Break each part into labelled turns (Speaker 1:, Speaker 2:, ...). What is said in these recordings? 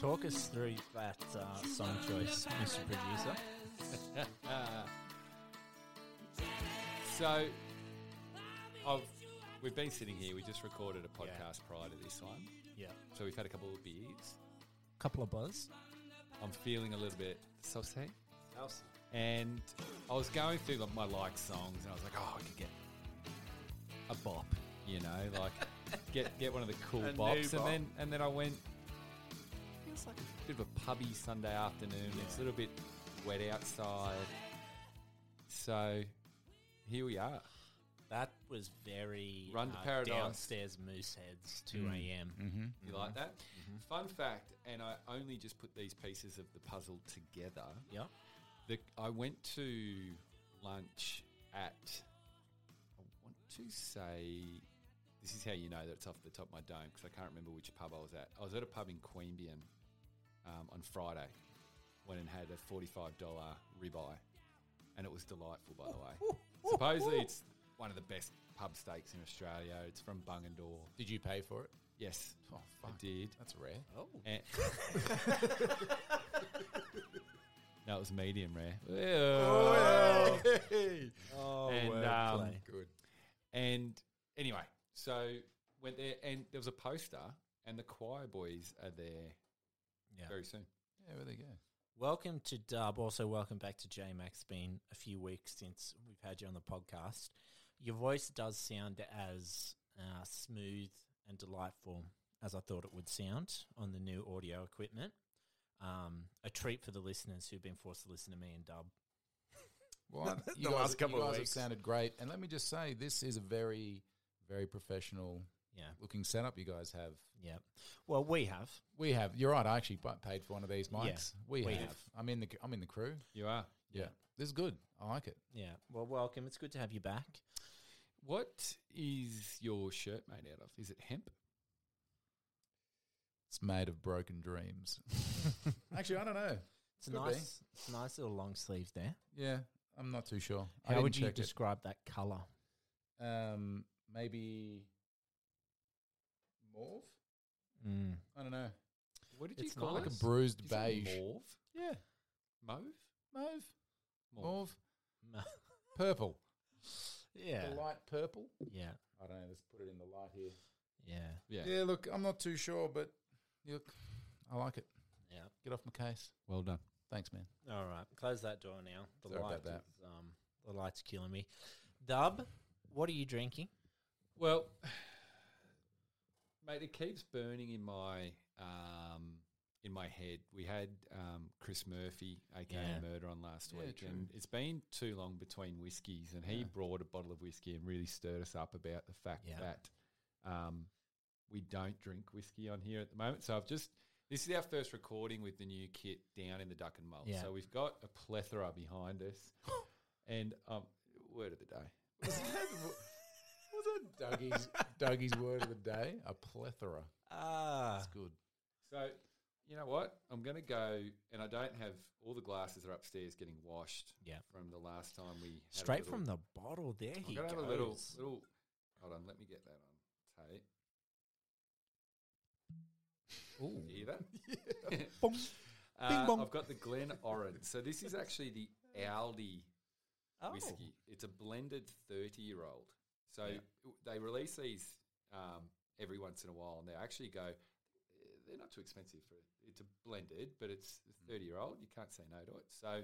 Speaker 1: Talk us through that uh, song choice, Mr. Producer.
Speaker 2: So, I've, we've been sitting here. We just recorded a podcast prior to this one,
Speaker 1: Yeah.
Speaker 2: so we've had a couple of beers.
Speaker 1: Couple of buzz.
Speaker 2: I'm feeling a little bit saucy. And I was going through the, my like songs, and I was like, "Oh, I could get a bop, you know, like get get one of the cool
Speaker 3: A new
Speaker 2: bops."
Speaker 3: bop.
Speaker 2: And then and then I went. It was like a bit of a pubby Sunday afternoon. It's a little bit wet outside, so here we are.
Speaker 1: That was very uh,
Speaker 2: Run to Paradise.
Speaker 1: downstairs Mooseheads, 2 a.m.
Speaker 2: You like
Speaker 3: Mm-hmm.
Speaker 2: that? Fun fact, and I only just put these pieces of the puzzle together.
Speaker 1: Yeah.
Speaker 2: The, I went to lunch at, I want to say, this is how you know that it's off the top of my dome because I can't remember which pub I was at. I was at a pub in Queanbeyan um, on Friday, went and had a $45 ribeye, and it was delightful, by the way. Supposedly, it's one of the best pub steaks in Australia. It's from Bungendore.
Speaker 3: Did you pay for it?
Speaker 2: Yes,
Speaker 3: Oh,
Speaker 2: I
Speaker 3: fuck.
Speaker 2: did. Oh.
Speaker 3: That's rare.
Speaker 2: And- no, it was medium rare.
Speaker 1: Oh,
Speaker 2: And, wordplay. um,
Speaker 3: Good.
Speaker 2: And anyway, so went there, and there was a poster, and the choir boys are there
Speaker 1: yeah.
Speaker 2: very soon.
Speaker 3: Yeah, where they go?
Speaker 1: Welcome to Dub. Also, welcome back to J Max. Been a few weeks since we've had you on the podcast. Your voice does sound as uh, smooth and delightful as I thought it would sound on the new audio equipment. Um, a treat for the listeners who've been forced to listen to me and Dub.
Speaker 3: Well, I- you
Speaker 4: The
Speaker 3: guys,
Speaker 4: last couple
Speaker 3: you
Speaker 4: of
Speaker 3: guys
Speaker 4: weeks.
Speaker 3: have sounded great, and let me just say, this is a very, very professional
Speaker 1: Yeah,
Speaker 3: looking setup you guys have.
Speaker 1: yeah. Well, we have.
Speaker 3: We have. You're right. I actually pa- paid for one of these mics.
Speaker 1: Yeah,
Speaker 3: we,
Speaker 1: we
Speaker 3: have.
Speaker 1: have.
Speaker 3: I'm in the. I'm in the crew.
Speaker 2: You are.
Speaker 3: Yeah, this is good. I like it.
Speaker 1: Yeah. Well, welcome. It's good to have you back.
Speaker 2: What is your shirt made out of? Is it hemp?
Speaker 3: It's made of broken dreams. actually, I don't know.
Speaker 1: It's a
Speaker 3: Could
Speaker 1: nice, it's a nice little long sleeve there.
Speaker 3: Yeah, I'm not too sure. I
Speaker 1: How
Speaker 3: didn't
Speaker 1: would you
Speaker 3: check it.
Speaker 1: describe that color?
Speaker 3: Um, maybe mauve.
Speaker 1: Mm.
Speaker 3: I don't know.
Speaker 2: What did
Speaker 1: It's
Speaker 2: you call
Speaker 1: not
Speaker 2: it?
Speaker 3: Like a bruised
Speaker 2: Is it
Speaker 3: beige.
Speaker 2: mauve?
Speaker 3: Yeah,
Speaker 2: Mauve?
Speaker 3: mauve,
Speaker 2: Mauve.
Speaker 3: mauve, purple, the
Speaker 1: yeah.
Speaker 3: light purple.
Speaker 1: Yeah.
Speaker 3: I don't know. Let's put it in the light here.
Speaker 1: Yeah.
Speaker 2: Yeah.
Speaker 3: Yeah, look, I'm not too sure, but look, I like it.
Speaker 1: Yeah.
Speaker 3: Get off my case.
Speaker 2: Well done.
Speaker 3: Thanks, man.
Speaker 1: All right. Close that door now. The
Speaker 3: Sorry
Speaker 1: light
Speaker 3: about that.
Speaker 1: is, um the light's killing me. Dub, what are you drinking?
Speaker 2: Well, mate, it keeps burning in my um, in my head. We had um, Chris Murphy, aka
Speaker 1: Yeah.
Speaker 2: Murder, on last
Speaker 3: Yeah,
Speaker 2: week,
Speaker 3: true.
Speaker 2: and it's been too long between whiskies. And he
Speaker 3: Yeah.
Speaker 2: brought a bottle of whiskey and really stirred us up about the fact
Speaker 1: Yeah.
Speaker 2: that um, we don't drink whiskey on here at the moment. So I've just this is our first recording with the new kit down in the Duck and Mull.
Speaker 1: Yeah.
Speaker 2: So we've got a plethora behind us, and um, word of the day.
Speaker 3: Was that Dougie's, Dougie's word of the day? A plethora.
Speaker 1: Ah,
Speaker 3: Good.
Speaker 2: So, you know what? I'm going to go, and I don't have all the glasses are upstairs getting washed.
Speaker 1: Yeah.
Speaker 2: From the last time we had
Speaker 1: straight from the bottle. There
Speaker 2: I'm
Speaker 1: he
Speaker 2: going
Speaker 1: goes.
Speaker 2: to have a little little. Hold on, let me get that on tape. Ooh. Hear that? Uh,
Speaker 1: bong.
Speaker 2: I've got the Glen Orange. So this is actually the Aldi
Speaker 1: Oh.
Speaker 2: whiskey. It's a blended 30 year old. So they release these um, every once in a while, and they actually go, eh, they're not too expensive for It's a blended, but it's 30 year old. You can't say no to it. So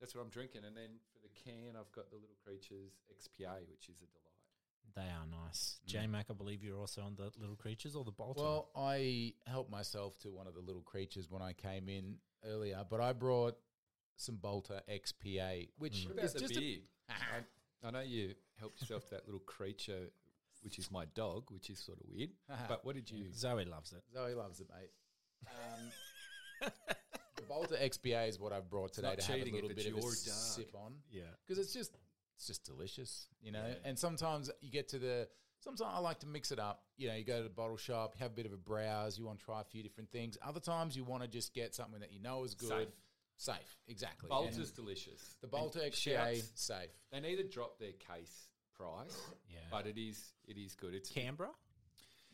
Speaker 2: that's what I'm drinking. And then for the can, I've got the Little Creatures XPA, which is a delight.
Speaker 1: They are nice. J Mac, I believe you're also on the little creatures or the Bolton.
Speaker 3: Mm. Well, I helped myself to one of the little creatures when I came in earlier, but I brought some Bolter XPA, which
Speaker 2: What about
Speaker 3: is
Speaker 2: the
Speaker 3: just a-
Speaker 2: beer? I I know you helped yourself to that little creature, which is my dog, which is sort of weird. but what did you?
Speaker 1: Zoe loves it.
Speaker 3: Zoe loves it, mate. Um, the Bolter XPA is what I've brought today
Speaker 2: not
Speaker 3: to have a
Speaker 2: cheating if
Speaker 3: little
Speaker 2: it's
Speaker 3: bit of a
Speaker 2: your dog.
Speaker 3: sip on.
Speaker 1: Yeah.
Speaker 3: because it's just it's just delicious, you know. And sometimes you get to the sometimes I like to mix it up. You know, you go to the bottle shop, have a bit of a browse, you want to try a few different things. Other times you want to just get something that you know is good,
Speaker 2: Safe.
Speaker 3: safe, exactly.
Speaker 2: Bolter's
Speaker 3: And
Speaker 2: delicious.
Speaker 3: the Bolter
Speaker 2: And
Speaker 3: XPA
Speaker 2: shouts.
Speaker 3: safe.
Speaker 2: They need to drop their case price,
Speaker 1: Yeah.
Speaker 2: but it is it is good. It's
Speaker 1: Canberra?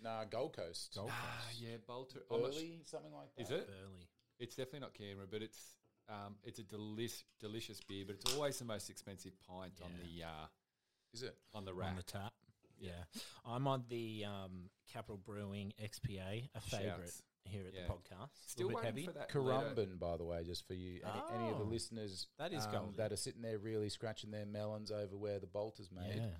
Speaker 3: Nah, Gold Coast.
Speaker 1: Gold
Speaker 2: Ah,
Speaker 1: Coast.
Speaker 2: yeah, Bolter. I'm not
Speaker 3: Early, something like that.
Speaker 2: Is it?
Speaker 1: Burley.
Speaker 2: It's definitely not Canberra, but it's um, it's a delish, delicious beer. But it's always the most expensive pint on the uh,
Speaker 3: Is it?
Speaker 2: on the
Speaker 1: on
Speaker 2: rack.
Speaker 1: the tap. Yeah. I'm on the um, Capital Brewing XPA, a favorite
Speaker 2: Shouts.
Speaker 1: here at
Speaker 2: Yeah.
Speaker 1: the podcast.
Speaker 2: Still
Speaker 1: a bit
Speaker 2: waiting
Speaker 1: heavy.
Speaker 2: for
Speaker 3: Uh,
Speaker 2: that. Leto.
Speaker 3: Corumban, by the way, just for you, any, any of the
Speaker 1: Oh.
Speaker 3: listeners
Speaker 1: That is
Speaker 3: um,
Speaker 1: golden.
Speaker 3: that are sitting there really scratching their melons over where the Bolter's made.
Speaker 1: Yeah.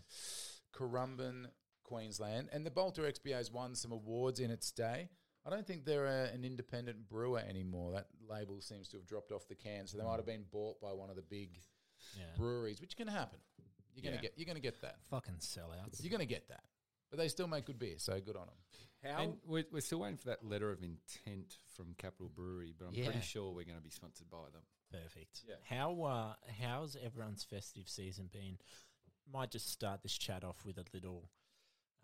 Speaker 3: Corumban, Queensland, and the Bolter XBA has won some awards in its day. I don't think they're a, an independent brewer anymore. That label seems to have dropped off the can, so they might have been bought by one of the big
Speaker 1: Yeah.
Speaker 3: breweries, which can happen. You're gonna
Speaker 2: Yeah.
Speaker 3: get you're gonna get that.
Speaker 1: Fucking sellouts.
Speaker 3: You're gonna get that. But they still make good beer, so good on them.
Speaker 2: And we're, we're still waiting for that letter of intent from Capital Brewery, but I'm
Speaker 1: Yeah.
Speaker 2: pretty sure we're going to be sponsored by them.
Speaker 1: Perfect.
Speaker 2: Yeah.
Speaker 1: How uh, how's everyone's festive season been? Might just start this chat off with a little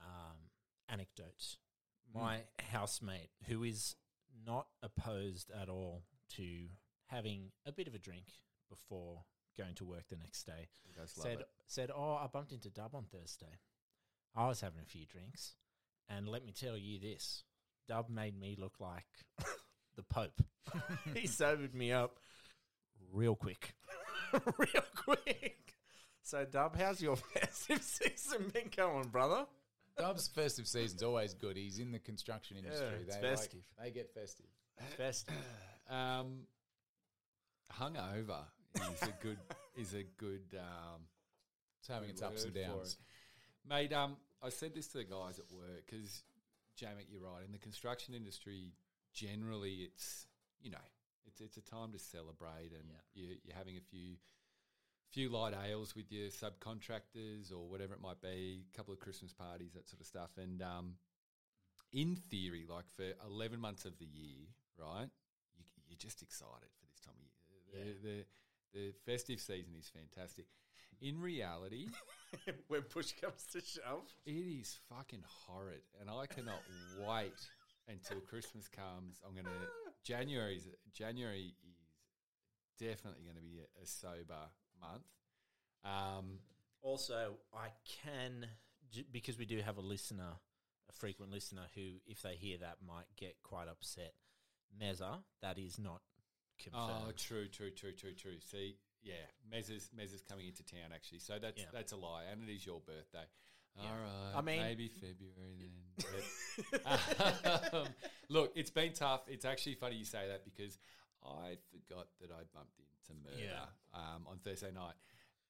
Speaker 1: um, anecdote.
Speaker 2: Hmm.
Speaker 1: My housemate, who is not opposed at all to having a bit of a drink before going to work the next day,
Speaker 2: You guys love
Speaker 1: said
Speaker 2: it.
Speaker 1: said, "Oh, I bumped into Dub on Thursday. I was having a few drinks, and let me tell you this: Dub made me look like the Pope. he sobered me up real quick, real quick. So, Dub, how's your festive season been going, brother?
Speaker 3: Dub's festive season's always good. He's in the construction industry.
Speaker 1: it's
Speaker 3: they like-
Speaker 1: festive.
Speaker 3: they get festive.
Speaker 1: Festive.
Speaker 2: Um, hungover is a good is a good um,
Speaker 3: It's having its ups and
Speaker 2: word for
Speaker 3: downs.
Speaker 2: it. Mate, um, I said this to the guys at work because, Jamek, you're right. In the construction industry, generally, it's you know, it's it's a time to celebrate, and you, you're having a few few light ales with your subcontractors or whatever it might be, a couple of Christmas parties, that sort of stuff, and um, in theory, like for 11 months of the year, right, you, you're just excited for this time of year. The, the, the festive season is fantastic. In reality,
Speaker 1: when push comes to shove,
Speaker 2: it is fucking horrid, and I cannot wait until Christmas comes. I'm gonna January's January is definitely going to be a, a sober month. Um,
Speaker 1: Also, I can j- because we do have a listener, a frequent listener who, if they hear that, might get quite upset. Mezza, that is not
Speaker 2: oh,
Speaker 1: confirmed.
Speaker 2: true, true, true, true, true. See, yeah, Mez is, Mez is coming into town actually, so that's
Speaker 1: Yeah.
Speaker 2: that's a lie, and it is your birthday.
Speaker 1: Yeah.
Speaker 2: All right,
Speaker 1: I mean-
Speaker 2: maybe February then. But, um, look, it's been tough. It's actually funny you say that because I forgot that I bumped into murder
Speaker 1: Yeah.
Speaker 2: um, on Thursday night.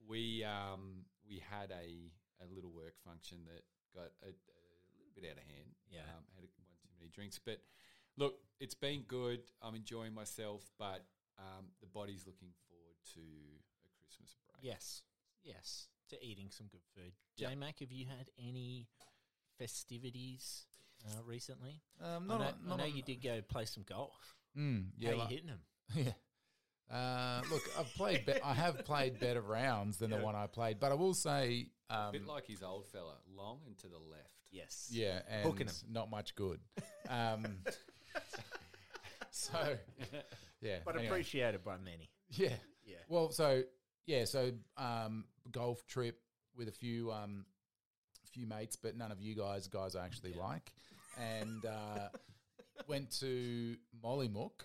Speaker 2: We um, we had a, a little work function that got a, a little bit out of hand.
Speaker 1: Yeah.
Speaker 2: um, had a, one too many drinks. But look, it's been good. I'm enjoying myself, but um, the body's looking forward to a Christmas break.
Speaker 1: yes, yes, to eating some good food.
Speaker 2: Yeah.
Speaker 1: J Mac, have you had any festivities uh, recently?
Speaker 3: Um,
Speaker 1: I
Speaker 3: not
Speaker 1: know,
Speaker 3: on- not
Speaker 1: I know
Speaker 3: on-
Speaker 1: you did go play some golf.
Speaker 3: Mm, yeah,
Speaker 1: How
Speaker 3: like-
Speaker 1: you hitting them?
Speaker 3: Yeah. Uh, look, I've played. Be- I have played better rounds than the one I played, but I will say,
Speaker 2: A
Speaker 3: um,
Speaker 2: bit like his old fella, long and to the left.
Speaker 1: Yes.
Speaker 3: yeah, and
Speaker 1: Hooking 'em.
Speaker 3: not much good. Um, so, yeah,
Speaker 1: But
Speaker 3: anyway.
Speaker 1: appreciated by many.
Speaker 3: yeah,
Speaker 1: Yeah.
Speaker 3: Well, so yeah, so um, golf trip with a few um, few mates, but none of you guys guys I actually like, and uh, went to Mollymook,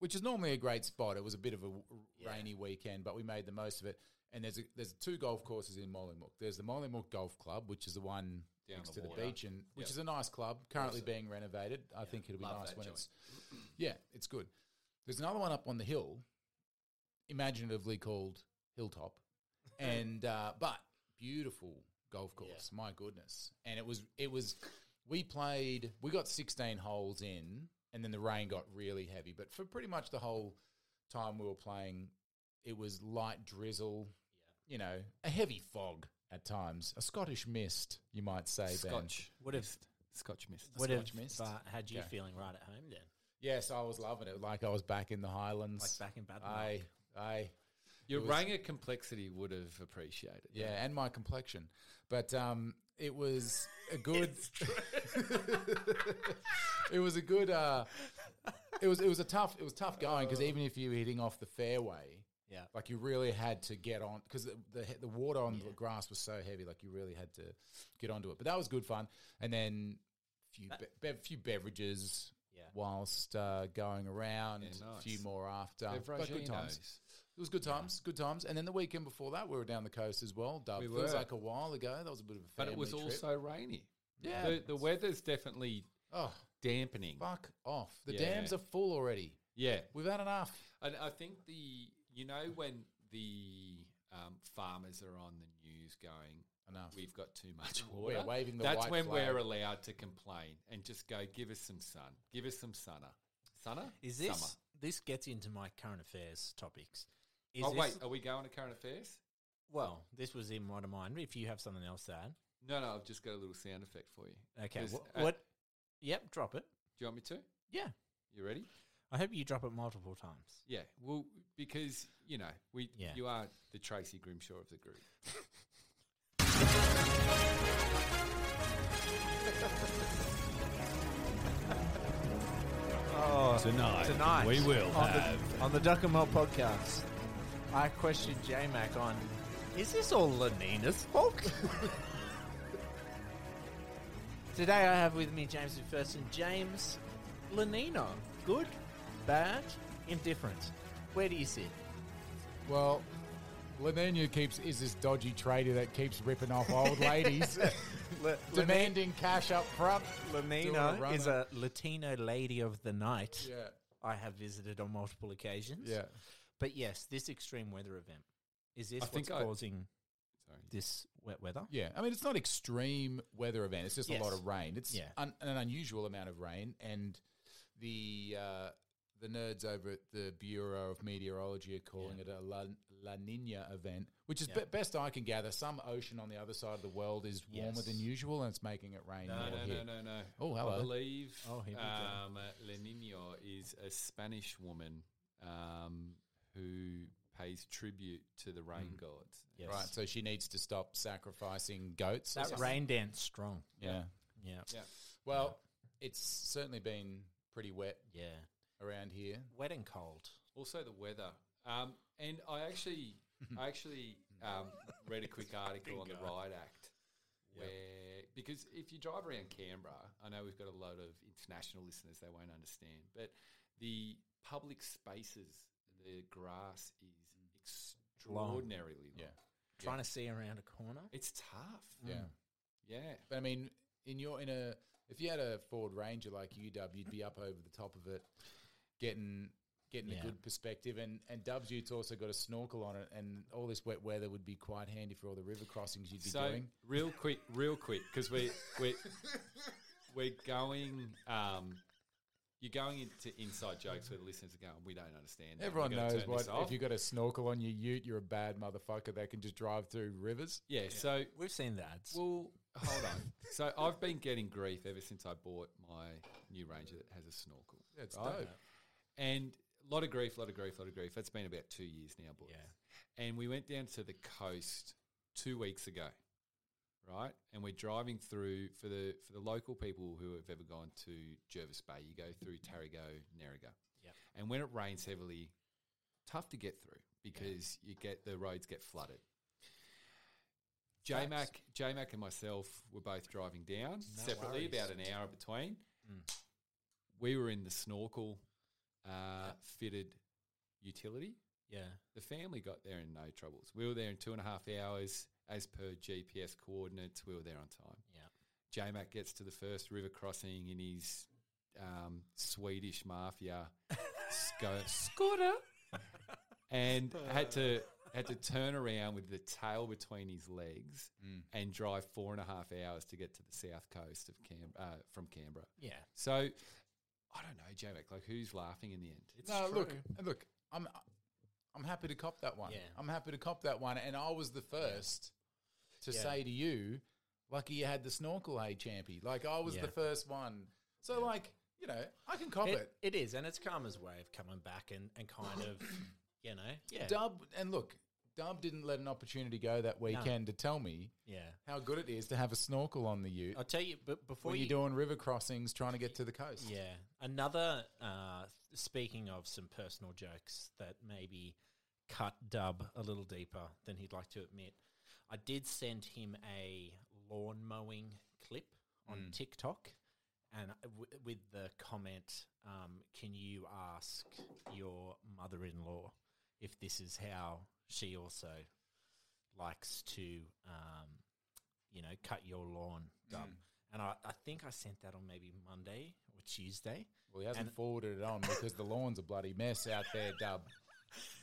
Speaker 3: which is normally a great spot. It was a bit of a w- rainy weekend, but we made the most of it. And there's a, there's two golf courses in Mollymook. There's the Mollymook Golf Club, which is the one
Speaker 2: Down
Speaker 3: next
Speaker 2: the
Speaker 3: to the
Speaker 2: water.
Speaker 3: beach, and which
Speaker 2: Yep.
Speaker 3: is a nice club. Currently being renovated. I think it'll be
Speaker 2: Love
Speaker 3: nice
Speaker 2: that
Speaker 3: when
Speaker 2: joint.
Speaker 3: it's yeah, it's good. There's another one up on the hill, imaginatively called Hilltop, and uh, but beautiful golf course. My goodness, and it was it was. We played. We got 16 holes in, and then the rain got really heavy. But for pretty much the whole time we were playing, it was light drizzle. You know, a heavy fog at times, a Scottish mist, you might say. Ben.
Speaker 2: Scotch.
Speaker 1: Would have
Speaker 2: Scotch mist.
Speaker 1: would have
Speaker 3: Scotch mist.
Speaker 1: uh, had you
Speaker 3: Okay.
Speaker 1: feeling right at home then,
Speaker 3: Yes, I was loving it. Like I was back in the Highlands.
Speaker 1: like back in Bad.
Speaker 3: I, I,
Speaker 2: Your
Speaker 3: It was-
Speaker 2: Ranger complexity would have appreciated. that.
Speaker 3: yeah, and my complexion. But um, it was a good. it was a good. Uh, it was it was a tough it was tough going because even if you were hitting off the fairway,
Speaker 1: Yeah.
Speaker 3: like you really had to get on because the, the the water on the grass was so heavy, like you really had to get onto it. But that was good fun. And then few
Speaker 1: That-
Speaker 3: be- be- few beverages
Speaker 1: Yeah.
Speaker 3: whilst uh, going around,
Speaker 2: Yeah,
Speaker 3: a
Speaker 2: nice.
Speaker 3: few more after. But good times.
Speaker 2: Beveraginos.
Speaker 3: It was good times, good times. And then the weekend before that, we were down the coast as well. Dub.
Speaker 2: We
Speaker 3: Feels
Speaker 2: were.
Speaker 3: like a while ago. That was a bit of a
Speaker 2: But
Speaker 3: family
Speaker 2: it was
Speaker 3: trip.
Speaker 2: also rainy.
Speaker 3: yeah.
Speaker 2: The, the weather's definitely
Speaker 3: oh,
Speaker 2: dampening.
Speaker 3: fuck off. The
Speaker 2: Yeah.
Speaker 3: dams are full already.
Speaker 2: Yeah.
Speaker 3: We've had enough.
Speaker 2: And I think the, you know, when the um, farmers are on the news going,
Speaker 3: Enough.
Speaker 2: we've got too much water.
Speaker 3: We're waving the
Speaker 2: That's
Speaker 3: white
Speaker 2: when
Speaker 3: flag.
Speaker 2: we're allowed to complain and just go, give us some sun. Give us some sunner. Sunner?
Speaker 1: Is this
Speaker 2: Summer.
Speaker 1: this gets into my current affairs topics? Is
Speaker 2: oh,
Speaker 1: this,
Speaker 2: wait. Are we going to current affairs?
Speaker 1: Well, this was in one of mine. If you have something else to add,
Speaker 2: No, no. I've just got a little sound effect for you.
Speaker 1: okay.
Speaker 2: Just,
Speaker 1: What,
Speaker 2: uh,
Speaker 1: what? Yep, drop it.
Speaker 2: Do you want me to?
Speaker 1: Yeah,
Speaker 2: You ready?
Speaker 1: I hope you drop it multiple times.
Speaker 2: Yeah. Well, because, you know, we
Speaker 1: Yeah.
Speaker 2: you are the Tracy Grimshaw of the group.
Speaker 1: Oh,
Speaker 4: Tonight, we will
Speaker 1: on
Speaker 4: have.
Speaker 1: the, on the Duck and Mel podcast. I questioned J Mac on is this all Lenina's fault? Today I have with me James McPherson. James, Lenina, good, bad, indifferent. Where do you sit?
Speaker 3: Well, Lenina keeps is this dodgy trader that keeps ripping off old ladies, demanding cash up front. doing a
Speaker 1: Lenina
Speaker 3: runner.
Speaker 1: is a Latino lady of the night.
Speaker 3: yeah,
Speaker 1: I have visited on multiple occasions.
Speaker 3: yeah.
Speaker 1: But yes, this extreme weather event. Is this
Speaker 2: I
Speaker 1: what's
Speaker 2: think I-
Speaker 1: causing
Speaker 2: Sorry.
Speaker 1: this wet weather?
Speaker 3: Yeah, I mean it's not extreme weather event. It's just a lot
Speaker 1: Yes.
Speaker 3: of rain. It's
Speaker 1: Yeah.
Speaker 3: un- an unusual amount of rain, and the uh, the nerds over at the Bureau of Meteorology are calling it a La, La Nina event, which is
Speaker 1: Yeah.
Speaker 3: be- best I can gather. Some ocean on the other side of the world is warmer
Speaker 1: Yes.
Speaker 3: than usual, and it's making it rain.
Speaker 2: No,
Speaker 3: more
Speaker 2: no,
Speaker 3: here.
Speaker 2: no, no, no.
Speaker 3: Oh,
Speaker 2: I
Speaker 3: hello.
Speaker 2: believe
Speaker 1: Oh, here we go.
Speaker 2: um, uh, La Niña is a Spanish woman um, who pays tribute to the rain
Speaker 1: Mm.
Speaker 2: gods.
Speaker 1: Yes.
Speaker 3: Right, so she needs to stop sacrificing goats. or
Speaker 1: That
Speaker 3: something.
Speaker 1: rain dance strong.
Speaker 3: Yeah.
Speaker 1: Yeah.
Speaker 2: Yeah.
Speaker 3: Well, it's certainly been pretty wet
Speaker 1: Yeah.
Speaker 3: around here.
Speaker 1: Wet and cold.
Speaker 2: Also the weather. Um, and I actually, I actually um, read a quick article on the Ride Act. Where, because if you drive around Canberra, I know we've got a lot of international listeners; they won't understand. But the public spaces, the grass is extraordinarily long.
Speaker 3: Mm. Yeah.
Speaker 1: Trying to see around a corner.
Speaker 2: It's tough.
Speaker 1: Mm.
Speaker 3: Yeah.
Speaker 2: Yeah.
Speaker 3: But I mean, in your in a if you had a Ford Ranger like you Dub, you'd be up over the top of it, getting getting
Speaker 1: Yeah.
Speaker 3: a good perspective. And and Dub's you'd also got a snorkel on it, and all this wet weather would be quite handy for all the river crossings you'd be
Speaker 2: so
Speaker 3: doing.
Speaker 2: real quick, real quick, because we we we're going. Um, you're going into inside jokes where the listeners are going. We don't understand. That.
Speaker 3: Everyone
Speaker 2: We're gonna
Speaker 3: knows
Speaker 2: turn
Speaker 3: what
Speaker 2: this off."
Speaker 3: if you got a snorkel on your Ute, you're a bad motherfucker that can just drive through rivers.
Speaker 2: yeah. So
Speaker 1: We've seen the ads.
Speaker 2: well, hold on. so I've been getting grief ever since I bought my new Ranger that has a snorkel.
Speaker 3: That's
Speaker 2: right?
Speaker 3: dope.
Speaker 2: And a lot of grief, lot of grief, lot of grief. That's been about two years now, boys. And we went down to the coast two weeks ago, right? And we're driving through for the for the local people who have ever gone to Jervis Bay. You go through Tarigo, Nerriga,
Speaker 1: Yep.
Speaker 2: and when it rains heavily, tough to get through because you get the roads get flooded. J Mac, J Mac, and myself were both driving down separately,
Speaker 1: worries.
Speaker 2: about an hour between. We were in the snorkel uh, fitted utility.
Speaker 1: yeah.
Speaker 2: The family got there in no troubles. We were there in two and a half hours as per GPS coordinates. We were there on time.
Speaker 1: Yeah.
Speaker 2: J Mac gets to the first river crossing in his um, Swedish mafia sco- scooter and had to had to turn around with the tail between his legs and drive four and a half hours to get to the south coast of Cam- uh, from Canberra.
Speaker 1: Yeah.
Speaker 2: So I don't know, J Mac, like who's laughing in the end?
Speaker 3: no, look,
Speaker 1: true.
Speaker 3: and look, I'm I'm happy to cop that one.
Speaker 1: Yeah.
Speaker 3: I'm happy to cop that one. And I was the first to
Speaker 1: Yeah.
Speaker 3: say to you, lucky you had the snorkel, hey champy. Like I was
Speaker 1: Yeah.
Speaker 3: the first one. So like, you know, I can cop
Speaker 1: It, it
Speaker 3: it.
Speaker 1: is, and it's Karma's way of coming back and, and kind of, you know, yeah,
Speaker 3: Dub and look, Dub didn't let an opportunity go that weekend to tell me
Speaker 1: yeah.
Speaker 3: how good it is to have a snorkel on the Ute
Speaker 1: I'll tell you, but before
Speaker 3: when
Speaker 1: you
Speaker 3: you're doing river crossings trying to get to the coast.
Speaker 1: Yeah. Another, uh, speaking of some personal jokes that maybe cut Dub a little deeper than he'd like to admit, I did send him a lawn mowing clip on TikTok and w- with the comment, um, can you ask your mother-in-law if this is how she also likes to, um, you know, cut your lawn, Dub? And I, I think I sent that on maybe Monday or Tuesday.
Speaker 3: Well, he hasn't
Speaker 1: And-
Speaker 3: forwarded it on because the lawn's a bloody mess out there, Dub.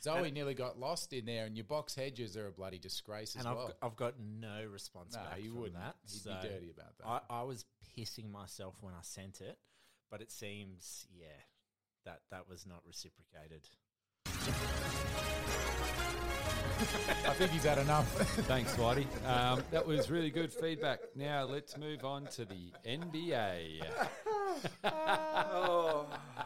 Speaker 3: Zoe nearly got lost in there, and your box hedges are a bloody disgrace as
Speaker 1: and I've,
Speaker 3: well.
Speaker 1: got, I've got no response
Speaker 3: No,
Speaker 1: back
Speaker 3: you
Speaker 1: from
Speaker 3: wouldn't.
Speaker 1: that.
Speaker 3: You'd
Speaker 1: so
Speaker 3: be dirty about that.
Speaker 1: I, I was pissing myself when I sent it, but it seems, yeah, that that was not reciprocated.
Speaker 3: I think he's had enough.
Speaker 2: Thanks, Whitey. Um, that was really good feedback. Now let's move on to the NBA.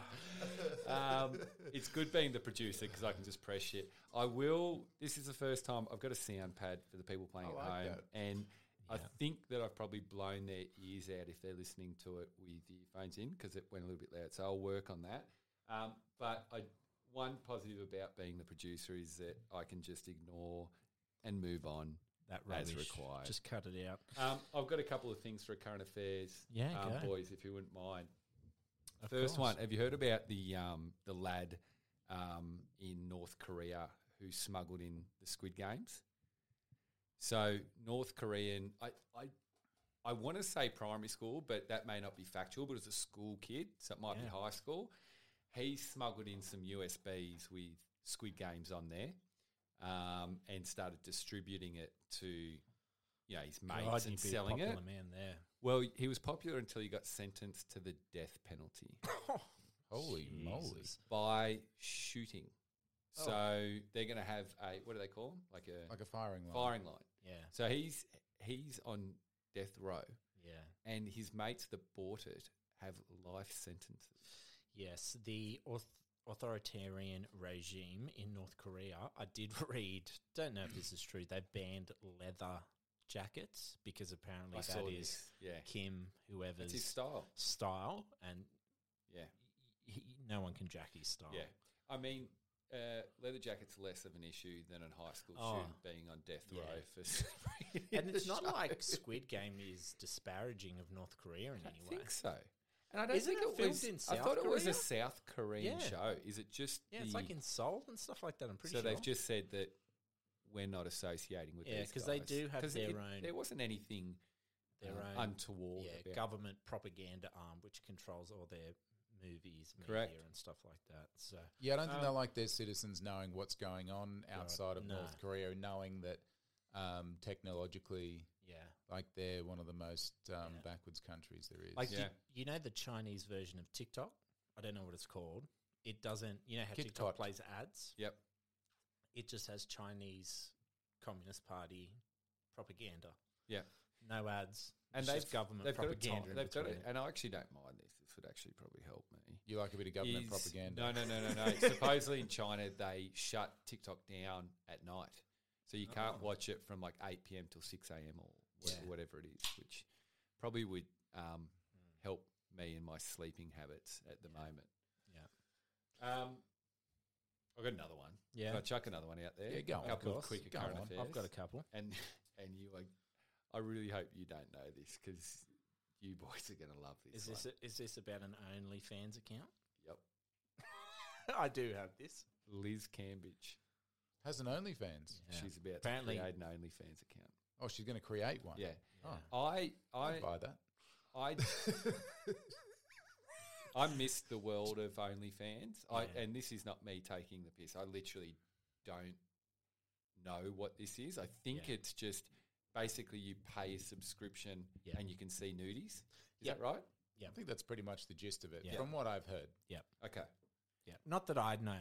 Speaker 2: um, it's good being the producer because I can just press shit. I will. This is the first time I've got a sound pad for the people playing
Speaker 3: I
Speaker 2: at
Speaker 3: like
Speaker 2: home,
Speaker 3: that.
Speaker 2: and I think that I've probably blown their ears out if they're listening to it with the phones in because it went a little bit loud. So I'll work on that. Um, but I, one positive about being the producer is that I can just ignore and move on.
Speaker 1: That
Speaker 2: As
Speaker 1: rubbish.
Speaker 2: required.
Speaker 1: Just cut it out.
Speaker 2: Um, I've got a couple of things for current affairs,
Speaker 1: Yeah,
Speaker 2: um,
Speaker 1: go.
Speaker 2: boys, if you wouldn't mind.
Speaker 1: Of
Speaker 2: First
Speaker 1: course.
Speaker 2: one, have you heard about the um, the lad um, in North Korea who smuggled in the Squid Games? So North Korean, I I, I want to say primary school, but that may not be factual. But it's a school kid, so it might be
Speaker 1: Yeah.
Speaker 2: high school. He smuggled in some USBs with Squid Games on there, um, and started distributing it to, you know, his mates
Speaker 1: God,
Speaker 2: and
Speaker 1: you'd be a
Speaker 2: selling it.
Speaker 1: popular man there.
Speaker 2: Well, he was popular until he got sentenced to the death penalty
Speaker 3: Holy moly.
Speaker 1: Jesus.
Speaker 2: by shooting.
Speaker 3: Oh.
Speaker 2: So they're going to have a what do they call 'em? Like a
Speaker 3: Like a firing line.
Speaker 2: firing line.
Speaker 1: Yeah,
Speaker 2: So he's he's on death row,
Speaker 1: yeah.
Speaker 2: and his mates that bought it have life sentences.
Speaker 1: Yes, the auth- authoritarian regime in North Korea. I did read. Don't know if this is true. They banned leather jackets because apparently
Speaker 2: I
Speaker 1: that
Speaker 2: saw
Speaker 1: is
Speaker 2: this. Yeah,
Speaker 1: Kim
Speaker 2: it's his
Speaker 1: whoever's
Speaker 2: style.
Speaker 1: style, and
Speaker 2: Yeah,
Speaker 1: he, no one can jack his style.
Speaker 2: yeah. I mean. Uh, leather jacket's less of an issue than a high school
Speaker 1: Oh.
Speaker 2: student being on death
Speaker 1: Yeah.
Speaker 2: row for celebrating
Speaker 1: And
Speaker 2: the
Speaker 1: it's not
Speaker 2: show.
Speaker 1: like Squid Game is disparaging of North Korea in
Speaker 2: I
Speaker 1: any way.
Speaker 2: think so. And I don't
Speaker 1: Isn't
Speaker 2: think
Speaker 1: it
Speaker 2: it,
Speaker 1: filmed
Speaker 2: was.
Speaker 1: in
Speaker 2: I
Speaker 1: South
Speaker 2: thought it was a
Speaker 1: Korea?
Speaker 2: South Korean
Speaker 1: Yeah.
Speaker 2: show. Is it just?
Speaker 1: Yeah, it's
Speaker 2: the-
Speaker 1: like in Seoul and stuff like that. I'm pretty
Speaker 2: so
Speaker 1: sure.
Speaker 2: they've just said that we're not associating with.
Speaker 1: Yeah,
Speaker 2: these
Speaker 1: 'cause they
Speaker 2: guys.
Speaker 1: do have
Speaker 2: 'Cause
Speaker 1: their
Speaker 2: it-
Speaker 1: own-
Speaker 2: There wasn't anything
Speaker 1: their
Speaker 2: um,
Speaker 1: own
Speaker 2: untoward.
Speaker 1: yeah,
Speaker 2: about
Speaker 1: government propaganda arm which controls all their movies, media,
Speaker 2: Correct.
Speaker 1: and stuff like that. So
Speaker 3: Yeah, I don't think
Speaker 2: Um,
Speaker 3: they like their citizens knowing what's going on outside of
Speaker 1: no.
Speaker 3: North Korea and knowing that um, technologically,
Speaker 1: yeah,
Speaker 3: like they're one of the most um,
Speaker 1: Yeah.
Speaker 3: backwards countries there is.
Speaker 1: like
Speaker 2: Yeah.
Speaker 1: you, you know the Chinese version of TikTok. I don't know what it's called. It doesn't. You know how
Speaker 3: Kid
Speaker 1: TikTok
Speaker 3: Cot.
Speaker 1: plays ads.
Speaker 2: Yep.
Speaker 1: It just has Chinese Communist Party propaganda.
Speaker 2: Yeah.
Speaker 1: No ads.
Speaker 2: And
Speaker 1: And
Speaker 2: they've
Speaker 1: they've government
Speaker 2: they've got a
Speaker 1: propaganda.
Speaker 2: time,
Speaker 1: in
Speaker 2: they've got
Speaker 1: between
Speaker 2: it, and I actually don't mind this. This would actually probably help me.
Speaker 3: you like a bit of government
Speaker 2: Is- No,
Speaker 3: propaganda.
Speaker 2: no, no, no, no. Supposedly in China they shut TikTok down at night, so you can't
Speaker 1: Oh.
Speaker 2: watch it from like eight pm till six am or wha-
Speaker 1: Yeah. Hmm.
Speaker 2: whatever it is, which probably would um, help me in my sleeping habits at the moment.
Speaker 1: Yeah.
Speaker 2: Um, I've got another one.
Speaker 1: Yeah.
Speaker 2: Can I chuck another one out there?
Speaker 3: Yeah, go on,
Speaker 2: A
Speaker 3: of
Speaker 2: couple of
Speaker 1: course.
Speaker 2: quicker
Speaker 3: Go
Speaker 2: current
Speaker 3: on.
Speaker 2: affairs.
Speaker 1: I've got a couple.
Speaker 2: and and you, I, I really hope you don't know this because you boys are going to love this.
Speaker 1: Is
Speaker 2: one.
Speaker 1: this a, is this about an OnlyFans account?
Speaker 2: Yep.
Speaker 1: I do have this.
Speaker 2: Liz Cambridge.
Speaker 3: Has an OnlyFans.
Speaker 2: She's about
Speaker 1: Apparently-
Speaker 2: to create an OnlyFans account.
Speaker 3: Oh, she's going to create one.
Speaker 2: Yeah,
Speaker 3: Oh,
Speaker 2: I,
Speaker 3: I
Speaker 2: I,
Speaker 3: buy that.
Speaker 2: I, I missed the world of OnlyFans. I,
Speaker 1: Yeah.
Speaker 2: and this is not me taking the piss. I literally don't know what this is. I think
Speaker 1: Yeah.
Speaker 2: it's just basically you pay a subscription
Speaker 1: Yeah.
Speaker 2: and you can see nudies. Is
Speaker 1: Yep.
Speaker 2: that right?
Speaker 3: I think that's pretty much the gist of it,
Speaker 1: Yeah.
Speaker 3: from what I've heard.
Speaker 2: Okay.
Speaker 1: Yeah. Not that I know,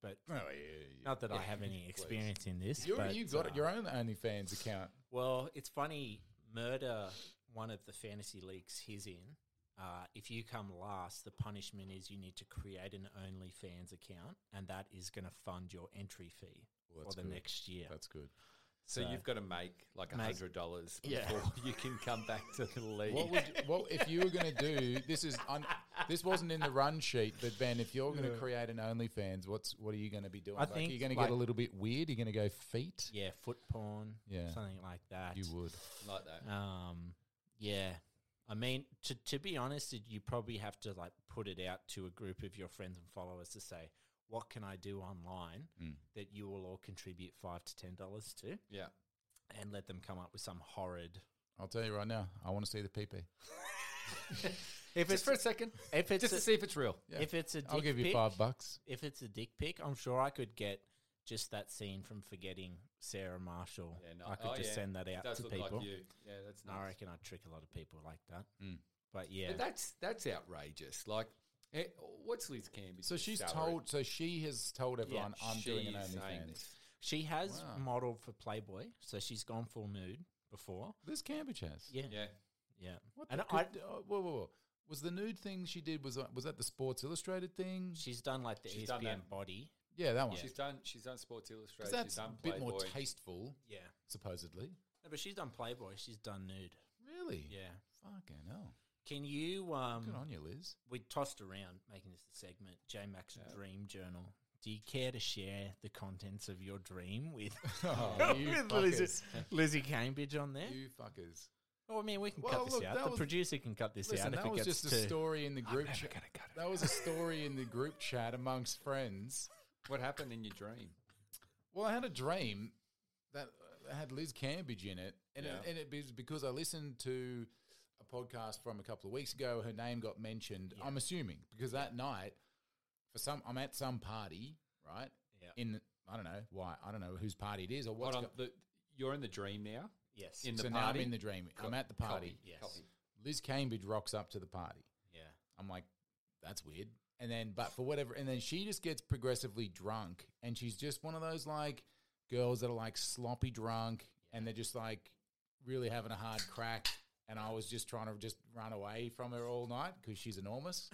Speaker 1: but
Speaker 3: Oh, yeah,
Speaker 1: not that I have any experience in this.
Speaker 3: You're,
Speaker 1: but,
Speaker 3: you've got
Speaker 1: uh,
Speaker 3: your own OnlyFans account.
Speaker 1: Well, it's funny. Murder one of the fantasy leagues he's in. Uh, if you come last, the punishment is you need to create an OnlyFans account, and that is going to fund your entry fee
Speaker 3: Well,
Speaker 1: for
Speaker 3: that's
Speaker 1: the
Speaker 3: good.
Speaker 1: next year.
Speaker 3: That's good.
Speaker 2: So,
Speaker 1: So-
Speaker 2: you've got to make like a
Speaker 1: Make-
Speaker 2: hundred dollars before
Speaker 1: Yeah.
Speaker 2: you can come back to the league.
Speaker 3: What would you, well if you were going to do this is un, this wasn't in the run sheet, but Ben, if you're going to create an OnlyFans, what's what are you going to be doing?
Speaker 1: I
Speaker 3: Like,
Speaker 1: think,
Speaker 3: are you going to
Speaker 1: like-
Speaker 3: get a little bit weird. You're going to go feet.
Speaker 1: Yeah, foot porn,
Speaker 3: Yeah.
Speaker 1: something like that.
Speaker 3: You would.
Speaker 2: like that?
Speaker 1: Um, yeah, I mean, to, to be honest, it- you probably have to like put it out to a group of your friends and followers to say, what can I do online
Speaker 3: Mm.
Speaker 1: that you will all contribute five to ten dollars to,
Speaker 2: Yeah.
Speaker 1: and let them come up with some horrid.
Speaker 3: I'll tell you right now, I want to see the PP.
Speaker 1: If
Speaker 2: Just for a second,
Speaker 1: if it's
Speaker 2: just to
Speaker 1: a,
Speaker 2: see if it's real.
Speaker 3: Yeah.
Speaker 1: if it's a dick
Speaker 3: I'll give you
Speaker 1: pic,
Speaker 3: five bucks.
Speaker 1: if it's a dick pic, I'm sure I could get just that scene from Forgetting Sarah Marshall.
Speaker 2: Yeah, no-
Speaker 1: I could
Speaker 2: oh,
Speaker 1: just
Speaker 2: yeah.
Speaker 1: send that
Speaker 2: It
Speaker 1: out
Speaker 2: does
Speaker 1: to
Speaker 2: look
Speaker 1: people.
Speaker 2: like you. Yeah, that's nice.
Speaker 1: I reckon I'd trick a lot of people like that.
Speaker 3: Mm.
Speaker 1: But yeah,
Speaker 2: But that's that's outrageous. Like, eh, what's Liz Camby's?
Speaker 3: So she's
Speaker 2: salary?
Speaker 3: told. So she has told everyone, "I'm doing an
Speaker 2: She's saying
Speaker 3: OnlyFans."
Speaker 2: this.
Speaker 1: she has
Speaker 3: Wow.
Speaker 1: modeled for Playboy, so she's gone full nude before.
Speaker 3: This Cambridge has.
Speaker 1: Yeah, yeah.
Speaker 2: Yeah,
Speaker 3: What
Speaker 1: And
Speaker 3: the
Speaker 1: I-
Speaker 3: good- oh, whoa, whoa, whoa! Was the nude thing she did was that- was that the Sports Illustrated thing?
Speaker 1: She's done like the
Speaker 2: She's done
Speaker 1: ESPN
Speaker 2: that.
Speaker 1: body.
Speaker 3: yeah, that one.
Speaker 2: she's done. She's done Sports Illustrated.
Speaker 3: Because
Speaker 2: she's
Speaker 3: that's a
Speaker 2: done
Speaker 3: bit more
Speaker 2: Playboy.
Speaker 3: tasteful,
Speaker 1: Yeah,
Speaker 3: supposedly.
Speaker 1: no, but she's done Playboy. She's done nude.
Speaker 3: Really?
Speaker 1: Yeah.
Speaker 3: Fucking hell!
Speaker 1: Can you? Um,
Speaker 3: Good on you, Liz.
Speaker 1: we tossed around making this a segment. J Mac's
Speaker 2: Yeah.
Speaker 1: dream journal. Do you care to share the contents of your dream with
Speaker 3: Oh, you
Speaker 1: with
Speaker 3: fuckers!
Speaker 1: Lizzie, Lizzie Cambridge on there?
Speaker 3: You fuckers!
Speaker 1: oh, I mean, we can
Speaker 3: Well,
Speaker 1: cut this
Speaker 3: look,
Speaker 1: out.
Speaker 3: that
Speaker 1: The
Speaker 3: was-
Speaker 1: producer can cut this
Speaker 3: Listen,
Speaker 1: out if
Speaker 3: that
Speaker 1: it
Speaker 3: was
Speaker 1: gets
Speaker 3: just a
Speaker 1: too.
Speaker 3: story in the group
Speaker 1: never
Speaker 3: chat.
Speaker 1: gonna cut it
Speaker 3: That was a story in the group chat amongst friends.
Speaker 2: What happened in your dream?
Speaker 3: Well, I had a dream that uh, had Liz Cambridge in it, and
Speaker 2: Yeah.
Speaker 3: it, and it was because I listened to a podcast from a couple of weeks ago. Her name got mentioned. I'm assuming because that night, for some, I'm at some party, right?
Speaker 1: Yeah.
Speaker 3: In I don't know why. I don't know whose party it is or
Speaker 2: Hold
Speaker 3: what's.
Speaker 2: on,
Speaker 3: go-
Speaker 2: the, you're in the dream now.
Speaker 1: Yes.
Speaker 2: In the
Speaker 3: so now I'm
Speaker 2: party.
Speaker 3: in the dream. I'm at the party.
Speaker 2: Copy,
Speaker 1: Yes.
Speaker 2: copy.
Speaker 3: Liz Cambridge rocks up to the party.
Speaker 1: yeah.
Speaker 3: I'm like, that's weird. And then, but for whatever, and then she just gets progressively drunk, and she's just one of those like girls that are like sloppy drunk, and they're just like really having a hard crack. And I was just trying to just run away from her all night because she's enormous.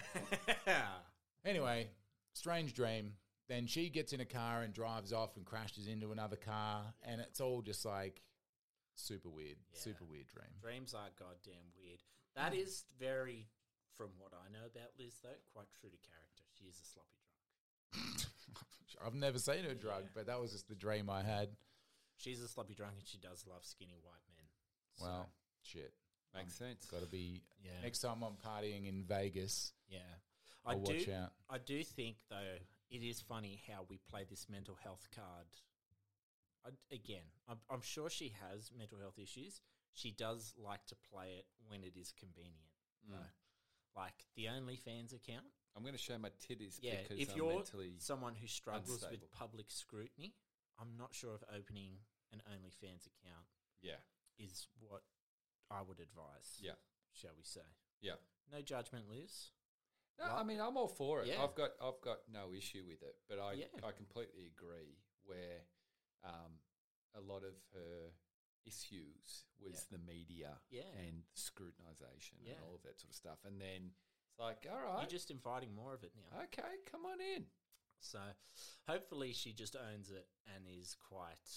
Speaker 3: Anyway, strange dream. Then she gets in a car and drives off and crashes into another car, and it's all just like super weird,
Speaker 1: Yeah.
Speaker 3: super weird dream.
Speaker 1: Dreams are goddamn weird.
Speaker 3: Hmm.
Speaker 1: That is very, from what I know about Liz, though, quite true to character. She is a sloppy drunk.
Speaker 3: I've never seen her drug, but that was just the dream I had.
Speaker 1: She's a sloppy drunk, and she does love skinny white men. So,
Speaker 3: Well, shit.
Speaker 2: Makes sense.
Speaker 3: Um, Got to be
Speaker 1: Yeah.
Speaker 3: next time I'm partying in Vegas.
Speaker 1: yeah. I
Speaker 3: I'll
Speaker 1: do.
Speaker 3: watch out.
Speaker 1: I do think though it is funny how we play this mental health card. I, again, I'm, I'm sure she has mental health issues. She does like to play it when it is convenient.
Speaker 2: Mm.
Speaker 1: though. Like the OnlyFans account.
Speaker 2: I'm going to show my titties
Speaker 1: Yeah,
Speaker 2: because
Speaker 1: if
Speaker 2: I'm
Speaker 1: you're
Speaker 2: mentally.
Speaker 1: someone who struggles
Speaker 2: unstable.
Speaker 1: with public scrutiny, I'm not sure if opening an OnlyFans account
Speaker 2: Yeah,
Speaker 1: is what I would advise.
Speaker 2: yeah,
Speaker 1: shall we say?
Speaker 2: yeah.
Speaker 1: No judgment, Liz.
Speaker 2: No, I
Speaker 1: Like-
Speaker 2: mean I'm all for it.
Speaker 1: Yeah.
Speaker 2: I've got I've got no issue with it, but I
Speaker 1: Yeah.
Speaker 2: I completely agree where um, a lot of her issues was the media
Speaker 1: Yeah.
Speaker 2: and scrutinization
Speaker 1: Yeah.
Speaker 2: and all of that sort of stuff. And then it's like, all right,
Speaker 1: You're just inviting more of it now.
Speaker 2: okay, come on in.
Speaker 1: So hopefully she just owns it and is quite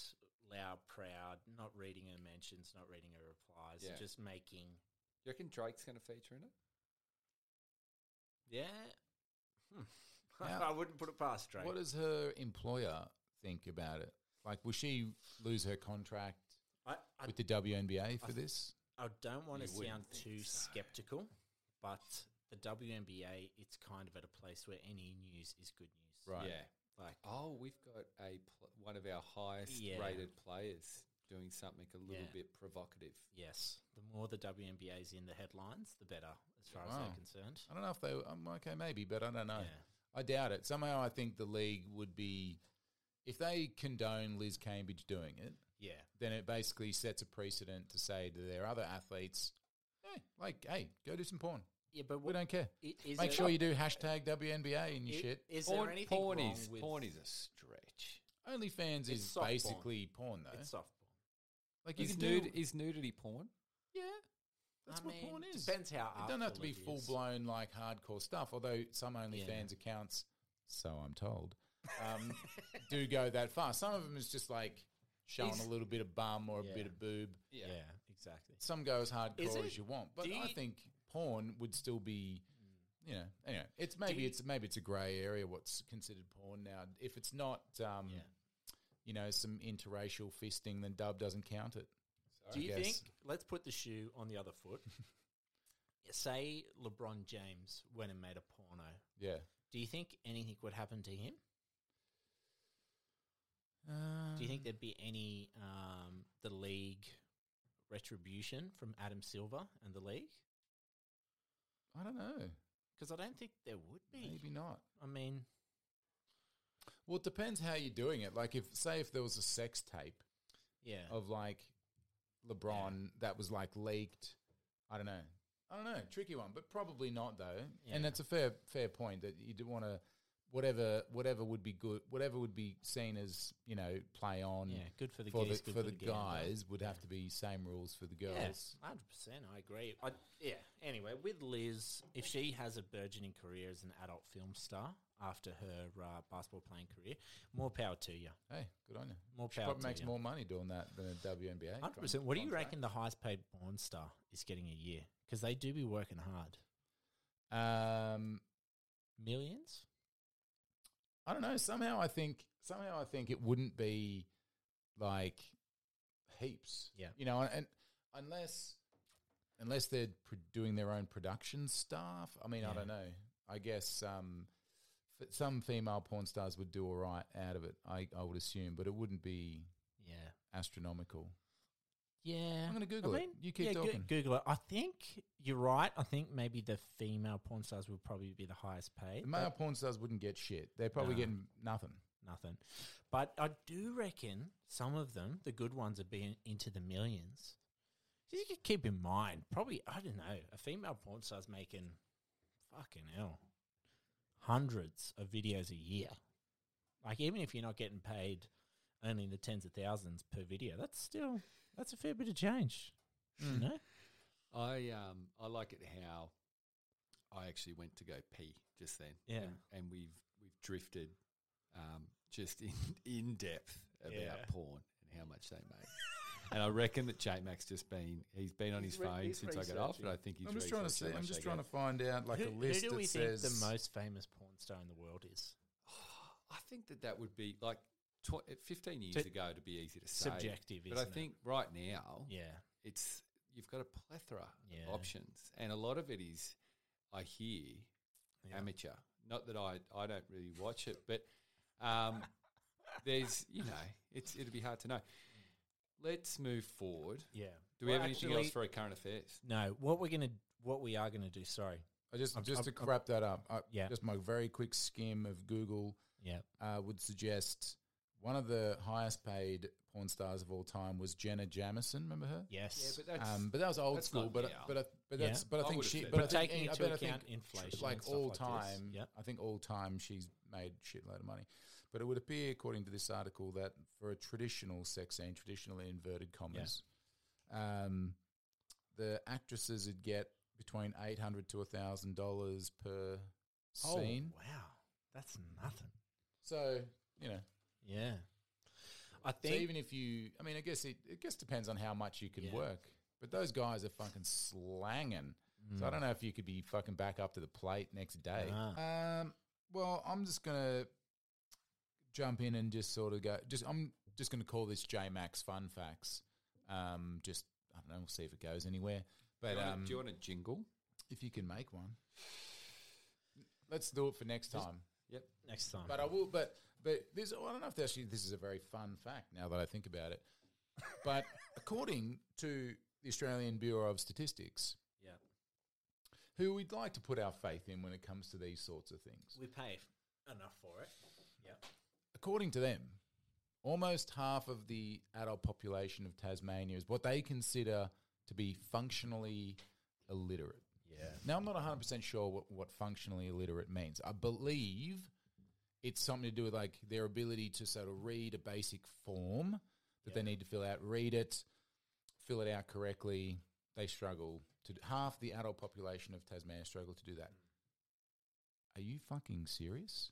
Speaker 1: loud, proud, not reading her mentions, not reading her replies,
Speaker 2: Yeah.
Speaker 1: just making.
Speaker 2: You reckon Drake's going to feature in it?
Speaker 1: Yeah. Hmm.
Speaker 3: Now-
Speaker 1: I wouldn't put it past Drake.
Speaker 3: What does her employer think about it? Like, will she lose her contract
Speaker 1: I, I,
Speaker 3: with the WNBA for
Speaker 1: I-
Speaker 3: this?
Speaker 1: I don't want to
Speaker 2: You wouldn't
Speaker 1: sound
Speaker 2: think
Speaker 1: too
Speaker 2: so.
Speaker 1: skeptical, but the WNBA, it's kind of at a place where any news is good news.
Speaker 3: Right.
Speaker 2: Yeah.
Speaker 1: Like,
Speaker 2: Oh, we've got a pl- one of our highest
Speaker 1: Yeah.
Speaker 2: rated players doing something a little
Speaker 1: Yeah.
Speaker 2: bit provocative.
Speaker 1: yes, the more the WNBA is in the headlines, the better, as far as
Speaker 3: Wow.
Speaker 1: they're concerned.
Speaker 3: I don't know if they. I'm okay, maybe, but I don't know.
Speaker 1: Yeah.
Speaker 3: I doubt it. Somehow, I think the league would be, if they condone Liz Cambridge doing it,
Speaker 1: Yeah.
Speaker 3: then it basically sets a precedent to say to their other athletes, hey, like, hey, go do some porn.
Speaker 1: Yeah, but
Speaker 3: We
Speaker 1: what,
Speaker 3: don't care.
Speaker 1: i- is
Speaker 3: Make
Speaker 1: it-
Speaker 3: sure you do hashtag WNBA and your
Speaker 1: i-
Speaker 3: shit.
Speaker 1: Is
Speaker 2: porn,
Speaker 1: there anything
Speaker 2: porn
Speaker 1: wrong
Speaker 2: is
Speaker 1: with
Speaker 2: porn is a stretch.
Speaker 3: OnlyFans
Speaker 1: It's
Speaker 3: is
Speaker 1: soft porn.
Speaker 3: basically porn, though.
Speaker 1: It's soft porn.
Speaker 3: like you
Speaker 2: Is,
Speaker 3: can
Speaker 2: nude,
Speaker 3: do,
Speaker 2: is nudity porn?
Speaker 3: yeah. That's
Speaker 1: I
Speaker 3: what
Speaker 1: mean,
Speaker 3: porn is.
Speaker 1: Depends how.
Speaker 3: It doesn't have to
Speaker 1: artful
Speaker 3: be
Speaker 1: it
Speaker 3: full
Speaker 1: is.
Speaker 3: blown like hardcore stuff. Although some OnlyFans accounts, so I'm told, um, do go that far. Some of them is just like showing
Speaker 2: Is-
Speaker 3: a little bit of bum or
Speaker 1: Yeah.
Speaker 3: a bit of boob.
Speaker 1: Yeah. exactly.
Speaker 3: Some go as hardcore
Speaker 1: it?
Speaker 3: as you want, but
Speaker 1: Do
Speaker 3: I
Speaker 1: you-
Speaker 3: think porn would still be. You know, anyway, it's maybe
Speaker 1: you-
Speaker 3: it's maybe it's a grey area what's considered porn now. If it's not, um,
Speaker 1: Yeah.
Speaker 3: you know, some interracial fisting, then Dub doesn't count it.
Speaker 1: Do you
Speaker 3: guess.
Speaker 1: think? Let's put the shoe on the other foot. say LeBron James went and made a porno,
Speaker 3: Yeah.
Speaker 1: do you think anything would happen to him?
Speaker 3: Um,
Speaker 1: Do you think there'd be any um, the league retribution from Adam Silver and the league?
Speaker 3: I don't know.
Speaker 1: Because I don't think there would be.
Speaker 3: Maybe not.
Speaker 1: I mean,
Speaker 3: Well, it depends how you're doing it. Like, if say if there was a sex tape
Speaker 1: yeah,
Speaker 3: of like LeBron that was like leaked, I don't know. I don't know, tricky one, but probably not though.
Speaker 1: Yeah.
Speaker 3: And that's a fair fair point that you do want to whatever whatever would be good, whatever would be seen as you know play on
Speaker 1: yeah. Good for the
Speaker 3: for
Speaker 1: geese,
Speaker 3: the
Speaker 1: good
Speaker 3: for the
Speaker 1: gander.
Speaker 3: guys would have to be same rules for the girls.
Speaker 1: Yes, hundred percent. I agree. I, yeah. Anyway, with Liz, if she has a burgeoning career as an adult film star after her uh, basketball playing career, more power to you.
Speaker 3: Hey, good on you.
Speaker 1: More
Speaker 3: She
Speaker 1: power
Speaker 3: probably
Speaker 1: to
Speaker 3: makes
Speaker 1: you.
Speaker 3: more money doing that than a WNBA.
Speaker 1: Hundred percent. What do you
Speaker 3: contract.
Speaker 1: reckon the highest paid porn star is getting a year? Because they do be working hard.
Speaker 3: Um,
Speaker 1: Millions.
Speaker 3: I don't know. Somehow I think somehow I think it wouldn't be like heaps.
Speaker 1: Yeah.
Speaker 3: You know, and, and unless unless they're pro- doing their own production stuff. I mean,
Speaker 1: Yeah.
Speaker 3: I don't know. I guess um, f- some female porn stars would do all right out of it. I, I would assume, but it wouldn't be
Speaker 1: Yeah.
Speaker 3: astronomical.
Speaker 1: Yeah.
Speaker 3: I'm going to Google
Speaker 1: I
Speaker 3: it. You keep
Speaker 1: yeah, go-
Speaker 3: talking.
Speaker 1: Google it. I think you're right. I think maybe the female porn stars would probably be the highest paid.
Speaker 3: The male
Speaker 1: but
Speaker 3: porn stars wouldn't get shit. They're probably
Speaker 1: No.
Speaker 3: getting nothing.
Speaker 1: nothing. But I do reckon some of them, the good ones, are being into the millions. So you could keep in mind, probably I don't know, a female porn star's making fucking hell hundreds of videos a year. Like even if you're not getting paid only the tens of thousands per video, that's still that's a fair bit of change.
Speaker 2: Hmm.
Speaker 1: You know?
Speaker 2: I um I like it how I actually went to go pee just then.
Speaker 1: Yeah.
Speaker 2: And, and we've we've drifted um just in in depth about
Speaker 1: Yeah.
Speaker 2: porn and how much they make. and I reckon that J Mac's just been he's been on
Speaker 3: He's
Speaker 2: his
Speaker 3: re-
Speaker 2: phone
Speaker 3: he's
Speaker 2: since I got off,
Speaker 3: researching.
Speaker 2: and I think he's
Speaker 3: I'm just trying to
Speaker 2: researched how
Speaker 3: see. I'm
Speaker 2: much
Speaker 3: just
Speaker 2: they
Speaker 3: trying
Speaker 2: get.
Speaker 3: to find out like
Speaker 1: who,
Speaker 3: a
Speaker 1: who
Speaker 3: list
Speaker 1: do we think
Speaker 3: that says
Speaker 1: the most famous porn star in the world is?
Speaker 2: I think that that would be like tw- 15 years
Speaker 1: To-
Speaker 2: ago to be easy to say.
Speaker 1: Subjective,
Speaker 2: But
Speaker 1: isn't
Speaker 2: I
Speaker 1: it?
Speaker 2: think right now
Speaker 1: Yeah.
Speaker 2: it's you've got a plethora
Speaker 1: Yeah.
Speaker 2: of options, and a lot of it is I hear
Speaker 1: Yeah.
Speaker 2: amateur. Not that I I don't really watch it, but um, there's you know it's it'd be hard to know. Let's move forward.
Speaker 1: Yeah.
Speaker 2: Do we
Speaker 1: Well,
Speaker 2: have anything
Speaker 1: actually-
Speaker 2: else for our current affairs?
Speaker 1: No, what we're gonna what we are gonna do, sorry.
Speaker 3: I just
Speaker 1: I'm-
Speaker 3: just
Speaker 1: I'm-
Speaker 3: to wrap that up. I,
Speaker 1: Yeah.
Speaker 3: Just my very quick skim of Google
Speaker 1: Yeah.
Speaker 3: uh, would suggest one of the highest paid porn stars of all time was Jenna Jamison. Remember her?
Speaker 1: Yes.
Speaker 2: Yeah, but that's
Speaker 3: Um, but that was old
Speaker 2: that's
Speaker 3: school.
Speaker 2: not
Speaker 3: But I-
Speaker 2: now.
Speaker 3: but I, but
Speaker 1: Yeah.
Speaker 3: that's
Speaker 2: I
Speaker 3: but I think
Speaker 2: would've
Speaker 3: she.
Speaker 2: said
Speaker 3: But,
Speaker 1: But
Speaker 3: I think,
Speaker 1: taking
Speaker 3: I
Speaker 1: into
Speaker 3: bet I
Speaker 1: account
Speaker 3: think
Speaker 1: inflation and
Speaker 3: like
Speaker 1: stuff
Speaker 3: all
Speaker 1: like this.
Speaker 3: time.
Speaker 1: Yep.
Speaker 3: I think all time she's made shitload of money. But it would appear, according to this article, that for a traditional sex scene, traditional inverted commas, um, the actresses would get between eight hundred to thousand dollars per scene.
Speaker 1: Oh, wow. That's nothing.
Speaker 3: So you know,
Speaker 1: Yeah. I
Speaker 3: so
Speaker 1: think
Speaker 3: even if you, I mean, I guess it, it just depends on how much you can
Speaker 1: Yeah.
Speaker 3: work. But those guys are fucking slanging. So I don't know if you could be fucking back up to the plate next day. Um, well, I'm just gonna jump in and just sort of go. Just I'm just gonna call this J Max Fun Facts. Um, just I don't know. We'll see if it goes anywhere.
Speaker 2: Do
Speaker 3: But
Speaker 2: you wanna-
Speaker 3: um,
Speaker 2: do you want a jingle?
Speaker 3: if you can make one, let's do it for next time.
Speaker 2: Yep.
Speaker 1: next time.
Speaker 3: But I will. But but this. I don't know if this actually this is a very fun fact now that I think about it. But according to the Australian Bureau of Statistics,
Speaker 1: yeah.
Speaker 3: who we'd like to put our faith in when it comes to these sorts of things,
Speaker 1: We pay enough for it. Yeah.
Speaker 3: according to them, almost half of the adult population of Tasmania is what they consider to be functionally illiterate.
Speaker 1: Yeah.
Speaker 3: Now, I'm not 100% sure what, what functionally illiterate means. I believe it's something to do with like their ability to sort of read a basic form that they need to fill out, read it, fill it out correctly. They struggle to d- half the adult population of Tasmania struggle to do that. Are you fucking serious?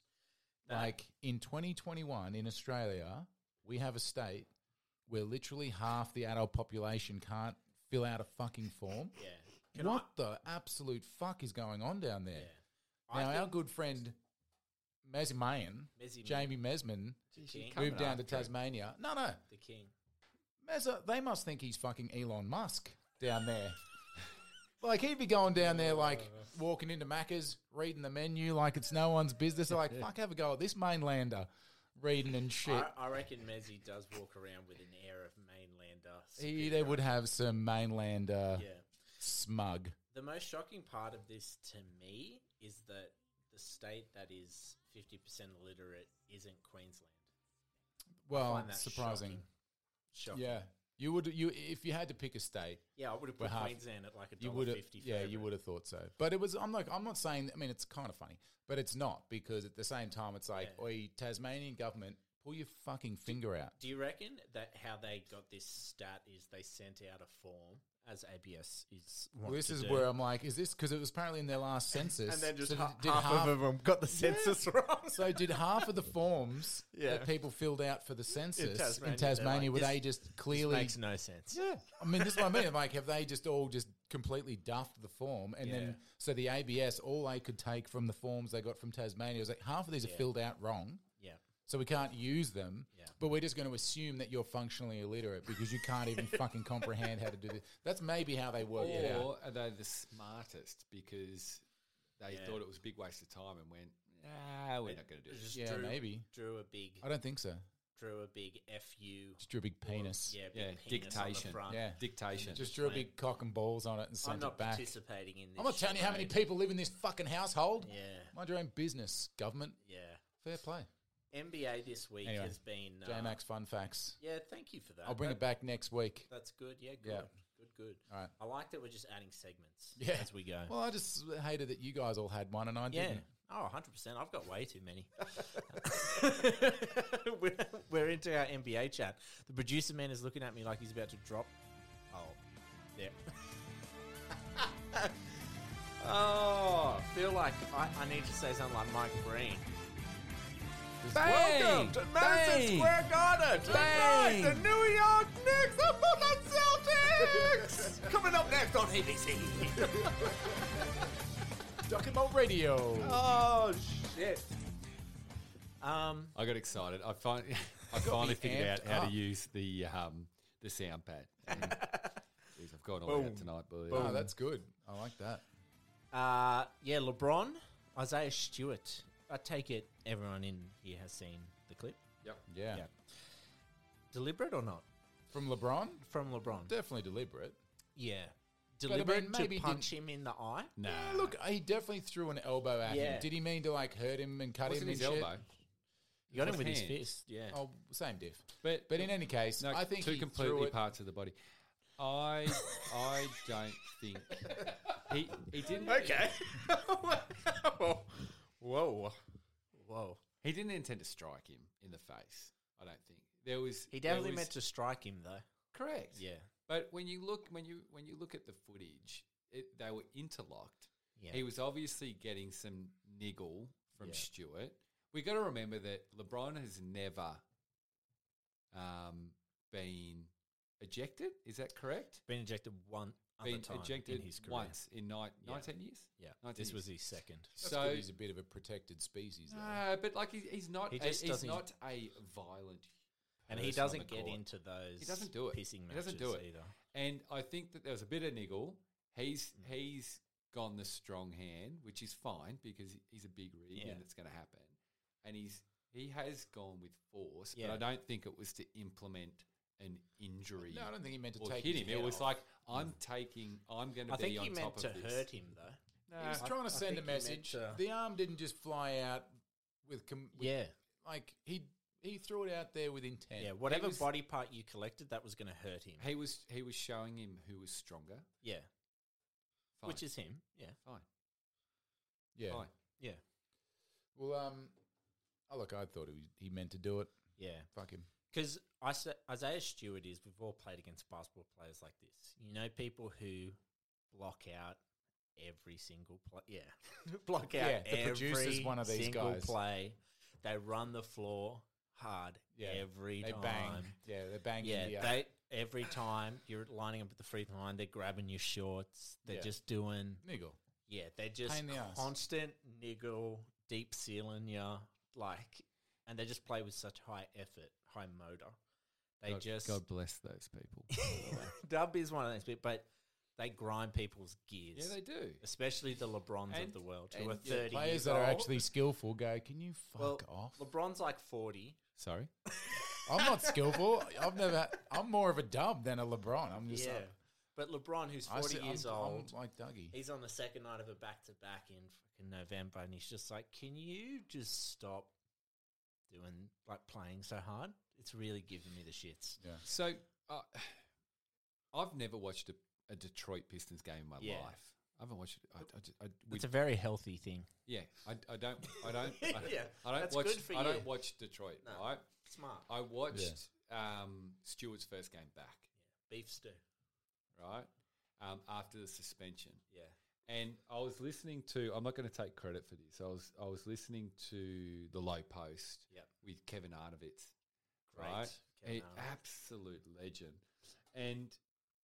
Speaker 1: No.
Speaker 3: Like in 2021 in Australia, we have a state where literally half the adult population can't fill out a fucking form
Speaker 1: Yeah. Can
Speaker 3: what the absolute fuck is going on down
Speaker 1: I,
Speaker 3: there?
Speaker 1: yeah.
Speaker 3: Now,
Speaker 1: I
Speaker 3: our
Speaker 1: think
Speaker 3: good friend Mez Mayan,
Speaker 1: Mezzy
Speaker 3: Jamie Mesman,
Speaker 1: the
Speaker 2: Gee,
Speaker 1: king,
Speaker 2: come-
Speaker 3: moved down to
Speaker 2: after it.
Speaker 3: Tasmania. No, no.
Speaker 1: the king.
Speaker 3: Mez, they must think he's fucking Elon Musk down there. Like he'd be going down there, like walking into Macca's, reading the menu like it's no one's business. They're like, fuck, have a go at this mainlander reading and shit.
Speaker 1: I, I reckon Mezzi does walk around with an air of mainlander.
Speaker 3: he, they would have some mainlander
Speaker 1: Yeah.
Speaker 3: smug.
Speaker 1: The most shocking part of this to me is that the state that is 50% illiterate isn't Queensland.
Speaker 3: Well,
Speaker 1: Find that
Speaker 3: Oh, surprising.
Speaker 1: Shocking. shocking. Yeah.
Speaker 3: Yeah, you would you if you had to pick a state,
Speaker 1: I would have
Speaker 3: We're
Speaker 1: put
Speaker 3: half-
Speaker 1: Queensland at like a
Speaker 3: you
Speaker 1: dollar
Speaker 3: would have
Speaker 1: fifty.
Speaker 3: yeah you would have thought so. But it was I'm like I'm not saying I mean it's kind of funny, but it's not because at the same time it's like,
Speaker 1: Yeah.
Speaker 3: oi Tasmanian government, pull your fucking finger out.
Speaker 1: Do you reckon that how they got this stat is they sent out a form as ABS is
Speaker 3: Well,
Speaker 1: what
Speaker 3: this
Speaker 1: to
Speaker 3: is
Speaker 1: do.
Speaker 3: where I'm like, is this because it was apparently in their last census?
Speaker 1: and then just
Speaker 3: so
Speaker 1: ha-
Speaker 3: did
Speaker 1: half, of them got the census wrong.
Speaker 3: So did half of the forms
Speaker 1: Yeah.
Speaker 3: that people filled out for the census in Tasmania,
Speaker 1: Tasmania, they're like,
Speaker 3: were
Speaker 1: this-
Speaker 3: they just clearly?
Speaker 1: makes no sense.
Speaker 3: yeah, I mean, this is what I mean. Like, have they just all just completely duffed the form, and then
Speaker 1: Yeah.
Speaker 3: so the ABS all they could take from the forms they got from Tasmania was like half of these are
Speaker 1: Yeah.
Speaker 3: filled out wrong,
Speaker 1: Yeah.
Speaker 3: so we can't use them.
Speaker 1: Yeah.
Speaker 3: But we're just going to assume that you're functionally illiterate because you can't even fucking comprehend how to do this. That's maybe how they
Speaker 1: Oh,
Speaker 3: worked it out.
Speaker 2: Or are they the smartest because they
Speaker 1: Yeah.
Speaker 2: thought it was a big waste of time and went, nah, we're not going to do
Speaker 1: It
Speaker 2: this.
Speaker 1: just
Speaker 3: Yeah,
Speaker 1: drew,
Speaker 3: maybe.
Speaker 1: drew a big
Speaker 3: I don't think so.
Speaker 1: drew a big fu.
Speaker 3: Just drew a big penis.
Speaker 1: Yeah,
Speaker 2: Yeah,
Speaker 1: big penis on the
Speaker 2: dictation.
Speaker 1: front.
Speaker 3: Yeah.
Speaker 2: Dictation.
Speaker 3: Just drew a big cock and balls on it and
Speaker 1: I'm
Speaker 3: sent
Speaker 1: not
Speaker 3: it back.
Speaker 1: participating in this.
Speaker 3: I'm not telling you how many
Speaker 1: charade.
Speaker 3: people live in this fucking household.
Speaker 1: Yeah,
Speaker 3: Mind your own business, government.
Speaker 1: yeah.
Speaker 3: Fair play.
Speaker 1: NBA this week
Speaker 3: Anyway,
Speaker 1: has been. Uh,
Speaker 3: J Max fun facts.
Speaker 1: Yeah, thank you for that.
Speaker 3: I'll bring
Speaker 1: That-
Speaker 3: it back next week.
Speaker 1: That's good. Yeah, good.
Speaker 3: Yeah.
Speaker 1: Good, good.
Speaker 3: All right.
Speaker 1: I like that we're just adding segments
Speaker 3: Yeah.
Speaker 1: as we go.
Speaker 3: Well, I just hated that you guys all had one and I
Speaker 1: yeah.
Speaker 3: didn't.
Speaker 1: Oh, 100%. I've got way too many. we're, we're into our NBA chat. The producer man is looking at me like he's about to drop. Oh, there. oh, feel like I, I need to say something like Mike Green. Welcome to Madison
Speaker 2: Bang!
Speaker 1: Square Garden. Tonight,
Speaker 2: Bang!
Speaker 1: the New York Knicks are the Celtics. Coming up next on ABC.
Speaker 3: Document radio.
Speaker 1: oh shit. Um.
Speaker 2: I got excited. I, fin- I
Speaker 3: got
Speaker 2: finally
Speaker 3: me
Speaker 2: figured out
Speaker 3: amped
Speaker 2: how
Speaker 3: up.
Speaker 2: to use the um, the sound pad. Jeez, I've gone all
Speaker 1: Boom.
Speaker 2: out tonight, boy. Um,
Speaker 3: Oh, that's good. I like that.
Speaker 1: Uh. Yeah. LeBron, Isaiah Stewart. I take it everyone in here has seen the clip.
Speaker 2: Yep.
Speaker 3: Yeah.
Speaker 1: Yeah. Deliberate or not
Speaker 3: From LeBron?
Speaker 1: from LeBron?
Speaker 3: Definitely deliberate.
Speaker 1: yeah.
Speaker 3: I mean,
Speaker 1: Deliberate
Speaker 3: maybe
Speaker 1: to
Speaker 3: he
Speaker 1: punch him in the eye.
Speaker 2: Nah.
Speaker 3: Yeah, look, he definitely threw an elbow at him.
Speaker 1: Yeah.
Speaker 3: Did he mean to like hurt him and cut
Speaker 2: Wasn't
Speaker 3: him
Speaker 2: his
Speaker 3: and shit?
Speaker 2: elbow?
Speaker 1: You got
Speaker 2: With
Speaker 1: him with his
Speaker 2: hands.
Speaker 1: fist. Yeah.
Speaker 3: Oh, same diff.
Speaker 2: But
Speaker 3: But in any case,
Speaker 2: no,
Speaker 3: I think
Speaker 2: two
Speaker 3: he threw
Speaker 2: completely
Speaker 3: it-
Speaker 2: parts of the body. I I don't think he he didn't
Speaker 1: Okay. Whoa. Whoa.
Speaker 2: he didn't intend to strike him in the face. I don't think there was
Speaker 1: He definitely
Speaker 2: there was-
Speaker 1: meant to strike him though.
Speaker 2: correct.
Speaker 1: Yeah.
Speaker 2: But when you look when you when you look at the footage, it, they were interlocked.
Speaker 1: Yeah.
Speaker 2: He was obviously getting some niggle from
Speaker 1: Yeah.
Speaker 2: Stewart. We got to remember that LeBron has never um, been ejected. Is that correct?
Speaker 1: been ejected one other
Speaker 2: been
Speaker 1: time
Speaker 2: ejected
Speaker 1: in his career.
Speaker 2: once in ni-
Speaker 1: Yeah.
Speaker 2: 19 years.
Speaker 1: Yeah.
Speaker 2: 19
Speaker 1: This
Speaker 2: years.
Speaker 1: was his second.
Speaker 3: That's
Speaker 2: so
Speaker 3: good, he's a bit of a protected species. though.
Speaker 2: no, but like he, he's not
Speaker 1: He
Speaker 2: a-
Speaker 1: just
Speaker 2: he's
Speaker 1: doesn't-
Speaker 2: not a violent
Speaker 1: And he
Speaker 2: person on
Speaker 1: doesn't
Speaker 2: the
Speaker 1: get
Speaker 2: court.
Speaker 1: into those
Speaker 2: He doesn't do it.
Speaker 1: pissing matches
Speaker 2: He doesn't do it.
Speaker 1: either.
Speaker 2: And I think that there was a bit of niggle. He's
Speaker 1: Mm.
Speaker 2: he's gone the strong hand, which is fine because he's a big rig
Speaker 1: Yeah.
Speaker 2: and it's going to happen. And he's he has gone with force,
Speaker 1: Yeah.
Speaker 2: but I don't think it was to implement an injury
Speaker 3: No, I don't think he meant to
Speaker 2: or
Speaker 3: take
Speaker 2: hit
Speaker 3: his
Speaker 2: him.
Speaker 3: head
Speaker 2: It was
Speaker 3: off.
Speaker 2: like I'm taking, I'm going to
Speaker 1: Mm. I
Speaker 2: be
Speaker 1: think
Speaker 2: on
Speaker 1: he
Speaker 2: top
Speaker 1: meant to
Speaker 2: of this.
Speaker 1: hurt him though.
Speaker 3: he was
Speaker 2: Nah,
Speaker 3: trying to
Speaker 1: I
Speaker 3: send a
Speaker 1: think he meant
Speaker 3: message.
Speaker 1: to-
Speaker 3: The arm didn't just fly out with, com- with
Speaker 1: Yeah.
Speaker 3: like he he threw it out there with intent.
Speaker 1: Yeah. Whatever
Speaker 2: was-
Speaker 1: body part you collected, that was going to hurt him.
Speaker 2: he was he was showing him who was stronger.
Speaker 1: Yeah.
Speaker 2: Fine.
Speaker 1: Which is him. Yeah.
Speaker 2: fine,
Speaker 3: yeah.
Speaker 2: fine.
Speaker 1: Yeah.
Speaker 3: Well, um, oh look, I thought he he meant to do it.
Speaker 1: Yeah.
Speaker 3: Fuck him.
Speaker 1: Because Isaiah Stewart is, we've all played against basketball players like this. You know, people who block out every single play. Yeah. block out
Speaker 3: Yeah, the
Speaker 1: every
Speaker 3: producer's one of these
Speaker 1: single
Speaker 3: guys.
Speaker 1: play. They run the floor hard
Speaker 3: Yeah,
Speaker 1: every
Speaker 3: They
Speaker 1: time.
Speaker 3: bang. Yeah, they bang.
Speaker 1: Yeah,
Speaker 3: India.
Speaker 1: they every time you're lining up at the free throw line, they're grabbing your shorts. They're
Speaker 3: Yeah.
Speaker 1: just doing
Speaker 3: niggle.
Speaker 1: yeah, they're just
Speaker 3: Pain in the ass.
Speaker 1: constant niggle, deep ceiling yeah, like, and they just play with such high effort, high motor. They
Speaker 2: God,
Speaker 1: just
Speaker 2: God bless those people.
Speaker 1: Dub is one of those, people, but they grind people's gears.
Speaker 2: Yeah, they do.
Speaker 1: especially the LeBrons
Speaker 2: And-
Speaker 1: of the world who
Speaker 2: and
Speaker 1: are
Speaker 2: yeah,
Speaker 1: thirty
Speaker 3: Players
Speaker 1: years
Speaker 3: that are
Speaker 1: old.
Speaker 3: actually skillful go, can you
Speaker 1: Well,
Speaker 3: fuck off?
Speaker 1: LeBron's like forty.
Speaker 2: Sorry.
Speaker 3: I'm not skillful. I've never. I'm more of a dub than a LeBron. I'm just.
Speaker 1: Yeah,
Speaker 3: like-
Speaker 1: but LeBron, who's
Speaker 3: I
Speaker 1: 40
Speaker 3: sit-
Speaker 1: years
Speaker 3: I'm-
Speaker 1: old,
Speaker 3: I'm like Dougie.
Speaker 1: he's on the second night of a back to back in fucking November, and he's just like, "Can you just stop doing like playing so hard? It's really giving me the shits."
Speaker 3: Yeah.
Speaker 2: So uh, I've never watched a, a Detroit Pistons game in my
Speaker 1: Yeah.
Speaker 2: life. I haven't watched. it. I, I, just- I, we,
Speaker 1: It's a very healthy thing.
Speaker 2: yeah, I, I don't. I don't. I don't,
Speaker 1: Yeah,
Speaker 2: I don't
Speaker 1: that's
Speaker 2: watch.
Speaker 1: good for
Speaker 2: I
Speaker 1: you.
Speaker 2: don't watch Detroit.
Speaker 1: No.
Speaker 2: Right.
Speaker 1: Smart
Speaker 2: I watched um, Stewart's first game back.
Speaker 1: beef stew.
Speaker 2: Right. Um, after the suspension.
Speaker 1: Yeah,
Speaker 2: And I was listening to. I'm not going to take credit for this. I was. I was listening to the Low Post
Speaker 1: Yep.
Speaker 2: with Kevin Arnovitz.
Speaker 1: Great,
Speaker 2: Right.
Speaker 1: Kevin
Speaker 2: A
Speaker 1: Arnovitz.
Speaker 2: absolute legend. And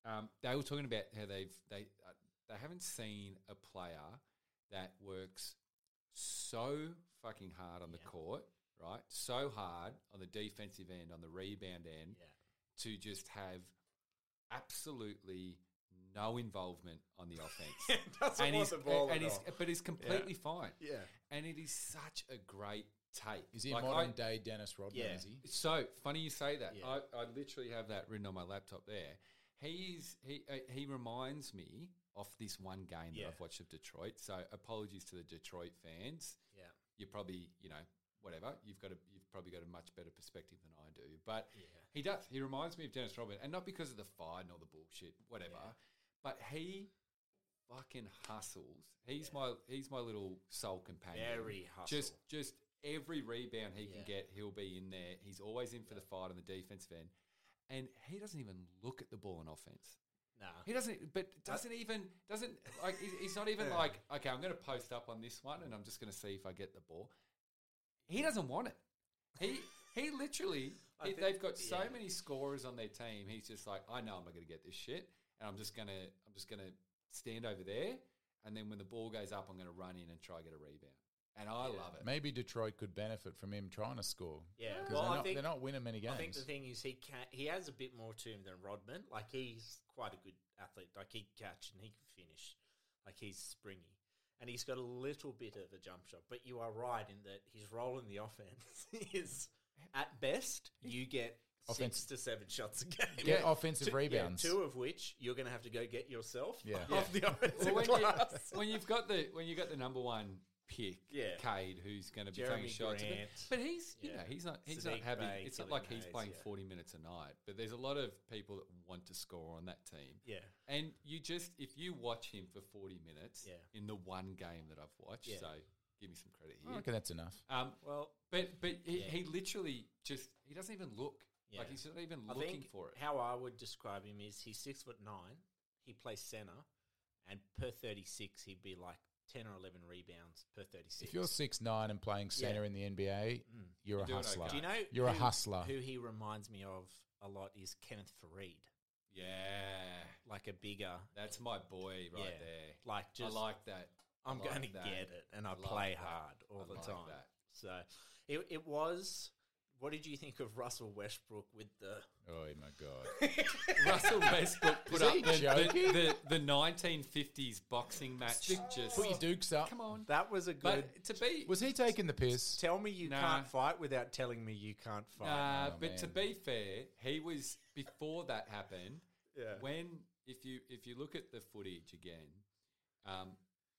Speaker 2: um, they were talking about how they've they uh, they haven't seen a player that works so fucking hard on the
Speaker 1: Yeah.
Speaker 2: court, right? So hard on the defensive end, on the rebound end,
Speaker 1: yeah.
Speaker 2: to just have absolutely no involvement on the offense.
Speaker 1: doesn't
Speaker 2: and
Speaker 1: want
Speaker 2: he's,
Speaker 1: the ball
Speaker 2: and
Speaker 1: at
Speaker 2: he's
Speaker 1: all.
Speaker 2: but he's completely fine.
Speaker 1: Yeah,
Speaker 2: And it is such a great take.
Speaker 3: Is he
Speaker 2: Like,
Speaker 3: a
Speaker 2: I-
Speaker 3: modern day Dennis Rodman?
Speaker 1: Yeah.
Speaker 3: Is he?
Speaker 2: so funny you say that.
Speaker 1: Yeah.
Speaker 2: I, I literally have that written on my laptop there. He is he uh, he reminds me of this one game
Speaker 1: Yeah.
Speaker 2: that I've watched of Detroit. So apologies to the Detroit fans.
Speaker 1: yeah.
Speaker 2: You probably you know whatever you've got a you've probably got a much better perspective than I do. But
Speaker 1: Yeah.
Speaker 2: he does. He reminds me of Dennis Rodman, and not because of the fire and all the bullshit, whatever.
Speaker 1: Yeah.
Speaker 2: But he fucking hustles. He's my he's my little soul companion.
Speaker 1: Very hustle.
Speaker 2: Just just every rebound he can
Speaker 1: Yeah.
Speaker 2: get, he'll be in there. He's always in for the fight on the defensive end. And he doesn't even look at the ball on offense.
Speaker 1: Nah.
Speaker 2: He doesn't, but doesn't even doesn't like. he's- He's not even
Speaker 1: Yeah.
Speaker 2: like, okay, I'm going to post up on this one, and I'm just going to see if I get the ball. He doesn't want it. He he literally.
Speaker 1: I
Speaker 2: he-
Speaker 1: think-
Speaker 2: they've got so
Speaker 1: yeah.
Speaker 2: many scorers on their team. He's just like, I know I'm not going to get this shit, and I'm just gonna I'm just gonna stand over there, and then when the ball goes up, I'm going to run in and try to get a rebound. And I
Speaker 1: Yeah.
Speaker 2: love it.
Speaker 3: Maybe Detroit could benefit from him trying to score.
Speaker 1: Yeah.
Speaker 3: 'Cause
Speaker 1: Well,
Speaker 3: they're,
Speaker 1: I
Speaker 3: not,
Speaker 1: think-
Speaker 3: they're not winning many games.
Speaker 1: I think the thing is he can he has a bit more to him than Rodman. Like he's quite a good athlete. Like he can catch and he can finish. Like he's springy. And he's got a little bit of a jump shot. But you are right in that his role in the offense is at best you get
Speaker 3: Offense-
Speaker 1: six to seven shots a game.
Speaker 3: Get
Speaker 2: Yeah.
Speaker 3: offensive
Speaker 1: Two- yeah,
Speaker 3: rebounds.
Speaker 1: two of which you're gonna have to go get yourself
Speaker 3: Yeah.
Speaker 1: off the offensive
Speaker 2: Well, when,
Speaker 1: glass.
Speaker 2: you, when you've got the when you got the number one pick,
Speaker 1: Yeah.
Speaker 2: Cade, who's going to be
Speaker 1: Jeremy
Speaker 2: taking shots.
Speaker 1: Grant.
Speaker 2: But he's you
Speaker 1: Yeah.
Speaker 2: know he's not he's
Speaker 1: Sadiq
Speaker 2: not having.
Speaker 1: Bey,
Speaker 2: it's not
Speaker 1: Killian
Speaker 2: like he's
Speaker 1: Hayes,
Speaker 2: playing
Speaker 1: yeah.
Speaker 2: forty minutes a night. But there's a lot of people that want to score on that team.
Speaker 1: Yeah.
Speaker 2: And you just if you watch him for forty minutes
Speaker 1: Yeah.
Speaker 2: in the one game that I've watched,
Speaker 1: Yeah.
Speaker 2: so give me some credit
Speaker 3: I
Speaker 2: here.
Speaker 3: reckon that's enough.
Speaker 2: Um,
Speaker 1: Well,
Speaker 2: but but he,
Speaker 1: Yeah.
Speaker 2: he literally just he doesn't even look
Speaker 1: Yeah.
Speaker 2: like he's not even
Speaker 1: I
Speaker 2: looking
Speaker 1: think
Speaker 2: for it.
Speaker 1: How I would describe him is he's six foot nine. He plays center, and per thirty six, he'd be like ten or eleven rebounds per thirty six. Mm.
Speaker 3: If you're six nine and playing center in the NBA, you're,
Speaker 2: You're
Speaker 3: a
Speaker 2: doing
Speaker 3: hustler.
Speaker 2: okay.
Speaker 1: do you know
Speaker 3: You're a
Speaker 1: who-
Speaker 3: hustler.
Speaker 1: Who he reminds me of a lot is Kenneth Farid,
Speaker 2: yeah,
Speaker 1: like a bigger,
Speaker 2: that's my boy right
Speaker 1: Yeah.
Speaker 2: there.
Speaker 1: like just
Speaker 2: I like that. I
Speaker 1: I'm
Speaker 2: like
Speaker 1: going to
Speaker 2: that.
Speaker 1: get it, and I,
Speaker 2: like
Speaker 1: play
Speaker 2: that.
Speaker 1: hard all
Speaker 2: I
Speaker 1: the
Speaker 2: like
Speaker 1: time.
Speaker 2: that.
Speaker 1: So it it was. What did you think of Russell Westbrook with the?
Speaker 3: Oh my god!
Speaker 2: Russell Westbrook put
Speaker 3: Is
Speaker 2: up
Speaker 3: he
Speaker 2: the,
Speaker 3: joking?
Speaker 2: the, the, the 1950s boxing match. Just
Speaker 3: Put your dukes up.
Speaker 2: come on,
Speaker 1: That was a good.
Speaker 2: but to be
Speaker 3: Was he taking the piss?
Speaker 1: tell me you
Speaker 2: Nah.
Speaker 1: can't fight without telling me you can't fight.
Speaker 2: uh,
Speaker 3: Oh,
Speaker 2: but to
Speaker 3: man.
Speaker 2: be fair, he was before that happened.
Speaker 1: Yeah.
Speaker 2: When if you if you look at the footage again, um,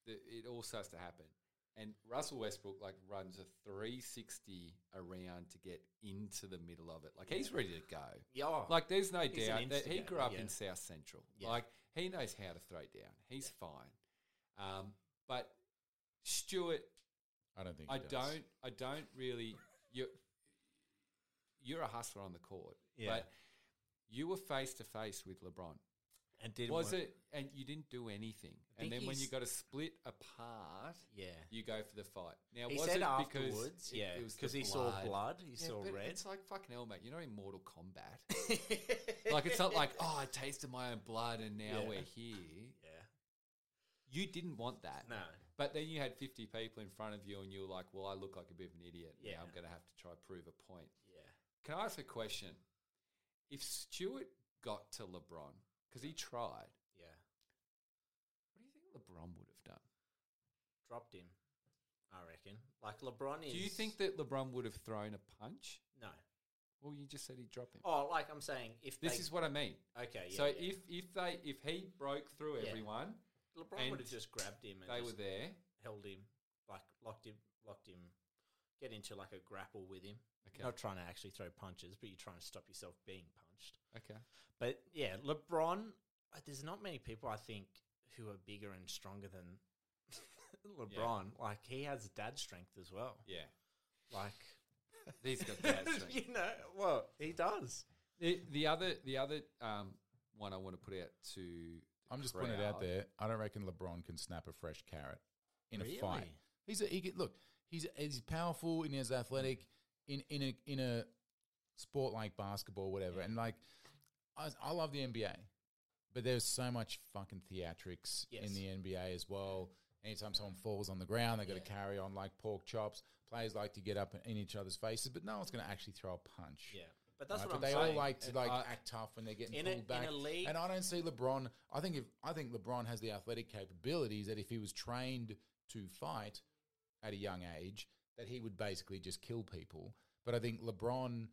Speaker 2: the, it all starts to happen. And Russell Westbrook like runs a 360 around to get into the middle of it. Like he's ready to go.
Speaker 1: Yeah. oh,
Speaker 2: Like, there's no
Speaker 1: He's
Speaker 2: doubt
Speaker 1: an
Speaker 2: that he grew
Speaker 1: instigator,
Speaker 2: up
Speaker 1: yeah.
Speaker 2: in South Central.
Speaker 1: Yeah.
Speaker 2: Like, he knows how to throw down. He's fine. Um, but Stuart,
Speaker 3: I don't think.
Speaker 2: I
Speaker 3: he does.
Speaker 2: don't, I don't really. You're, you're a hustler on the court,
Speaker 1: Yeah.
Speaker 2: but you were face to face with LeBron.
Speaker 1: and did
Speaker 2: Was it? And you didn't do anything.
Speaker 1: think
Speaker 2: And then when
Speaker 1: he's-
Speaker 2: you got to split apart,
Speaker 1: Yeah.
Speaker 2: you go for the fight. Now,
Speaker 1: He
Speaker 2: was
Speaker 1: said
Speaker 2: it
Speaker 1: afterwards,
Speaker 2: because it-
Speaker 1: yeah,
Speaker 2: it was the
Speaker 1: because he saw blood, he
Speaker 2: Yeah,
Speaker 1: saw
Speaker 2: but
Speaker 1: red.
Speaker 2: It's like fucking hell, mate. You're not in Mortal Kombat. like it's not like oh i tasted my own blood and now
Speaker 1: Yeah.
Speaker 2: we're here
Speaker 1: yeah.
Speaker 2: you didn't want that
Speaker 1: No.
Speaker 2: but then you had 50 people in front of you and you were like well i look like a bit of an idiot yeah
Speaker 1: Yeah.
Speaker 2: i'm going to have to try to prove a point
Speaker 1: Yeah.
Speaker 2: can i ask a question if stewart got to lebron because he tried
Speaker 1: Yeah. dropped him. I reckon. Like LeBron is.
Speaker 2: Do you think that LeBron would have thrown a punch?
Speaker 1: No.
Speaker 2: Well, you just said he dropped him.
Speaker 1: Oh, like I'm saying, if
Speaker 2: this
Speaker 1: they,
Speaker 2: is what I mean.
Speaker 1: okay. Yeah,
Speaker 2: so
Speaker 1: yeah.
Speaker 2: if if they if he broke through
Speaker 1: Yeah.
Speaker 2: everyone,
Speaker 1: LeBron
Speaker 2: and
Speaker 1: would have just grabbed him and
Speaker 2: they
Speaker 1: just
Speaker 2: were there.
Speaker 1: held him, like locked him, locked him, get into like a grapple with him.
Speaker 2: Okay.
Speaker 1: Not trying to actually throw punches, but you're trying to stop yourself being punched.
Speaker 2: Okay.
Speaker 1: But yeah, LeBron. uh, There's not many people I think who are bigger and stronger than LeBron. Like he has dad strength as well.
Speaker 2: Yeah.
Speaker 1: Like
Speaker 2: He's got that. strength.
Speaker 1: you know, well, he does.
Speaker 2: the, the other the other um, one I want to put out to the
Speaker 3: I'm just putting it out
Speaker 2: crowd-
Speaker 3: there. I don't reckon LeBron can snap a fresh carrot in a fight.
Speaker 1: Really?
Speaker 3: He's a, he could, look. He's he's powerful and he's athletic in in a in a sport like basketball, whatever. And like, I, I love the NBA, but there's so much fucking theatrics
Speaker 1: Yes.
Speaker 3: in the NBA as well. Anytime someone falls on the ground, they got to
Speaker 1: Yeah.
Speaker 3: carry on like pork chops. Players like to get up in each other's faces, but no one's going to actually throw a punch.
Speaker 1: Yeah, but that's
Speaker 3: Right,
Speaker 1: what I'm
Speaker 3: but they
Speaker 1: saying.
Speaker 3: all like to
Speaker 2: And
Speaker 3: like
Speaker 2: I-
Speaker 3: act tough when they're getting
Speaker 1: In a-
Speaker 3: pulled
Speaker 1: in
Speaker 3: back.
Speaker 1: a league-
Speaker 3: And I don't see LeBron. I think if I think LeBron has the athletic capabilities that if he was trained to fight at a young age, that he would basically just kill people. But I think LeBron,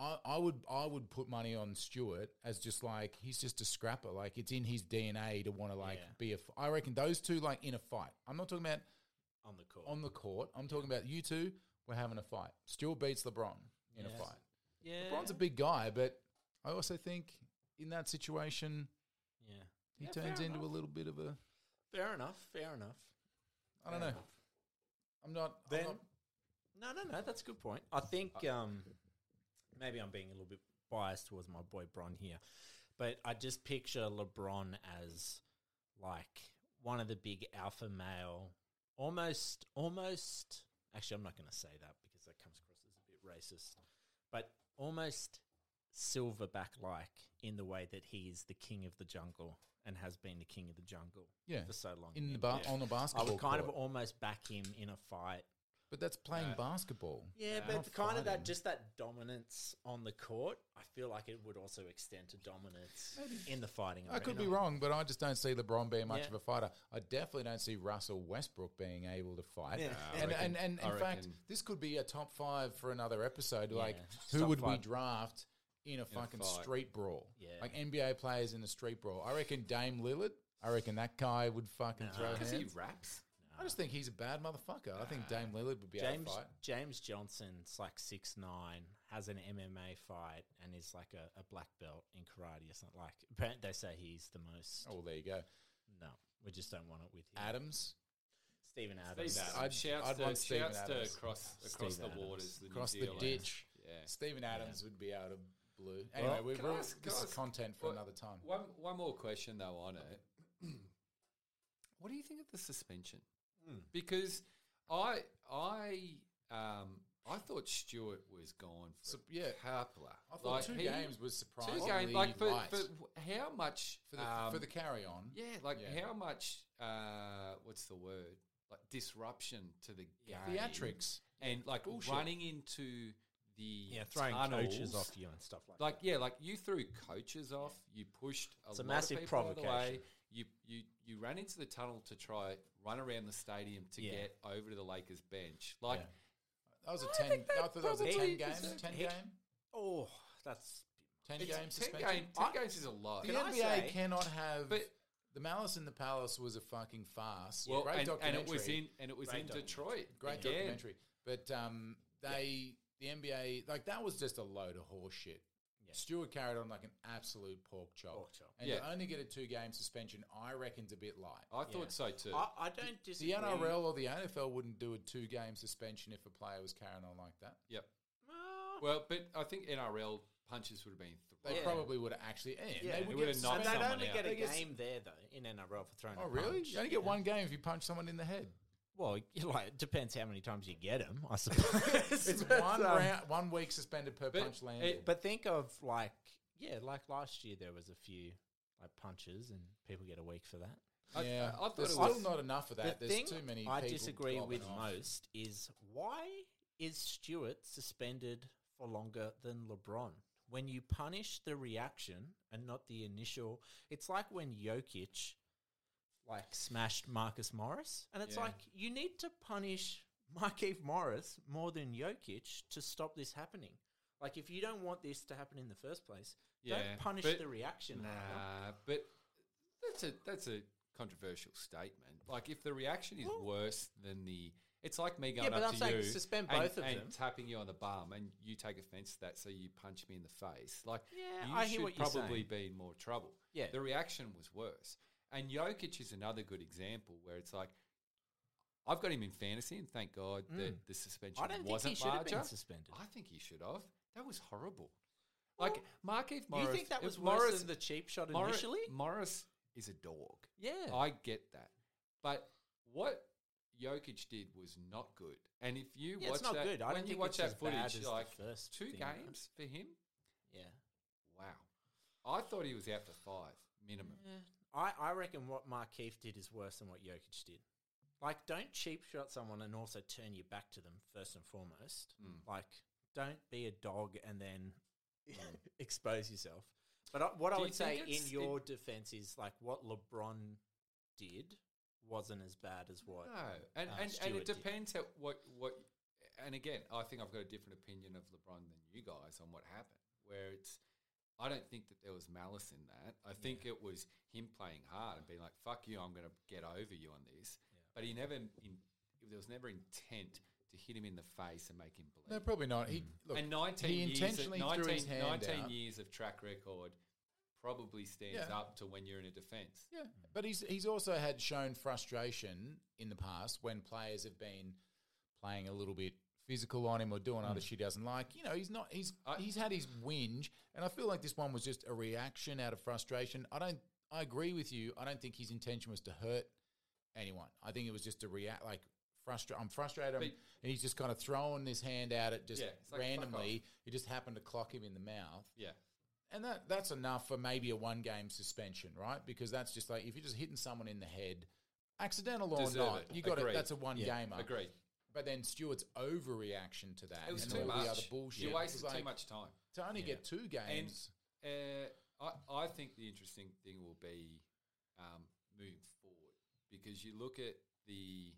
Speaker 3: I, I would I would put money on Stewart as just like he's just a scrapper. Like it's in his DNA to want to like
Speaker 1: Yeah.
Speaker 3: be a. f- I reckon those two like in a fight. I'm not talking about
Speaker 1: on the court.
Speaker 3: on the court. I'm talking about you two. We're having a fight. Stewart beats LeBron in
Speaker 1: Yes.
Speaker 3: a fight.
Speaker 1: yeah,
Speaker 3: LeBron's a big guy, but I also think in that situation
Speaker 1: yeah.
Speaker 3: he
Speaker 2: Yeah,
Speaker 3: turns
Speaker 2: fair
Speaker 3: into
Speaker 2: enough.
Speaker 3: a little bit of a
Speaker 1: Fair enough. Fair enough.
Speaker 3: I don't
Speaker 1: Fair
Speaker 3: know.
Speaker 1: enough.
Speaker 3: I'm not I'm
Speaker 1: Then-
Speaker 3: not-
Speaker 1: No, no, no. That's a good point. I think um, maybe I'm being a little bit biased towards my boy Bron here, but I just picture LeBron as like one of the big alpha male, almost, almost. Actually, I'm not going to say that because that comes across as a bit racist, but almost silverback like in the way that he is the king of the jungle and has been the king of the jungle
Speaker 3: yeah
Speaker 1: for so long.
Speaker 3: in the ba-
Speaker 2: Yeah.
Speaker 3: on the
Speaker 1: I
Speaker 3: basketball
Speaker 1: would kind of
Speaker 3: court.
Speaker 1: almost back him in a fight.
Speaker 3: but that's playing
Speaker 2: No.
Speaker 3: basketball.
Speaker 1: Yeah,
Speaker 2: Yeah.
Speaker 1: but
Speaker 3: Not
Speaker 1: the kind of that
Speaker 3: fighting.
Speaker 1: just that dominance on the court, I feel like it would also extend to dominance in the fighting.
Speaker 3: I could be
Speaker 1: arena.
Speaker 3: wrong, but I just don't see LeBron being much
Speaker 1: Yeah.
Speaker 3: of a fighter. I definitely don't see Russell Westbrook being able to fight.
Speaker 1: Yeah.
Speaker 2: I
Speaker 3: And,
Speaker 2: reckon-
Speaker 3: and, and,
Speaker 2: I
Speaker 3: in fact,
Speaker 2: reckon-
Speaker 3: this could be a top five for another episode. Like,
Speaker 1: Yeah.
Speaker 3: who
Speaker 2: Top
Speaker 3: would we
Speaker 2: five.
Speaker 3: draft in a fucking
Speaker 2: fight.
Speaker 3: street brawl?
Speaker 1: Yeah.
Speaker 3: Like NBA players in a street brawl. I reckon Dame Lillard. I reckon that guy would fucking
Speaker 1: Nah.
Speaker 3: throw
Speaker 2: because
Speaker 3: hands.
Speaker 2: he raps.
Speaker 3: I just think he's a bad motherfucker. I think Dame Lillard would be able
Speaker 1: James
Speaker 3: to fight.
Speaker 1: James Johnson's like six nine, has an MMA fight, and is like a, a black belt in karate or something. Like apparent- they say, he's the most.
Speaker 3: Oh, well, there you go.
Speaker 1: No, we just don't want it with him.
Speaker 3: Adams.
Speaker 1: Stephen Adams.
Speaker 2: Steve
Speaker 3: Adams.
Speaker 2: I'd,
Speaker 3: I'd-
Speaker 2: shouts
Speaker 3: I'd
Speaker 2: to,
Speaker 3: want Steven
Speaker 2: shouts to
Speaker 3: Adams.
Speaker 2: across across
Speaker 1: Steven
Speaker 2: the
Speaker 1: Adams.
Speaker 2: waters, the
Speaker 3: Across
Speaker 2: New
Speaker 3: the
Speaker 2: Zealand.
Speaker 3: ditch.
Speaker 2: Yeah.
Speaker 3: Stephen Adams would be able to blue. Anyway,
Speaker 1: Well,
Speaker 3: we've
Speaker 2: can I
Speaker 3: all,
Speaker 2: ask- can
Speaker 3: this
Speaker 2: I
Speaker 3: is
Speaker 2: ask-
Speaker 3: content for
Speaker 2: what-
Speaker 3: another time.
Speaker 2: One one more question though on it. what do you think of the suspension?
Speaker 3: Hmm.
Speaker 2: Because I I um I thought Stewart was gone for
Speaker 3: So-
Speaker 2: a
Speaker 3: yeah.
Speaker 2: coupler.
Speaker 3: I thought
Speaker 2: Like,
Speaker 3: two
Speaker 2: he-
Speaker 3: games was
Speaker 2: two
Speaker 3: surprisingly
Speaker 2: games like for,
Speaker 3: light
Speaker 2: for
Speaker 3: for,
Speaker 2: wh- how much
Speaker 3: the
Speaker 2: um,
Speaker 3: for the carry on.
Speaker 2: yeah like
Speaker 3: Yeah.
Speaker 2: how much uh what's the word like disruption to the game
Speaker 3: Theatrics.
Speaker 2: and like
Speaker 3: Bullshit.
Speaker 2: running into the
Speaker 1: yeah, throwing
Speaker 2: tunnels.
Speaker 1: coaches off you and stuff like.
Speaker 2: Like yeah, like you threw coaches off. You pushed a
Speaker 1: It's a
Speaker 2: lot
Speaker 1: massive
Speaker 2: of people out of The way.
Speaker 1: provocation.
Speaker 2: You you you ran into the tunnel to try run around the stadium to
Speaker 1: Yeah.
Speaker 2: get over to the Lakers bench. Like
Speaker 3: Yeah. That was a ten. I, thought that was a
Speaker 2: probably
Speaker 3: ten
Speaker 2: is
Speaker 3: game.
Speaker 2: a-
Speaker 3: Ten
Speaker 1: he-
Speaker 3: game.
Speaker 1: that. Oh, that's
Speaker 3: Ten
Speaker 2: it's
Speaker 3: game
Speaker 2: ten
Speaker 3: suspension.
Speaker 2: game, ten games is a lot.
Speaker 3: The
Speaker 1: Can I
Speaker 3: NBA
Speaker 1: say-
Speaker 3: cannot have.
Speaker 2: But-
Speaker 3: the Malice in the Palace was a fucking farce.
Speaker 2: well, and,
Speaker 3: Great
Speaker 2: and it was
Speaker 3: documentary.
Speaker 2: in and it was
Speaker 1: Great
Speaker 2: in
Speaker 1: documentary.
Speaker 2: Detroit.
Speaker 3: Great
Speaker 2: again.
Speaker 3: documentary. But um, they, the NBA, like that was just a load of horse shit.
Speaker 1: Yeah.
Speaker 3: Stewart carried on like an absolute pork chop.
Speaker 1: Pork chop.
Speaker 3: And
Speaker 2: Yeah.
Speaker 3: to only get a two game suspension, I reckon's a bit light.
Speaker 2: I thought so too.
Speaker 1: I, I don't
Speaker 3: The
Speaker 1: disagree.
Speaker 3: NRL or the AFL wouldn't do a two game suspension if a player was carrying on like that.
Speaker 2: yep.
Speaker 1: Well,
Speaker 2: Well, but I think NRL punches would have been.
Speaker 3: They
Speaker 2: thrown.
Speaker 1: Yeah.
Speaker 3: probably would have actually. And
Speaker 1: Yeah,
Speaker 3: they
Speaker 1: it
Speaker 3: would
Speaker 2: would've
Speaker 3: get
Speaker 2: knocked
Speaker 1: But
Speaker 3: suspended.
Speaker 2: someone
Speaker 1: they'd only
Speaker 2: out.
Speaker 1: get a
Speaker 3: They get s-
Speaker 1: game there though in NRL for throwing.
Speaker 3: Oh,
Speaker 1: a
Speaker 3: really?
Speaker 1: punch.
Speaker 3: You only get one game if you punch someone in the head.
Speaker 1: Well, you like it depends how many times you get them, I suppose.
Speaker 3: It's
Speaker 1: But,
Speaker 3: one
Speaker 1: um,
Speaker 3: round, one week suspended per
Speaker 2: but
Speaker 3: punch landed.
Speaker 2: it-
Speaker 1: But think of like yeah, like last year there was a few like punches and people get a week for that.
Speaker 2: I-
Speaker 3: yeah,
Speaker 2: I- I thought
Speaker 3: there's
Speaker 2: it
Speaker 3: still
Speaker 2: was-
Speaker 3: not enough of that.
Speaker 1: the
Speaker 3: There's
Speaker 1: thing
Speaker 3: too many.
Speaker 1: I
Speaker 3: people
Speaker 1: disagree
Speaker 3: globbing
Speaker 1: with
Speaker 3: off.
Speaker 1: most is why is Stewart suspended for longer than LeBron? When you punish the reaction and not the initial, it's like when Jokic like smashed Marcus Morris, and it's
Speaker 2: Yeah.
Speaker 1: like you need to punish Markeith Morris more than Jokic to stop this happening. Like if you don't want this to happen in the first place,
Speaker 2: Yeah,
Speaker 1: don't punish
Speaker 2: but-
Speaker 1: the reaction. Harper.
Speaker 2: Nah, Uh, but that's a that's a controversial statement. Like if the reaction is
Speaker 1: Well-
Speaker 2: worse than the, it's like me going
Speaker 1: but
Speaker 2: up
Speaker 1: I'm
Speaker 2: to
Speaker 1: saying
Speaker 2: you,
Speaker 1: suspend
Speaker 2: and-
Speaker 1: both of
Speaker 2: and
Speaker 1: them.
Speaker 2: tapping you on the bum, and you take offence to that, so you punch me in the face. Like
Speaker 1: Yeah,
Speaker 2: you
Speaker 1: I
Speaker 2: should
Speaker 1: hear what you're
Speaker 2: probably
Speaker 1: saying.
Speaker 2: be in more trouble.
Speaker 1: Yeah.
Speaker 2: the reaction was worse, and Jokic is another good example where it's like. I've got him in fantasy, and thank God that the suspension
Speaker 1: Mm. I don't think
Speaker 2: wasn't
Speaker 1: he should have
Speaker 2: larger.
Speaker 1: been suspended.
Speaker 2: I think he should have. That was horrible. Like Markeith
Speaker 1: Do
Speaker 2: Morris.
Speaker 1: you think that
Speaker 2: it-
Speaker 1: was
Speaker 2: Morris,
Speaker 1: worse than the cheap shot
Speaker 2: Morris,
Speaker 1: initially?
Speaker 2: Morris is a dog.
Speaker 1: Yeah,
Speaker 2: I get that. But what Jokic did was not good. And if you
Speaker 1: Yeah,
Speaker 2: watch
Speaker 1: it's not
Speaker 2: that,
Speaker 1: good. I
Speaker 2: when
Speaker 1: don't
Speaker 2: you
Speaker 1: think
Speaker 2: watch
Speaker 1: it's as
Speaker 2: that
Speaker 1: bad
Speaker 2: footage,
Speaker 1: as the
Speaker 2: like
Speaker 1: first
Speaker 2: two
Speaker 1: thing, right?
Speaker 2: games for him,
Speaker 1: yeah.
Speaker 2: wow. I thought he was out for five minimum.
Speaker 1: I, I reckon what Markeith did is worse than what Jokic did. Like, don't cheap shot someone and also turn your back to them first and foremost. Like, don't be a dog and then um, expose yourself. But I, what I
Speaker 2: Do you
Speaker 1: would say
Speaker 2: think
Speaker 1: in
Speaker 2: it's-
Speaker 1: your defense is like what LeBron did wasn't as bad as what.
Speaker 2: No, and
Speaker 1: uh,
Speaker 2: and, and
Speaker 1: Stewart
Speaker 2: it
Speaker 1: did.
Speaker 2: depends at what what. And again, I think I've got a different opinion of LeBron than you guys on what happened. Where it's, I don't think that there was malice in that. I think it was him playing hard and being like, "Fuck you, I'm going to get over you on this." But he never, in, there was never intent to hit him in the face and make him bleed.
Speaker 3: No, probably not.
Speaker 1: Mm.
Speaker 3: He, look,
Speaker 2: and 19
Speaker 3: he
Speaker 2: years,
Speaker 3: intentionally
Speaker 2: 19,
Speaker 3: threw his hand
Speaker 2: 19
Speaker 3: out.
Speaker 2: years of track record probably stands
Speaker 3: Yeah.
Speaker 2: up to when you're in a defense.
Speaker 3: Yeah, Mm. but he's he's also had shown frustration in the past when players have been playing a little bit physical on him or doing other shit he doesn't like. You know, he's not he's
Speaker 2: Mm. I-
Speaker 3: he's had his whinge, and I feel like this one was just a reaction out of frustration. I don't. I agree with you. I don't think his intention was to hurt anyone. I think it was just to react like. Frustra- I'm frustrated, I'm-
Speaker 2: But-
Speaker 3: and he's just kind of throwing his hand out at just
Speaker 2: Yeah, it's like, fuck
Speaker 3: randomly. It just happened to clock him in the mouth,
Speaker 2: Yeah.
Speaker 3: and that that's enough for maybe a one game suspension, right? Because that's just like if you're just hitting someone in the head, accidental or
Speaker 2: Deserve
Speaker 3: not,
Speaker 2: it.
Speaker 3: you got it.
Speaker 2: Agreed.
Speaker 3: That's a one
Speaker 1: Yeah,
Speaker 3: gamer.
Speaker 2: Agreed.
Speaker 3: But then Stewart's overreaction to that
Speaker 2: It was
Speaker 3: and
Speaker 2: too
Speaker 3: all
Speaker 2: much.
Speaker 3: the other bullshit.
Speaker 2: You
Speaker 3: It was
Speaker 2: wasted too
Speaker 3: like,
Speaker 2: much time.
Speaker 3: to only get two games.
Speaker 2: And uh, I, I think the interesting thing will be um, moving forward because you look at the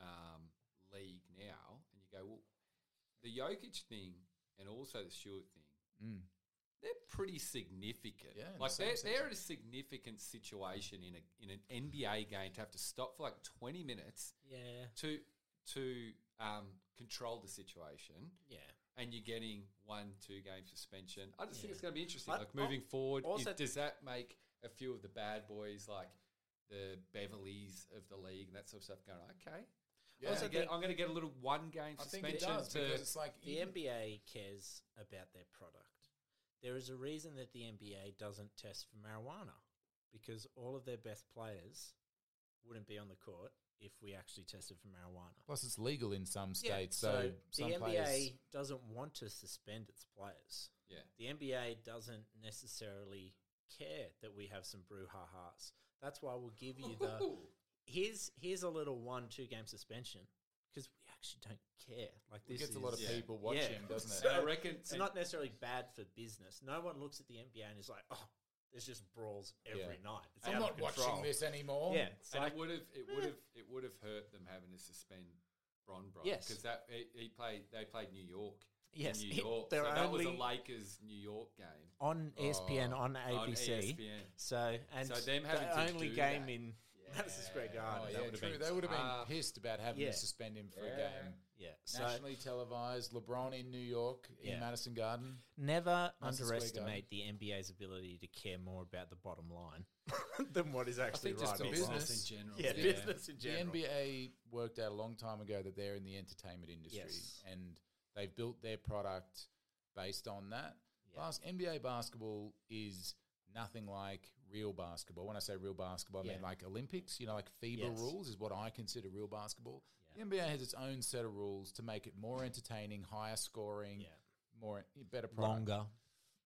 Speaker 2: um, league now and you go, well, the Jokic thing and also the Stewart thing,
Speaker 3: Mm.
Speaker 2: they're pretty significant.
Speaker 3: Yeah, in
Speaker 2: like
Speaker 3: some
Speaker 2: they're,
Speaker 3: sense.
Speaker 2: they're a significant situation in a in an NBA game to have to stop for like twenty minutes
Speaker 1: Yeah,
Speaker 2: to to um, control the situation
Speaker 1: yeah.
Speaker 2: and you're getting one, two game suspension. I just
Speaker 1: Yeah.
Speaker 2: think it's going to be interesting.
Speaker 1: I-
Speaker 2: like moving forward,
Speaker 1: also-
Speaker 2: is- does that make a few of the bad boys like the Beverleys of the league and that sort of stuff going? Okay,
Speaker 3: Yeah.
Speaker 2: I'm, gonna
Speaker 1: Also the-
Speaker 2: get, I'm gonna get a little one game
Speaker 3: I think it
Speaker 2: suspension
Speaker 3: does because
Speaker 2: to
Speaker 3: it's like
Speaker 1: The
Speaker 3: you-
Speaker 1: NBA cares about their product. There is a reason that the NBA doesn't test for marijuana because all of their best players wouldn't be on the court if we actually tested for marijuana.
Speaker 3: plus it's legal in some states, so, some
Speaker 1: the
Speaker 3: players.
Speaker 1: NBA doesn't want to suspend its players.
Speaker 2: yeah.
Speaker 1: The NBA doesn't necessarily care that we have some brouhahas. That's why we'll give you the here's here's a little one two game suspension because we actually don't care. Like
Speaker 3: It
Speaker 1: this
Speaker 3: gets a
Speaker 1: is-
Speaker 3: lot of
Speaker 2: Yeah.
Speaker 3: people watching,
Speaker 1: Yeah.
Speaker 3: doesn't it?
Speaker 2: So I reckon
Speaker 1: it's not necessarily bad for business. No one looks at the NBA and is like, oh, there's just brawls every
Speaker 3: Yeah.
Speaker 1: night. It's
Speaker 2: I'm
Speaker 1: out
Speaker 3: I'm
Speaker 1: of
Speaker 3: not
Speaker 1: control."
Speaker 3: watching this anymore.
Speaker 1: Yeah, it's
Speaker 2: And
Speaker 1: like,
Speaker 2: it would have it would have it would have hurt them having to suspend Bron Bron
Speaker 1: Yes.
Speaker 2: because that he, he played they played New York. in
Speaker 1: Yes,
Speaker 2: New
Speaker 1: it-
Speaker 2: York.
Speaker 1: they're
Speaker 2: so that was a
Speaker 1: only-
Speaker 2: Lakers New York game.
Speaker 1: on E
Speaker 3: Oh.
Speaker 1: ESPN,
Speaker 2: on
Speaker 1: on
Speaker 2: E
Speaker 1: ABC.
Speaker 2: ESPN.
Speaker 1: So, and
Speaker 2: So them having
Speaker 1: the
Speaker 2: to
Speaker 1: only
Speaker 2: do
Speaker 1: game
Speaker 2: that.
Speaker 1: in Madison Square
Speaker 3: Oh,
Speaker 1: Garden.
Speaker 3: yeah,
Speaker 1: that would've
Speaker 3: true.
Speaker 1: been-
Speaker 3: they would have been
Speaker 2: tough.
Speaker 3: pissed about having
Speaker 1: Yeah.
Speaker 3: to suspend him for a
Speaker 2: Yeah.
Speaker 3: game.
Speaker 1: yeah. So,
Speaker 3: Nationally televised, LeBron in New York,
Speaker 1: Yeah.
Speaker 3: in Madison Garden.
Speaker 1: never
Speaker 3: Madison Square
Speaker 1: underestimate the NBA's ability to care more about the bottom line than what is
Speaker 2: I
Speaker 1: actually
Speaker 2: think
Speaker 1: right
Speaker 2: just the
Speaker 1: or wrong.
Speaker 3: business.
Speaker 2: business in general.
Speaker 1: Yeah, business in general.
Speaker 3: The NBA worked out a long time ago that they're in the entertainment industry
Speaker 1: Yes.
Speaker 3: and they've built their product based on that. Bas- NBA basketball is nothing like real basketball. When I say real basketball, I mean
Speaker 1: Yeah.
Speaker 3: like Olympics, you know, like FIBA
Speaker 1: Yes.
Speaker 3: rules is what I consider real basketball. The NBA has its own set of rules to make it more entertaining, higher scoring,
Speaker 1: Yeah.
Speaker 3: more eh, better product.
Speaker 1: Longer.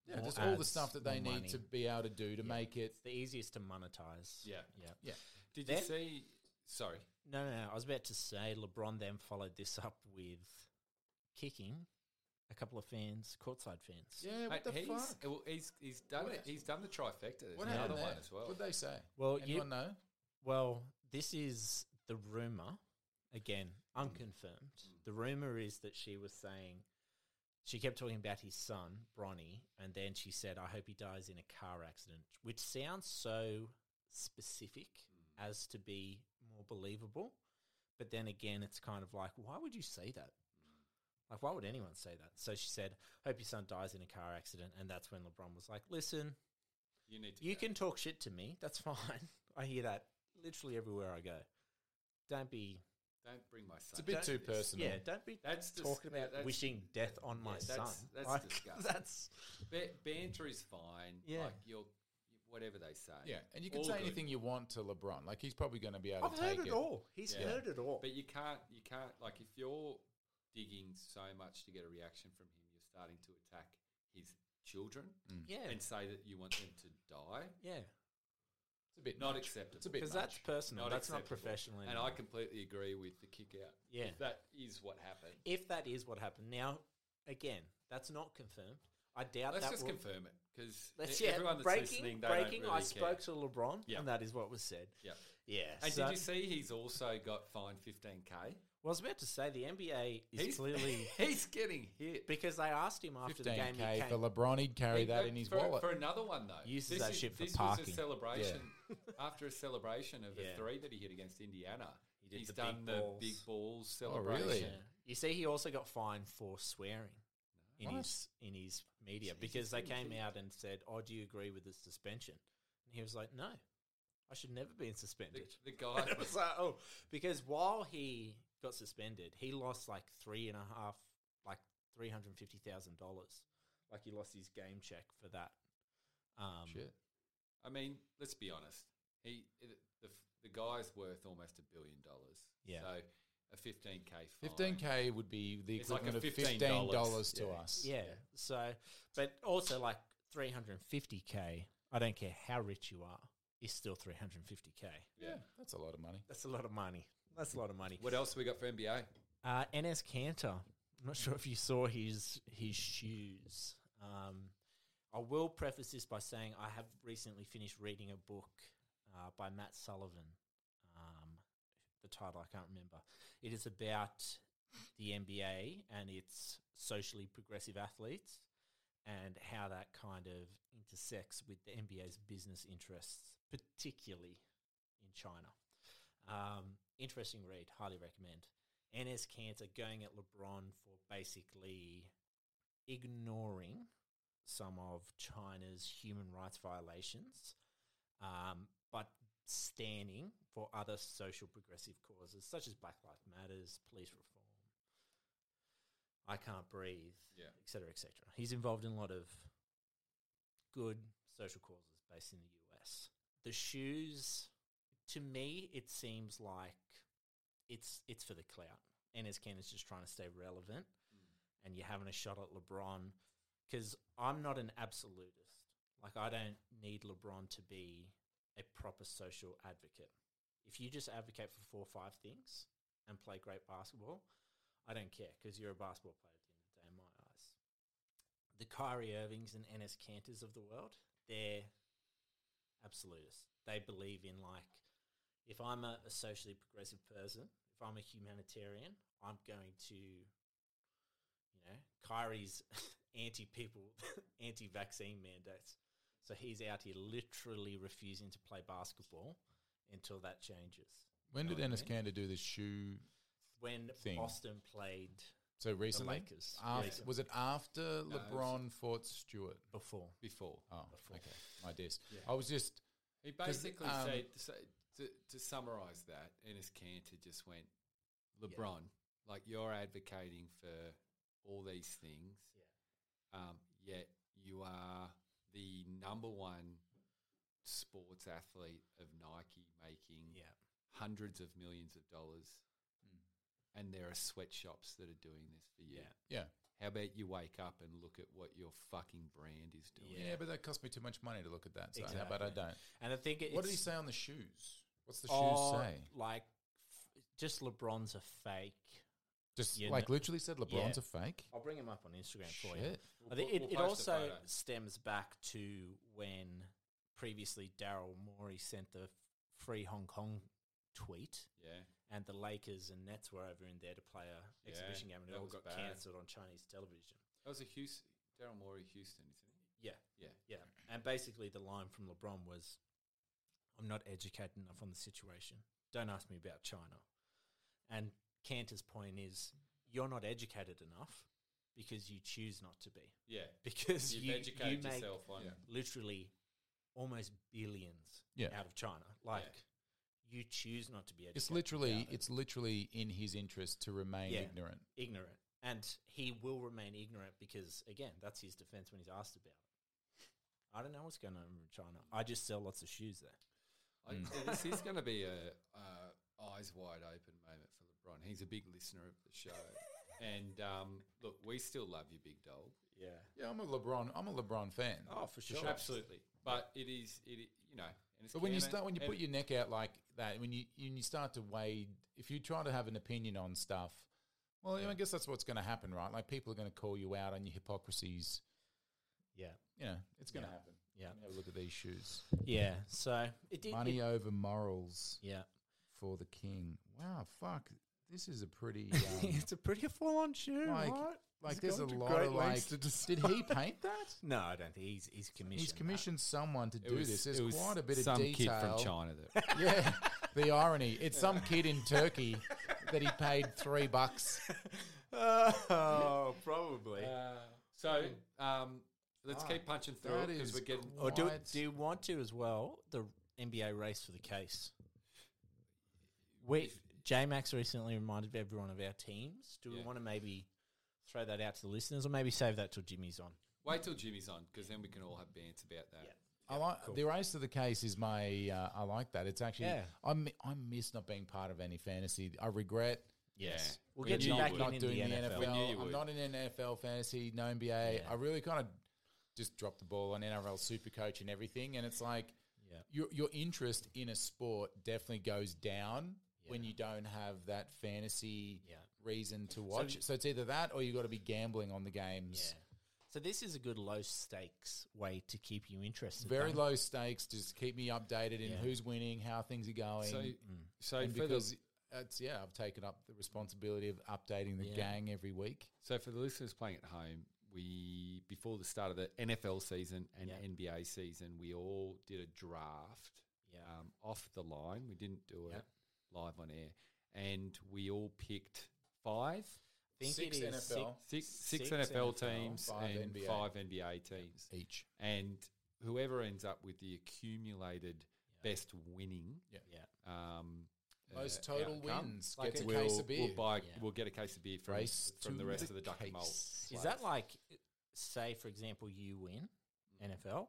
Speaker 3: Yeah,
Speaker 1: more
Speaker 3: just all the
Speaker 1: ads,
Speaker 3: stuff that they
Speaker 1: more
Speaker 3: need
Speaker 1: money.
Speaker 3: to be able to do to make it
Speaker 1: It's the easiest to monetize.
Speaker 2: Yeah.
Speaker 1: Yeah.
Speaker 3: yeah.
Speaker 2: Did
Speaker 1: Then-
Speaker 2: you see? Sorry.
Speaker 1: No, no, no. I was about to say LeBron then followed this up with kicking a couple of fans, courtside fans.
Speaker 3: Yeah,
Speaker 2: Mate,
Speaker 3: what the
Speaker 2: he's,
Speaker 3: fuck?
Speaker 2: well, he's he's done
Speaker 3: What
Speaker 2: it. He's done the trifecta. There's
Speaker 3: What
Speaker 2: another
Speaker 3: happened
Speaker 2: one
Speaker 3: there?
Speaker 2: as well.
Speaker 3: What'd they say?
Speaker 1: Well, you-
Speaker 3: Anyone know?
Speaker 1: Well, this is the rumor. Again, unconfirmed.
Speaker 3: Mm.
Speaker 1: The rumor is that she was saying she kept talking about his son, Bronny, and then she said, I hope he dies in a car accident, which sounds so specific
Speaker 3: Mm.
Speaker 1: as to be more believable. But then again, it's kind of like, why would you say that?
Speaker 3: Mm.
Speaker 1: Like, why would anyone say that? So she said, Hope your son dies in a car accident. And that's when LeBron was like, Listen,
Speaker 2: You need to.
Speaker 1: you
Speaker 2: go.
Speaker 1: can talk shit to me. That's fine. I hear that literally everywhere I go. Don't be
Speaker 2: don't bring my son.
Speaker 3: a bit
Speaker 2: into
Speaker 3: too
Speaker 2: this.
Speaker 3: personal.
Speaker 1: yeah. Don't be
Speaker 2: That's dis-
Speaker 1: talking about
Speaker 2: that's-
Speaker 1: wishing death on my
Speaker 2: yeah,
Speaker 1: son.
Speaker 2: that's- that's
Speaker 1: Like,
Speaker 2: disgusting.
Speaker 1: That's
Speaker 2: Ba- banter is fine.
Speaker 1: Yeah.
Speaker 2: Like you're, whatever they say.
Speaker 3: Yeah, and you can
Speaker 2: All
Speaker 3: say
Speaker 2: good.
Speaker 3: anything you want to LeBron. Like he's probably going to be able
Speaker 1: I've
Speaker 3: to
Speaker 1: heard
Speaker 3: take
Speaker 1: it,
Speaker 3: it.
Speaker 1: all. He's
Speaker 2: Yeah.
Speaker 1: heard it all.
Speaker 2: But you can't, you can't, like, if you're digging so much to get a reaction from him, you're starting to attack his children
Speaker 1: yeah,
Speaker 2: and say that you want them to die.
Speaker 1: yeah.
Speaker 3: It's a bit
Speaker 2: Not
Speaker 3: much.
Speaker 2: acceptable.
Speaker 3: It's a bit
Speaker 1: Because that's
Speaker 3: much.
Speaker 1: personal. that's not
Speaker 2: acceptable.
Speaker 1: professional.
Speaker 2: And
Speaker 1: anymore.
Speaker 2: I completely agree with the kick out.
Speaker 1: Yeah.
Speaker 2: If that is what happened.
Speaker 1: if that is what happened, now again, that's not confirmed. I doubt
Speaker 2: Let's
Speaker 1: that.
Speaker 2: just
Speaker 1: will,
Speaker 2: confirm it because
Speaker 1: Let's yeah.
Speaker 2: everyone that's listening,
Speaker 1: breaking,
Speaker 2: they
Speaker 1: breaking.
Speaker 2: don't really
Speaker 1: I spoke
Speaker 2: care.
Speaker 1: to LeBron,
Speaker 2: Yeah.
Speaker 1: and that is what was said.
Speaker 2: Yeah.
Speaker 1: Yeah.
Speaker 2: And
Speaker 1: so-
Speaker 2: did you see he's also got fined 15K?
Speaker 1: Well, I was about to say the NBA is
Speaker 2: He's
Speaker 1: clearly
Speaker 2: he's getting hit.
Speaker 1: because they asked him after the game. He
Speaker 3: 15k
Speaker 1: came,
Speaker 3: for LeBron. He'd carry
Speaker 2: He-
Speaker 3: that
Speaker 2: uh,
Speaker 3: in his
Speaker 2: for,
Speaker 3: wallet.
Speaker 2: For another one, though.
Speaker 1: Uses
Speaker 2: This
Speaker 1: that
Speaker 2: is-
Speaker 1: shit for
Speaker 2: this was
Speaker 1: parking.
Speaker 2: a celebration. After a celebration of
Speaker 1: Yeah.
Speaker 2: a three that he hit against Indiana,
Speaker 1: He did
Speaker 2: he's
Speaker 1: the big
Speaker 2: done the
Speaker 1: balls.
Speaker 2: big balls
Speaker 3: Oh,
Speaker 2: celebration.
Speaker 3: really?
Speaker 1: Yeah. You see, he also got fined for swearing in
Speaker 3: What?
Speaker 1: his in his media because they came out and said, "Oh, do you agree with this suspension?" And he was like, "No, I should never be
Speaker 2: The,
Speaker 1: suspended."
Speaker 2: the
Speaker 1: And
Speaker 2: guy,
Speaker 1: it was like, "Oh," because while he got suspended, he lost like three and a half, like three hundred fifty thousand dollars. Like he lost his game check for that. Um,
Speaker 3: Shit.
Speaker 2: I mean, let's be honest. He it- the, f- the guy's worth almost a billion dollars.
Speaker 1: Yeah.
Speaker 2: So a 15K fine.
Speaker 3: 15k would be the
Speaker 2: It's like
Speaker 3: equivalent
Speaker 2: a
Speaker 3: of
Speaker 2: $15
Speaker 3: fifteen dollars to
Speaker 2: yeah.
Speaker 3: us.
Speaker 1: Yeah. So, but also like 350k. I don't care how rich you are, is still 350k.
Speaker 2: Yeah.
Speaker 3: that's a lot of money.
Speaker 1: That's a lot of money. That's a lot of money.
Speaker 2: What else we got for NBA?
Speaker 1: Uh, NS Cantor. I'm not sure if you saw his his shoes. Um, I will preface this by saying I have recently finished reading a book uh, by Matt Sullivan. Um, the title I can't remember. It is about the NBA and its socially progressive athletes and how that kind of intersects with the NBA's business interests, particularly in China. Um, interesting read, highly recommend. NS Cantor going at LeBron for basically ignoring some of China's human rights violations, um, but standing for other social progressive causes such as Black Lives Matters, police reform, I Can't Breathe,
Speaker 2: Yeah.
Speaker 1: et cetera, et cetera. He's involved in a lot of good social causes based in the US. The shoes, to me, it seems like it's it's for the clout. And as Ken is just trying to stay relevant, and you're having a shot at LeBron because I'm not an absolutist. Like I don't need LeBron to be a proper social advocate. If you just advocate for four or five things and play great basketball, I don't care because you're a basketball player at the end of the day in my eyes. The Kyrie Irvings and NS Cantors of the world, they're absolutists. They believe in like if I'm a, a socially progressive person, if I'm a humanitarian, I'm going to, you know, Kyrie's anti people, anti vaccine mandates. So he's out here literally refusing to play basketball until that changes.
Speaker 3: When did
Speaker 1: Okay.
Speaker 3: Ennis Cantor do the shoe?
Speaker 1: When
Speaker 3: Thing.
Speaker 1: Boston played
Speaker 3: So recently,
Speaker 1: Lakers.
Speaker 3: Af-
Speaker 1: Yeah.
Speaker 3: was it after
Speaker 2: No, it was-
Speaker 3: LeBron fought Stewart?
Speaker 1: before,
Speaker 2: Before.
Speaker 3: Oh,
Speaker 1: Before.
Speaker 3: okay, my dears.
Speaker 2: Yeah.
Speaker 3: I was just
Speaker 2: He
Speaker 3: 'Cause,
Speaker 2: basically
Speaker 3: um,
Speaker 2: said, to, say- to, to summarize that, Ennis Cantor just went, LeBron, like you're advocating for all these things, um, yet you are the number one sports athlete of Nike making
Speaker 1: yeah,
Speaker 2: hundreds of millions of dollars. And there are sweatshops that are doing this for you.
Speaker 1: Yeah.
Speaker 3: yeah.
Speaker 2: How about you wake up and look at what your fucking brand is doing?
Speaker 1: Yeah.
Speaker 3: yeah, but that cost me too much money to look at that. So how about I
Speaker 1: Exactly.
Speaker 3: don't?
Speaker 1: and I think it's,
Speaker 3: What did he say on the shoes? What's the
Speaker 1: Oh,
Speaker 3: shoes say?
Speaker 1: Like, f- just LeBron's a fake.
Speaker 3: Just
Speaker 1: you
Speaker 3: like
Speaker 1: know-
Speaker 3: literally said, LeBron's a fake.
Speaker 1: I'll bring him up on Instagram for you.
Speaker 3: Shit.
Speaker 1: I think
Speaker 2: We'll-
Speaker 1: it,
Speaker 2: we'll
Speaker 1: it
Speaker 2: post a
Speaker 1: also
Speaker 2: photo.
Speaker 1: stems back to when previously Daryl Morey sent the f- free Hong Kong tweet,
Speaker 2: Yeah.
Speaker 1: and the Lakers and Nets were over in there to play a
Speaker 2: Yeah,
Speaker 1: exhibition game, and it
Speaker 2: that
Speaker 1: all
Speaker 2: was
Speaker 1: got
Speaker 2: bad.
Speaker 1: cancelled on Chinese television.
Speaker 2: That was a Houston, Daryl Morey, Houston, isn't it?
Speaker 1: Yeah,
Speaker 2: Yeah.
Speaker 1: yeah. And basically, the line from LeBron was, "I'm not educated enough on the situation. Don't ask me about China." And Cantor's point is, "You're not educated enough because you choose not to be
Speaker 2: Yeah.
Speaker 1: because
Speaker 2: You've
Speaker 1: you
Speaker 2: educated
Speaker 1: you make Hmm.
Speaker 2: yourself on
Speaker 3: Yeah.
Speaker 1: literally almost billions
Speaker 3: Yeah.
Speaker 1: out of China. Like you choose not to be educated.
Speaker 3: It's literally
Speaker 1: about it.
Speaker 3: it's literally in his interest to remain
Speaker 1: Yeah.
Speaker 3: ignorant.
Speaker 1: ignorant, and he will remain ignorant because again, that's his defense when he's asked about it. I don't know what's going on in China. I just sell lots of shoes there.
Speaker 2: I, This is going to be a uh, eyes wide open moment for LeBron. He's a big listener of the show, and um, look, we still love you, big dog.
Speaker 1: Yeah.
Speaker 3: Yeah, I'm a LeBron. I'm a LeBron fan.
Speaker 1: Oh, for sure.
Speaker 2: absolutely. But it is it i- you know, and it's
Speaker 3: But when you
Speaker 2: Cannon,
Speaker 3: start, when you
Speaker 2: and
Speaker 3: put your neck out like that, when you when you start to wade, if you try to have an opinion on stuff, well, I guess that's what's going to happen, right? Like people are going to call you out on your hypocrisies.
Speaker 1: Yeah.
Speaker 3: You know, it's going to
Speaker 1: Yeah.
Speaker 3: happen.
Speaker 1: Yeah.
Speaker 3: Let me Have a look at these shoes.
Speaker 1: Yeah. So it did.
Speaker 3: Money uh,
Speaker 1: it-
Speaker 3: over morals
Speaker 1: yeah.
Speaker 3: for the king. Wow, fuck. This is a pretty. Um,
Speaker 1: a pretty full on shoe,
Speaker 3: Like- like, there's a lot of like. Did he paint that?
Speaker 1: No, I don't think he's he's commissioned.
Speaker 3: He's
Speaker 1: that.
Speaker 3: commissioned someone to
Speaker 2: it
Speaker 3: do
Speaker 2: was-
Speaker 3: this.
Speaker 2: it
Speaker 3: There's
Speaker 2: was
Speaker 3: quite a bit of
Speaker 2: some
Speaker 3: detail.
Speaker 2: kid from China. That
Speaker 3: Yeah, the irony. It's some kid in Turkey that he paid three bucks.
Speaker 1: Oh, probably.
Speaker 3: Uh,
Speaker 2: Uh, so um, let's keep punching through
Speaker 3: Ah, That
Speaker 2: it because
Speaker 3: is
Speaker 2: we're getting.
Speaker 1: Or do,
Speaker 3: quite-
Speaker 1: do you want to as well the NBA race for the case? We J Max recently reminded everyone of our teams. Do we
Speaker 2: Yeah.
Speaker 1: want to maybe throw that out to the listeners, or maybe save that till Jimmy's on?
Speaker 2: Wait till Jimmy's on because then we can all have bands about that.
Speaker 3: I like the race of the case is my. Uh, I like that. It's actually.
Speaker 1: Yeah.
Speaker 3: I mi- I miss not being part of any fantasy. I regret.
Speaker 2: Yes.
Speaker 1: we'll
Speaker 2: We
Speaker 1: get you
Speaker 2: knew
Speaker 1: back
Speaker 2: you
Speaker 1: in,
Speaker 2: would.
Speaker 1: in the NFL.
Speaker 2: We knew you
Speaker 3: I'm
Speaker 2: would.
Speaker 3: not in NFL fantasy, no NBA.
Speaker 1: Yeah.
Speaker 3: I really kind of just dropped the ball on NRL Supercoach and everything. And it's like
Speaker 1: Yeah.
Speaker 3: your your interest in a sport definitely goes down when you don't have that fantasy
Speaker 1: Yeah.
Speaker 3: reason to watch. So, it's either that or you got to be gambling on the games.
Speaker 1: Yeah. So this is a good low stakes way to keep you interested.
Speaker 3: Very
Speaker 1: though.
Speaker 3: low stakes. Just keep me updated in
Speaker 1: Yeah.
Speaker 3: who's winning, how things are going.
Speaker 2: So, so
Speaker 3: and
Speaker 2: for the
Speaker 3: because it's, yeah, I've taken up the responsibility of updating the
Speaker 1: Yeah.
Speaker 3: gang every week.
Speaker 2: So for the listeners playing at home, we before the start of the NFL season and
Speaker 1: Yeah.
Speaker 2: NBA season, we all did a draft
Speaker 1: Yeah.
Speaker 2: um, off the line. We didn't do it
Speaker 1: Yeah.
Speaker 2: live on air, and we all picked five,
Speaker 1: I think
Speaker 3: Six
Speaker 1: it is
Speaker 3: NFL.
Speaker 2: six, six
Speaker 1: Six
Speaker 2: NFL,
Speaker 1: NFL,
Speaker 2: teams
Speaker 3: five
Speaker 2: and
Speaker 3: NBA.
Speaker 2: five NBA teams,
Speaker 3: Each.
Speaker 2: and whoever ends up with the accumulated best winning.
Speaker 3: Yeah.
Speaker 1: Yeah.
Speaker 2: Um, uh,
Speaker 3: Most total
Speaker 2: outcome,
Speaker 3: wins
Speaker 1: Like
Speaker 3: gets a
Speaker 1: it-
Speaker 2: We'll,
Speaker 3: case of beer.
Speaker 2: we'll buy.
Speaker 1: Yeah.
Speaker 2: We'll get a case of beer from,
Speaker 3: Race
Speaker 2: from
Speaker 3: to
Speaker 2: the rest
Speaker 3: the
Speaker 2: of the duck and malt.
Speaker 3: case.
Speaker 1: Is that like, say, for example, you win NFL,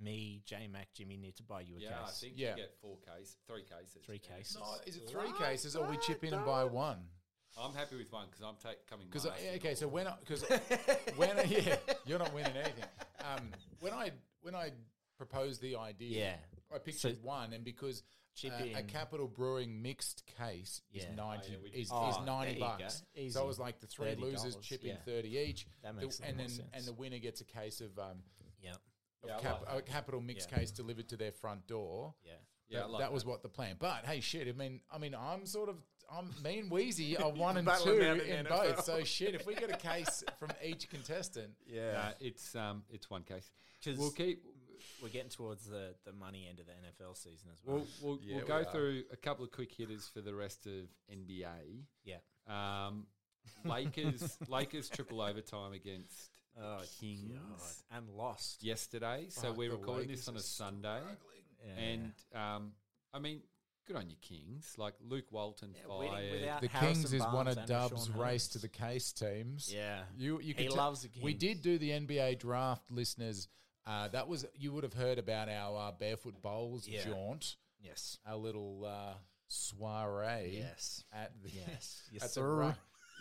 Speaker 1: me, J Mac, Jimmy need to buy you a
Speaker 2: Yeah,
Speaker 1: case?
Speaker 2: I think
Speaker 3: Yeah.
Speaker 2: you get four cases, three cases.
Speaker 1: Three
Speaker 2: Yeah.
Speaker 1: cases.
Speaker 3: No, is it three cases or we chip in and buy one?
Speaker 2: I'm happy with one because I'm take, coming.
Speaker 3: Because
Speaker 2: last in
Speaker 3: okay, so
Speaker 2: order.
Speaker 3: when I because when I, yeah, you're not winning anything. Um, when I when I proposed the idea, I pictured one, and because
Speaker 1: Chip
Speaker 3: uh, a
Speaker 1: in.
Speaker 3: Capital Brewing mixed case
Speaker 1: Yeah.
Speaker 3: is ninety
Speaker 2: Oh, yeah, we-
Speaker 3: is,
Speaker 1: Oh,
Speaker 3: is
Speaker 1: there
Speaker 3: ninety
Speaker 1: you go.
Speaker 3: bucks.
Speaker 1: Easy.
Speaker 3: So it was like the three losers
Speaker 1: $30,
Speaker 3: chip in
Speaker 1: yeah.
Speaker 3: thirty each,
Speaker 1: That
Speaker 3: The-
Speaker 1: makes a lot
Speaker 3: and
Speaker 1: more
Speaker 3: then
Speaker 1: sense.
Speaker 3: and the winner gets a case of um
Speaker 1: yeah,
Speaker 3: of
Speaker 2: Yeah, I
Speaker 3: cap,
Speaker 2: like that.
Speaker 3: a Capital mixed
Speaker 1: Yeah.
Speaker 3: case delivered to their front door.
Speaker 1: yeah.
Speaker 2: yeah, I
Speaker 3: that,
Speaker 2: like
Speaker 3: that was what the plan. But hey, shit. I mean, I mean, I'm sort of, I'm me and Wheezy are one and
Speaker 1: battle
Speaker 3: two
Speaker 1: them out in
Speaker 3: in,
Speaker 1: the NFL.
Speaker 3: both. So shit, if we get a case from each contestant,
Speaker 2: Yeah, no, it's um, it's one case.
Speaker 1: 'Cause-
Speaker 2: We'll keep.
Speaker 1: We're getting towards the, the money end of the NFL season as well.
Speaker 2: We'll we'll,
Speaker 3: Yeah,
Speaker 2: we'll
Speaker 3: we
Speaker 2: go
Speaker 3: are.
Speaker 2: through a couple of quick hitters for the rest of NBA.
Speaker 1: yeah.
Speaker 2: Um, Lakers Lakers triple overtime against the Kings
Speaker 1: Oh, God. and lost.
Speaker 2: yesterday. So
Speaker 3: Fuck,
Speaker 2: we're
Speaker 3: the
Speaker 2: recording
Speaker 3: Lakers
Speaker 2: this on
Speaker 3: are
Speaker 2: a Sunday,
Speaker 1: Yeah.
Speaker 2: and um, I mean, good on your Kings. Like Luke Walton
Speaker 1: Yeah, winning
Speaker 2: fired.
Speaker 1: without
Speaker 3: the
Speaker 1: Harrison
Speaker 3: Kings is one
Speaker 1: Barnes
Speaker 3: of
Speaker 1: and
Speaker 3: Dub's
Speaker 1: Rashawn
Speaker 3: race
Speaker 1: Holmes.
Speaker 3: to the case teams.
Speaker 1: Yeah,
Speaker 3: You, you
Speaker 1: He
Speaker 3: could
Speaker 1: loves the
Speaker 3: We
Speaker 1: Kings.
Speaker 3: did do the NBA draft, listeners. Uh, that was you would have heard about our uh, barefoot bowls
Speaker 1: Yeah.
Speaker 3: jaunt,
Speaker 1: yes,
Speaker 3: our little uh, soiree.
Speaker 1: yes,
Speaker 3: at the
Speaker 1: yes, yes,
Speaker 3: at the
Speaker 1: sir.
Speaker 3: ri-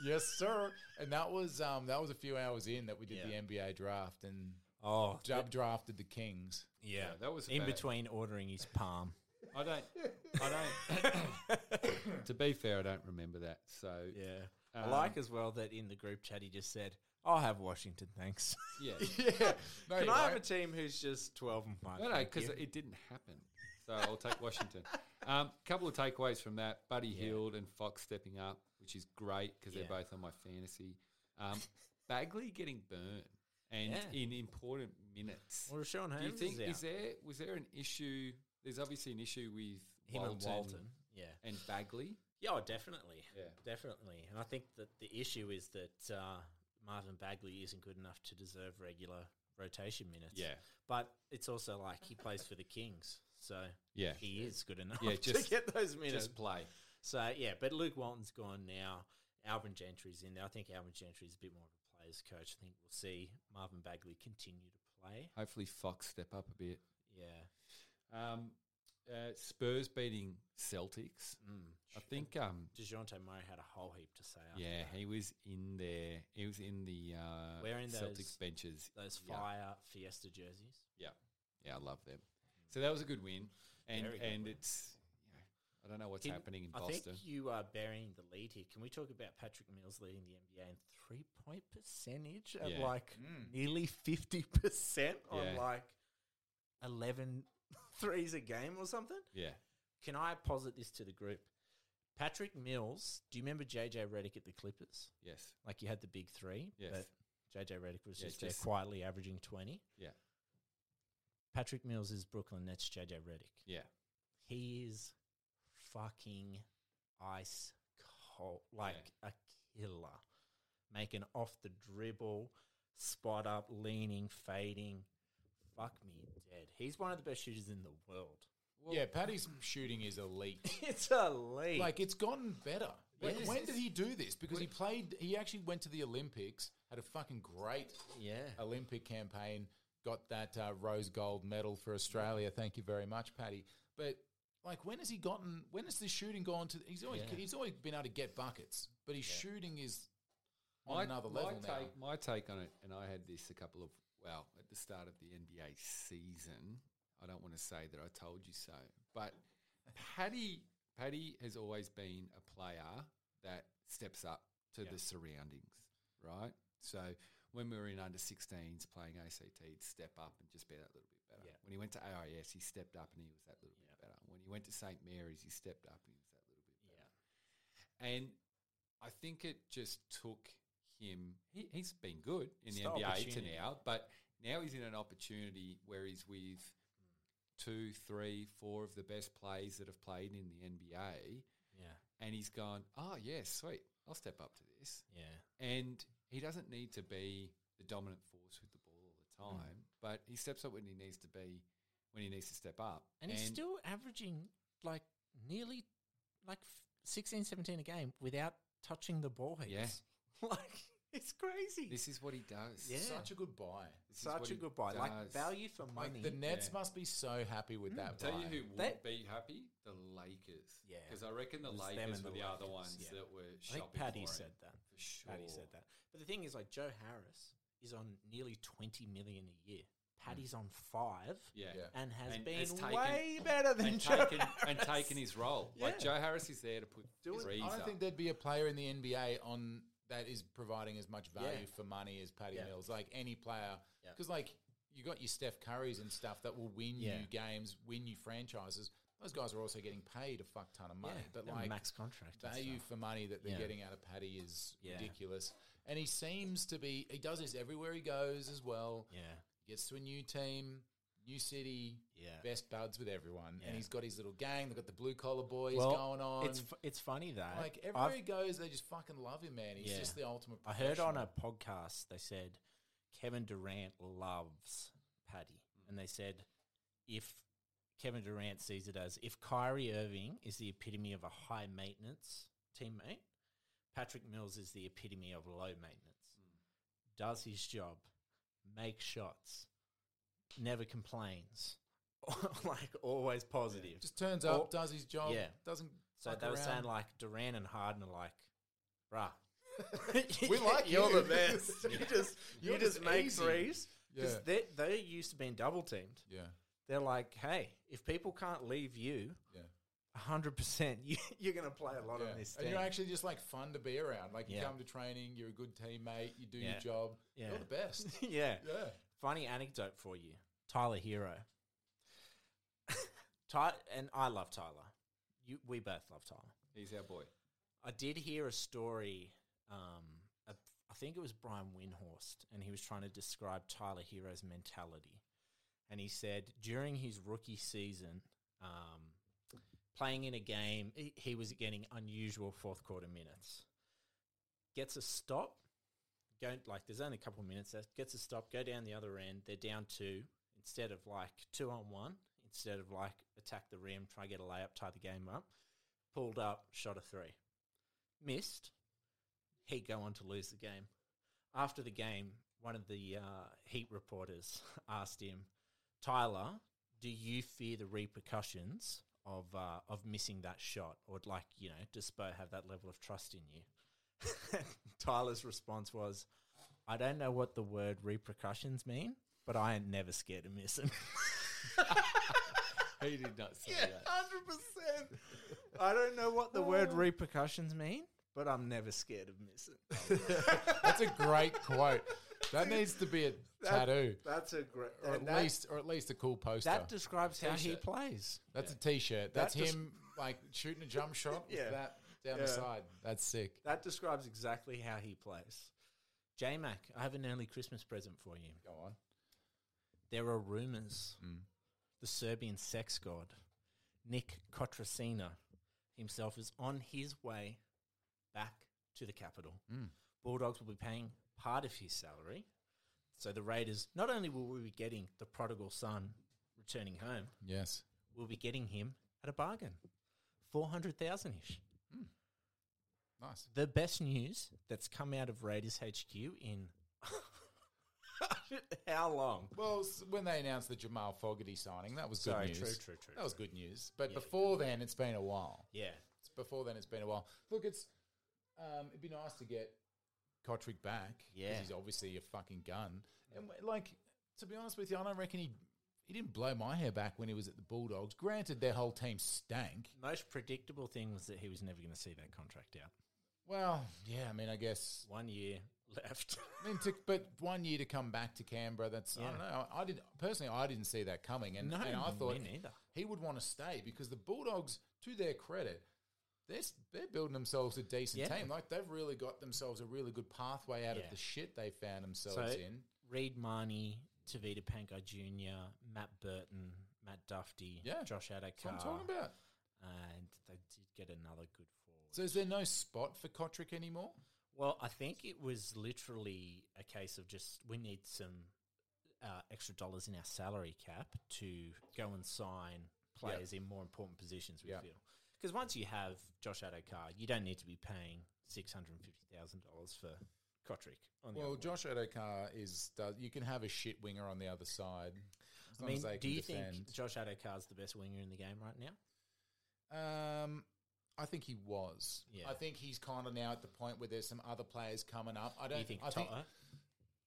Speaker 3: yes, sir. And that was um, that was a few hours in that we did
Speaker 1: Yeah.
Speaker 3: the NBA draft, and
Speaker 1: Oh,
Speaker 3: Dub drafted the Kings.
Speaker 1: yeah.
Speaker 2: Yeah, that was
Speaker 1: in
Speaker 2: bad.
Speaker 1: between ordering his palm.
Speaker 2: I don't. I don't. to be fair, I don't remember that. So yeah,
Speaker 1: Yeah. I
Speaker 2: Um,
Speaker 1: like as well that in the group chat he just said, I'll have Washington, thanks.
Speaker 3: yeah, no,
Speaker 1: Can
Speaker 3: you
Speaker 1: I have a
Speaker 3: won't.
Speaker 1: team who's just 12 and 5?
Speaker 2: no, no, because it didn't happen. So I'll take Washington. A um, couple of takeaways from that: Buddy Hield and Fox stepping up, which is great because
Speaker 1: Yeah.
Speaker 2: they're both on my fantasy. Um, Bagley getting burned and
Speaker 1: Yeah.
Speaker 2: in important minutes.
Speaker 1: Well, Sean
Speaker 2: Do you
Speaker 1: Holmes
Speaker 2: think
Speaker 1: is out.
Speaker 2: is there was there an issue? There's obviously an issue with
Speaker 1: him
Speaker 2: Walton
Speaker 1: and Walton. Yeah.
Speaker 2: and Bagley.
Speaker 1: Yeah, oh, definitely.
Speaker 2: Yeah.
Speaker 1: Definitely. And I think that the issue is that uh, Marvin Bagley isn't good enough to deserve regular rotation minutes. But it's also like he plays for the Kings. So
Speaker 2: yeah,
Speaker 1: he is good enough
Speaker 2: Yeah,
Speaker 1: to
Speaker 2: just-
Speaker 1: get those minutes.
Speaker 2: just play.
Speaker 1: so, yeah, but Luke Walton's gone now. Alvin Gentry's in there. I think Alvin Gentry's a bit more of a player's coach. I think we'll see Marvin Bagley continue to play.
Speaker 2: Hopefully, Fox step up a bit.
Speaker 1: Yeah.
Speaker 2: Um, uh, Spurs beating Celtics.
Speaker 1: Mm.
Speaker 2: I think. Um,
Speaker 1: DeJounte Murray had a whole heap to say after
Speaker 2: yeah,
Speaker 1: that.
Speaker 2: he was in there. He was in the uh,
Speaker 1: Wearing
Speaker 2: Celtics
Speaker 1: those-
Speaker 2: benches.
Speaker 1: those
Speaker 2: Yeah.
Speaker 1: fire fiesta jerseys.
Speaker 2: Yeah, I love them. So that was a good win, and
Speaker 1: Very good
Speaker 2: and
Speaker 1: win.
Speaker 2: it's you know, I don't know what's
Speaker 1: Can-
Speaker 2: happening in
Speaker 1: I
Speaker 2: Boston.
Speaker 1: think you are burying the lead here. Can we talk about Patrick Mills leading the NBA in three point percentage at
Speaker 2: Yeah.
Speaker 1: like
Speaker 3: Mm.
Speaker 1: nearly fifty percent on
Speaker 2: Yeah.
Speaker 1: like 11 threes a game or something?
Speaker 2: yeah,
Speaker 1: Can I posit this to the group? Patrick Mills, do you remember JJ Redick at the Clippers?
Speaker 2: yes,
Speaker 1: Like you had the big three,
Speaker 2: Yes.
Speaker 1: but JJ Redick was
Speaker 2: Yeah,
Speaker 1: just, there
Speaker 2: just-
Speaker 1: quietly averaging twenty.
Speaker 2: Yeah.
Speaker 1: Patrick Mills is Brooklyn Nets JJ Redick.
Speaker 2: yeah,
Speaker 1: He is fucking ice cold, like a killer. Making off the dribble, spot up, leaning, fading. Fuck me dead. He's one of the best shooters in the world.
Speaker 3: yeah, Paddy's shooting is elite.
Speaker 1: it's a league.
Speaker 3: like it's gotten better. Like
Speaker 1: Yes.
Speaker 3: when did he do this? Because he played. He actually went to the Olympics, had a fucking great
Speaker 1: yeah.
Speaker 3: Olympic campaign, got that uh, rose gold medal for Australia. Thank you very much, Paddy. But like, when has he gotten? When has this shooting gone to? He's always
Speaker 1: Yeah.
Speaker 3: he's always been able to get buckets, but his shooting is on
Speaker 2: my,
Speaker 3: another
Speaker 2: my
Speaker 3: level now.
Speaker 2: take, My take on it, and I had this a couple of well at the start of the NBA season. I don't want to say that I told you so, but Paddy Paddy has always been a player that steps up to the surroundings, right? So when we were in under 16s playing ACT, he'd step up and just be that little bit better.
Speaker 1: Yeah.
Speaker 2: When he went to AIS, he stepped up and he was that little bit better. When he went to St Mary's, he stepped up and he was that little bit better. And I think it just took him. He, he's been good in
Speaker 1: It's
Speaker 2: the NBA
Speaker 1: the
Speaker 2: to
Speaker 1: opportunity.
Speaker 2: now, but now he's in an opportunity where he's with two, three, four of the best players that have played in the NBA,
Speaker 1: Yeah.
Speaker 2: and he's gone. Oh yeah, sweet. I'll step up to this,
Speaker 1: Yeah.
Speaker 2: and he doesn't need to be the dominant force with the ball all the
Speaker 1: Mm.
Speaker 2: time, but he steps up when he needs to be, when he needs to step up,
Speaker 1: And, he's still averaging like nearly like f- 16, 17 a game without touching the ball
Speaker 2: Yeah.
Speaker 1: heaps. like it's crazy.
Speaker 2: This is what he does.
Speaker 1: Yeah.
Speaker 3: Such a good buy.
Speaker 2: This is what
Speaker 1: Such a
Speaker 2: he
Speaker 1: good buy. Like
Speaker 2: does.
Speaker 1: value for money. Hmm.
Speaker 3: Like the Nets
Speaker 2: Yeah.
Speaker 3: must be so happy with that buy.
Speaker 2: Tell you who would
Speaker 1: That-
Speaker 2: be happy? The Lakers.
Speaker 1: Yeah.
Speaker 2: Because I reckon the
Speaker 1: It was them
Speaker 2: Lakers
Speaker 1: and
Speaker 2: were
Speaker 1: the
Speaker 2: the, other
Speaker 1: Lakers,
Speaker 2: ones
Speaker 1: yeah.
Speaker 2: that were
Speaker 1: I
Speaker 2: shopping
Speaker 1: think Paddy
Speaker 2: for
Speaker 1: said
Speaker 2: him,
Speaker 1: that.
Speaker 2: For sure.
Speaker 1: Paddy said that. But the thing is, like Joe Harris is on nearly twenty million a year. Paddy's on five
Speaker 2: Hmm. Yeah.
Speaker 3: Yeah.
Speaker 1: and has
Speaker 2: And
Speaker 1: been
Speaker 2: has taken-
Speaker 1: way better than
Speaker 2: And,
Speaker 1: Joe.
Speaker 2: taking, and
Speaker 1: Harris.
Speaker 2: taking his role. Like,
Speaker 1: Yeah.
Speaker 2: Joe Harris is there to put
Speaker 3: Do it.
Speaker 2: threes
Speaker 3: I
Speaker 2: up.
Speaker 3: don't think there'd be a player in the NBA on that is providing as much value
Speaker 1: Yeah.
Speaker 3: for money as Patty
Speaker 1: Yeah.
Speaker 3: Mills. Like any player,
Speaker 1: Yeah.
Speaker 3: because like you got your Steph Currys and stuff that will win
Speaker 1: Yeah.
Speaker 3: you games, win you franchises. Those guys are also getting paid a fuck ton of money,
Speaker 1: Yeah,
Speaker 3: but
Speaker 1: they're
Speaker 3: like
Speaker 1: max contract. and
Speaker 3: value
Speaker 1: stuff.
Speaker 3: for money that they're
Speaker 1: Yeah.
Speaker 3: getting out of Patty is
Speaker 1: Yeah.
Speaker 3: ridiculous. And he seems to be. He does this everywhere he goes as well.
Speaker 1: Yeah,
Speaker 3: Gets to a new team, new city,
Speaker 1: yeah.
Speaker 3: best buds with everyone,
Speaker 1: Yeah.
Speaker 3: and he's got his little gang. They've got the blue collar boys
Speaker 1: Well,
Speaker 3: going on.
Speaker 1: It's f- it's funny that
Speaker 3: Like everywhere
Speaker 1: I've-
Speaker 3: he goes, they just fucking love him, man. He's
Speaker 1: Yeah.
Speaker 3: just the ultimate.
Speaker 1: I heard on
Speaker 3: professional.
Speaker 1: a podcast they said Kevin Durant loves Paddy, and they said if Kevin Durant sees it as if Kyrie Irving is the epitome of a high maintenance teammate, Patrick Mills is the epitome of low maintenance. Does his job, makes shots, never complains, like always positive.
Speaker 3: just turns up,
Speaker 1: Or-
Speaker 3: does his job,
Speaker 1: Yeah.
Speaker 3: doesn't.
Speaker 1: So
Speaker 3: fuck
Speaker 1: they were
Speaker 3: around.
Speaker 1: saying like Duran and Harden are like, rah.
Speaker 3: We like
Speaker 1: you're the
Speaker 3: you.
Speaker 1: best. You just you
Speaker 3: You're
Speaker 1: just,
Speaker 3: just
Speaker 1: make
Speaker 3: easy.
Speaker 1: threes because
Speaker 3: Yeah.
Speaker 1: they they're used to being double teamed.
Speaker 3: yeah,
Speaker 1: They're like, hey, if people can't leave you,
Speaker 3: yeah,
Speaker 1: hundred percent, you, you're gonna play a lot
Speaker 3: yeah.
Speaker 1: on this
Speaker 3: and
Speaker 1: team.
Speaker 3: you're actually just like fun to be around. Like you
Speaker 1: Yeah.
Speaker 3: come to training, you're a good teammate, you do
Speaker 1: Yeah.
Speaker 3: your job,
Speaker 1: Yeah.
Speaker 3: you're the best.
Speaker 1: yeah.
Speaker 3: yeah,
Speaker 1: Funny anecdote for you, Tyler Hero. Ty and I love Tyler. You, we both love Tyler.
Speaker 2: He's our boy.
Speaker 1: I did hear a story. Um, of- I think it was Brian Windhorst, and he was trying to describe Tyler Hero's mentality. And he said during his rookie season, um, playing in a game, he, he was getting unusual fourth quarter minutes. Gets a stop. Go, like there's only a couple of minutes left. Gets a stop. Go down the other end. They're down two instead of like two on one. Instead of like attack the rim, try get a layup, tie the game up. Pulled up, shot a three missed, he'd go on to lose the game. After the game, one of the uh, Heat reporters asked him, Tyler, do you fear the repercussions of uh, of missing that shot, or like you know, does Spo have that level of trust in you? Tyler's response was, "I don't know what the word repercussions mean, but I ain't never scared of missing."
Speaker 2: He did not say that.
Speaker 1: hundred percent. I don't know what the word repercussions mean, but I'm never scared of missing.
Speaker 3: That's a great quote. That needs to be a tattoo,
Speaker 1: That's a great.
Speaker 3: or at least, or at least a cool poster.
Speaker 1: that describes how he
Speaker 2: T-shirt.
Speaker 1: plays.
Speaker 3: That's a T-shirt. That's
Speaker 1: That just-
Speaker 3: him like shooting a jump shot. with
Speaker 1: Yeah.
Speaker 3: that down
Speaker 1: Yeah.
Speaker 3: the side. That's sick.
Speaker 1: That describes exactly how he plays. J Mac, I have an early Christmas present for you.
Speaker 3: Go on. Mm.
Speaker 1: There are rumors the Serbian sex god, Nick Kotrasina, himself is on his way back to the capital.
Speaker 3: Mm.
Speaker 1: Bulldogs will be paying part of his salary. So the Raiders, not only will we be getting the prodigal son returning home,
Speaker 3: Yes.
Speaker 1: we'll be getting him at a bargain 400,000 ish.
Speaker 3: Nice.
Speaker 1: The best news that's come out of Raiders HQ in how long?
Speaker 3: Well, s- when they announced the Jamal Fogarty signing, that was good
Speaker 1: Sorry,
Speaker 3: news.
Speaker 1: true, true, true,
Speaker 3: That was good news. But
Speaker 1: Yeah.
Speaker 3: before then, it's been a while.
Speaker 1: Yeah.
Speaker 3: It's before then, it's been a while. Look, it's um, it'd be nice to get Kotrick back. 'cause
Speaker 1: Yeah.
Speaker 3: he's obviously a fucking gun. And w- like, to be honest with you, I don't reckon he he didn't blow my hair back when he was at the Bulldogs. Granted, their whole team stank.
Speaker 1: Most predictable thing was that he was never going to see that contract out.
Speaker 3: Well, yeah, I mean, I guess
Speaker 1: One year left.
Speaker 3: I mean, to, but one year to come back to Canberra, that's I
Speaker 1: Yeah.
Speaker 3: don't know. I did personally, I didn't see that coming, and,
Speaker 1: No,
Speaker 3: and I
Speaker 1: me
Speaker 3: thought
Speaker 1: neither.
Speaker 3: he would want to stay because the Bulldogs, to their credit, they're s- they're building themselves a decent
Speaker 1: Yeah.
Speaker 3: team. Like they've really got themselves a really good pathway out
Speaker 1: Yeah.
Speaker 3: of the shit they found themselves
Speaker 1: So
Speaker 3: in.
Speaker 1: Reed Marnie, Tavita Panko Jr., Matt Burton, Matt Dufty,
Speaker 3: Yeah.
Speaker 1: Josh
Speaker 3: That's what
Speaker 1: Adakar.
Speaker 3: I'm talking about.
Speaker 1: And they did get another good forward.
Speaker 3: So is there no spot for Kotrick anymore?
Speaker 1: well, I think it was literally a case of just we need some uh, extra dollars in our salary cap to go and sign players in more important positions, we
Speaker 3: Yeah.
Speaker 1: feel. Because once you have Josh Adokar, you don't need to be paying $650,000 for Kotrick. on the
Speaker 3: Well,
Speaker 1: other wing.
Speaker 3: Josh Adokar is. does you can have a shit winger on the other side. As
Speaker 1: I
Speaker 3: long
Speaker 1: mean,
Speaker 3: as they
Speaker 1: do
Speaker 3: can
Speaker 1: you
Speaker 3: defend.
Speaker 1: think Josh Adokar's the best winger in the game right now?
Speaker 3: Um, I think he was.
Speaker 1: Yeah.
Speaker 3: I think he's kind of now at the point where there's some other players coming up. I
Speaker 1: Do
Speaker 3: don't
Speaker 1: you think
Speaker 3: I think
Speaker 1: To'o?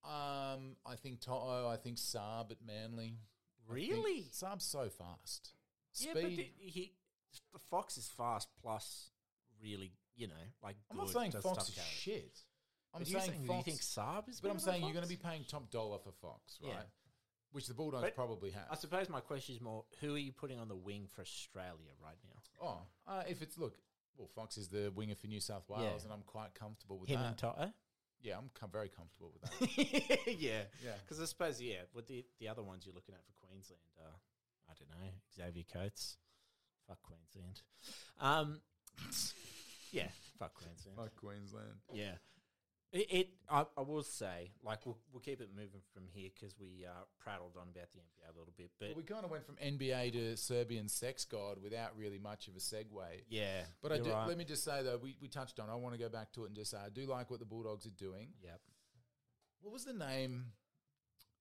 Speaker 3: um I think Toto, I think Saab at Manly. I think-
Speaker 1: Really?
Speaker 3: Saab's so fast.
Speaker 1: Yeah,
Speaker 3: Speed.
Speaker 1: but the, he the Fox is fast plus really, you know, like
Speaker 3: I'm
Speaker 1: good,
Speaker 3: not saying
Speaker 1: does
Speaker 3: Fox
Speaker 1: stuff
Speaker 3: is
Speaker 1: carry.
Speaker 3: shit. I'm
Speaker 1: But
Speaker 3: saying,
Speaker 1: you're saying
Speaker 3: Fox.
Speaker 1: do you think Saab is
Speaker 3: but I'm
Speaker 1: better than
Speaker 3: saying you're going to be
Speaker 1: Fox?
Speaker 3: paying top dollar for Fox, right?
Speaker 1: Yeah.
Speaker 3: Which the Bulldogs
Speaker 1: But-
Speaker 3: probably have.
Speaker 1: I suppose my question is more who are you putting on the wing for Australia right now?
Speaker 3: oh, uh, if it's look, well, Fox is the winger for New South Wales,
Speaker 1: Yeah.
Speaker 3: and I'm quite comfortable with
Speaker 1: Him
Speaker 3: that.
Speaker 1: and Toto?
Speaker 3: yeah, I'm com- very comfortable with that.
Speaker 1: yeah.
Speaker 3: Yeah.
Speaker 1: Because I suppose, yeah, with the, the other ones you're looking at for Queensland are, I don't know, Xavier Coates. Fuck Queensland. Um, yeah, fuck Queensland.
Speaker 3: Like Queensland.
Speaker 1: Yeah. It, it I, I will say, like, we'll, we'll keep it moving from here because we uh, prattled on about the NBA a little bit. But
Speaker 3: Well, we kind of went from NBA to Serbian sex god without really much of a segue.
Speaker 1: yeah.
Speaker 3: But I
Speaker 1: you're
Speaker 3: do,
Speaker 1: right.
Speaker 3: let me just say though, we, we touched on. it. I want to go back to it and just say I do like what the Bulldogs are doing.
Speaker 1: Yep.
Speaker 3: What was the name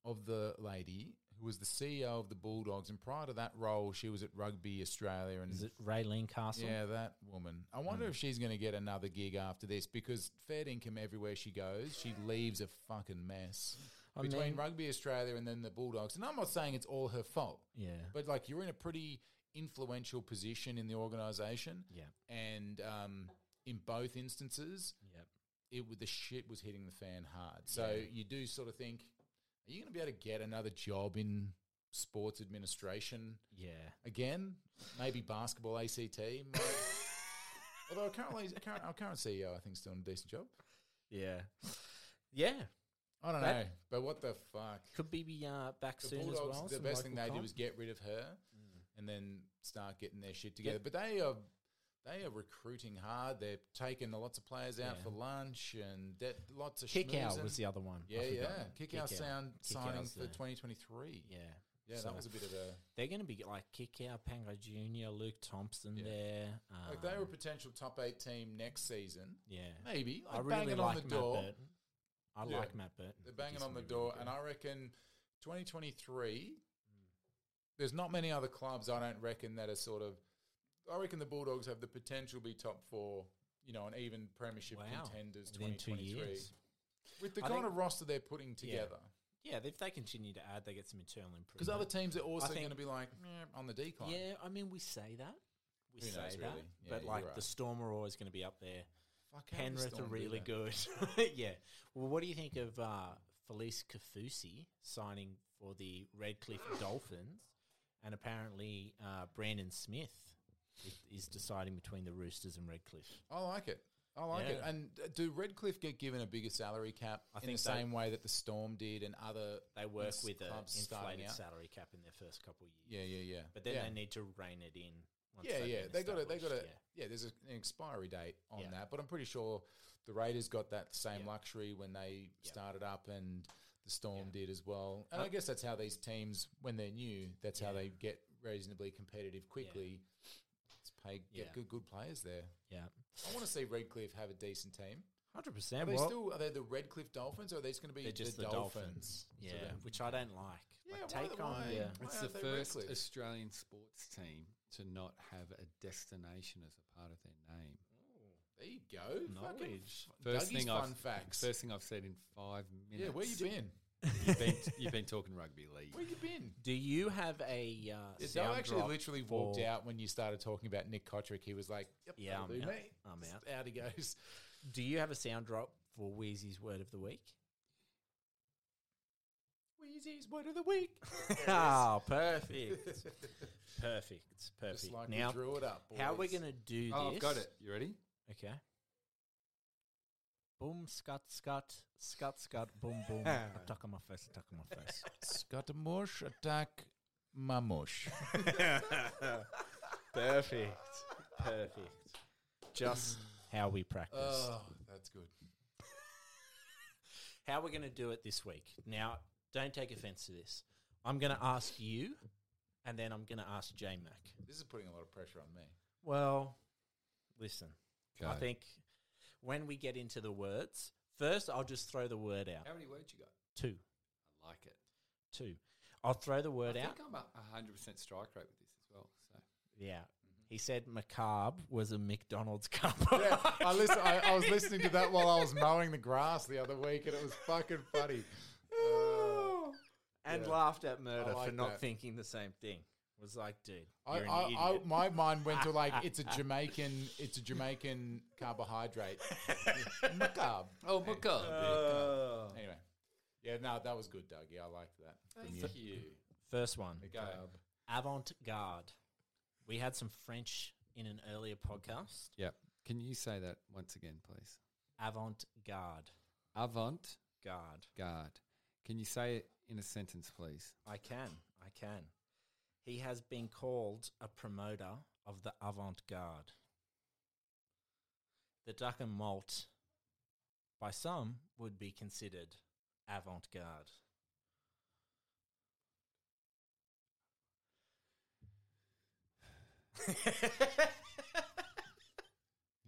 Speaker 3: of the lady who was the CEO of the Bulldogs? And prior to that role, she was at Rugby Australia. And
Speaker 1: Is it Raylene Castle?
Speaker 3: yeah, that woman. I wonder if she's going to get another gig after this because fair income everywhere she goes, she leaves a fucking mess
Speaker 1: I
Speaker 3: between
Speaker 1: mean-
Speaker 3: Rugby Australia and then the Bulldogs. And I'm not saying it's all her fault.
Speaker 1: Yeah.
Speaker 3: But like you're in a pretty influential position in the organisation,
Speaker 1: Yeah.
Speaker 3: and um, in both instances,
Speaker 1: Yep.
Speaker 3: it wa- the shit was hitting the fan hard. So
Speaker 1: Yeah.
Speaker 3: you do sort of think, are you going to be able to get another job in sports administration
Speaker 1: Yeah.
Speaker 3: again, maybe basketball ACT. might- Although our current, current, our current CEO, I think, is doing a decent job.
Speaker 1: Yeah. Yeah.
Speaker 3: I don't
Speaker 1: That-
Speaker 3: know, but what the fuck?
Speaker 1: Could BB uh, back
Speaker 3: The
Speaker 1: soon as
Speaker 3: Bulldogs,
Speaker 1: well.
Speaker 3: the
Speaker 1: some
Speaker 3: best thing
Speaker 1: local
Speaker 3: they did
Speaker 1: comp.
Speaker 3: was get rid of her and then start getting their shit together. But they are they are recruiting hard. They're taking lots of players out
Speaker 1: Yeah.
Speaker 3: for lunch and that, lots of
Speaker 1: Kick out
Speaker 3: schmoozing.
Speaker 1: was the other one. I
Speaker 3: yeah,
Speaker 1: forgot.
Speaker 3: yeah. Kick, out
Speaker 1: Kick out.
Speaker 3: sound
Speaker 1: Kick
Speaker 3: signing
Speaker 1: out's
Speaker 3: for
Speaker 1: the-
Speaker 3: 2023.
Speaker 1: Yeah.
Speaker 3: Yeah,
Speaker 1: So-
Speaker 3: that was a bit of a
Speaker 1: They're going to be like Kick out, Pango Jr., Luke Thompson
Speaker 3: Yeah.
Speaker 1: there. Um,
Speaker 3: like they were a potential top eight team next season.
Speaker 1: Yeah.
Speaker 3: Maybe
Speaker 1: I
Speaker 3: like
Speaker 1: really
Speaker 3: banging
Speaker 1: like
Speaker 3: on the
Speaker 1: Matt
Speaker 3: door.
Speaker 1: Burton. I
Speaker 3: Yeah.
Speaker 1: like Matt Burton.
Speaker 3: They're banging on the door, and I reckon 2023.
Speaker 1: Hmm.
Speaker 3: There's not many other clubs I don't reckon that are sort of. I reckon the Bulldogs have the potential to be top four, you know, and even premiership
Speaker 1: Wow.
Speaker 3: contenders
Speaker 1: Within two
Speaker 3: 2023
Speaker 1: years.
Speaker 3: with the
Speaker 1: I
Speaker 3: kind
Speaker 1: think-
Speaker 3: of roster they're putting together.
Speaker 1: Yeah, if they continue to add, they get some internal improvement.
Speaker 3: Because other teams are also
Speaker 1: think-
Speaker 3: going to be like "Meh, on the decline.
Speaker 1: Yeah, I mean, we say that. We
Speaker 3: Who
Speaker 1: say
Speaker 3: knows,
Speaker 1: that.
Speaker 3: really? Yeah,
Speaker 1: but,
Speaker 3: you're
Speaker 1: like,
Speaker 3: right.
Speaker 1: the Storm are always going to be up there.
Speaker 3: Fuck, how did the
Speaker 1: Penrith are
Speaker 3: Storm do
Speaker 1: really
Speaker 3: that?
Speaker 1: good. yeah. Well, what do you think of uh, Felice Kafusi signing for the Redcliffe Dolphins? And apparently, uh, Brandon Smith i- is deciding between the Roosters and Redcliffe.
Speaker 3: I like it. I like it.
Speaker 1: Yeah.
Speaker 3: And uh, do Redcliffe get given a bigger salary cap
Speaker 1: I
Speaker 3: in
Speaker 1: think
Speaker 3: the
Speaker 1: they-
Speaker 3: same way that the Storm did and other
Speaker 1: They work
Speaker 3: s-
Speaker 1: with an
Speaker 3: clubs starting
Speaker 1: inflated
Speaker 3: out?
Speaker 1: salary cap in their first couple of years.
Speaker 3: Yeah, yeah, yeah.
Speaker 1: But then
Speaker 3: yeah.
Speaker 1: they need to rein it in. Once
Speaker 3: yeah,
Speaker 1: they've
Speaker 3: yeah,
Speaker 1: been
Speaker 3: they got to They got to
Speaker 1: established,
Speaker 3: Yeah. there's a, an expiry date on
Speaker 1: Yeah.
Speaker 3: that, but I'm pretty sure the Raiders got that same
Speaker 1: Yeah.
Speaker 3: luxury when they
Speaker 1: Yeah.
Speaker 3: started up, and the Storm did as well. And I
Speaker 1: Uh,
Speaker 3: guess that's how these teams, when they're new, that's how
Speaker 1: Yeah.
Speaker 3: they get reasonably competitive quickly. It's pay get
Speaker 1: Yeah.
Speaker 3: good good players there.
Speaker 1: Yeah,
Speaker 3: I want to see Redcliffe have a decent team.
Speaker 1: hundred
Speaker 3: Are
Speaker 1: percent.
Speaker 3: they still are they the Redcliffe Dolphins? or Are these going to be
Speaker 1: They're just
Speaker 3: the,
Speaker 1: the
Speaker 3: Dolphins?
Speaker 1: Dolphins. Yeah, which I don't like.
Speaker 3: Yeah,
Speaker 1: like,
Speaker 3: why-
Speaker 1: take on
Speaker 3: why-
Speaker 1: yeah.
Speaker 3: why
Speaker 2: It's the
Speaker 3: aren't they
Speaker 2: first
Speaker 3: Redcliffe?
Speaker 2: Australian sports team to not have a destination as a part of their name.
Speaker 3: There you go. Fucking
Speaker 1: Knowledge.
Speaker 3: f-
Speaker 2: First
Speaker 3: Dougie's
Speaker 2: thing
Speaker 3: fun
Speaker 2: I've
Speaker 3: facts.
Speaker 2: First thing I've said in five minutes.
Speaker 3: yeah, where you been?
Speaker 2: You've been, you've been talking rugby league.
Speaker 3: Where you been?
Speaker 1: Do you have a uh,
Speaker 3: Yeah, Dale
Speaker 1: sound
Speaker 3: actually
Speaker 1: drop
Speaker 3: literally walked
Speaker 1: for-
Speaker 3: out when you started talking about Nick Kotrick. He was like, yep,
Speaker 1: Yeah,
Speaker 3: that'll
Speaker 1: I'm
Speaker 3: do,
Speaker 1: out.
Speaker 3: mate."
Speaker 1: I'm out.
Speaker 3: Out he goes.
Speaker 1: Do you have a sound drop for Wheezy's word of the week?
Speaker 3: Wheezy's word of the week.
Speaker 1: oh, perfect, perfect, perfect.
Speaker 3: Just like
Speaker 1: now,
Speaker 3: we drew it up.
Speaker 1: how we're
Speaker 3: boys.
Speaker 1: gonna do this?
Speaker 2: Oh, I've got it. You ready?
Speaker 1: Okay. Boom, scut, scut, scut, scut, boom, boom. attack on my face, attack on my face.
Speaker 3: Scott Mush attack Mamush.
Speaker 1: Perfect. Perfect. Just how we practice.
Speaker 3: oh, that's good.
Speaker 1: how we're going to do it this week. Now, don't take offense to this. I'm going to ask you, and then I'm going to ask J Mac.
Speaker 3: This is putting a lot of pressure on me.
Speaker 1: Well, listen, I
Speaker 2: Go.
Speaker 1: think when we get into the words, first I'll just throw the word out.
Speaker 2: How many words you got?
Speaker 1: Two,
Speaker 2: I like it.
Speaker 1: two. I'll throw the word
Speaker 2: I
Speaker 1: out.
Speaker 2: think I'm a hundred percent strike rate with this as well. So
Speaker 1: Yeah.
Speaker 2: Mm-hmm.
Speaker 1: He said macabre was a McDonald's cup.
Speaker 3: Yeah, I, listen, I, I was listening to that while I was mowing the grass the other week, and it was fucking funny. Uh,
Speaker 1: and
Speaker 3: Yeah.
Speaker 1: laughed at murder for
Speaker 3: like
Speaker 1: not
Speaker 3: that.
Speaker 1: thinking the same thing. Was like, dude,
Speaker 3: I,
Speaker 1: you're an
Speaker 3: I, I,
Speaker 1: idiot.
Speaker 3: my mind went to like it's a Jamaican, it's a Jamaican carbohydrate. Macabre.
Speaker 2: oh my god,
Speaker 1: Oh.
Speaker 3: Anyway, yeah, no, that was good, Dougie. I liked that.
Speaker 2: thank you.
Speaker 1: First one.
Speaker 2: Go.
Speaker 1: avant garde. We had some French in an earlier podcast.
Speaker 2: Yeah. Can you say that once again, please?
Speaker 1: Avant garde.
Speaker 2: Avant
Speaker 1: Guard.
Speaker 2: garde. Can you say it in a sentence, please?
Speaker 1: I can. I can. He has been called a promoter of the avant garde. The duck and malt, by some, would be considered avant garde.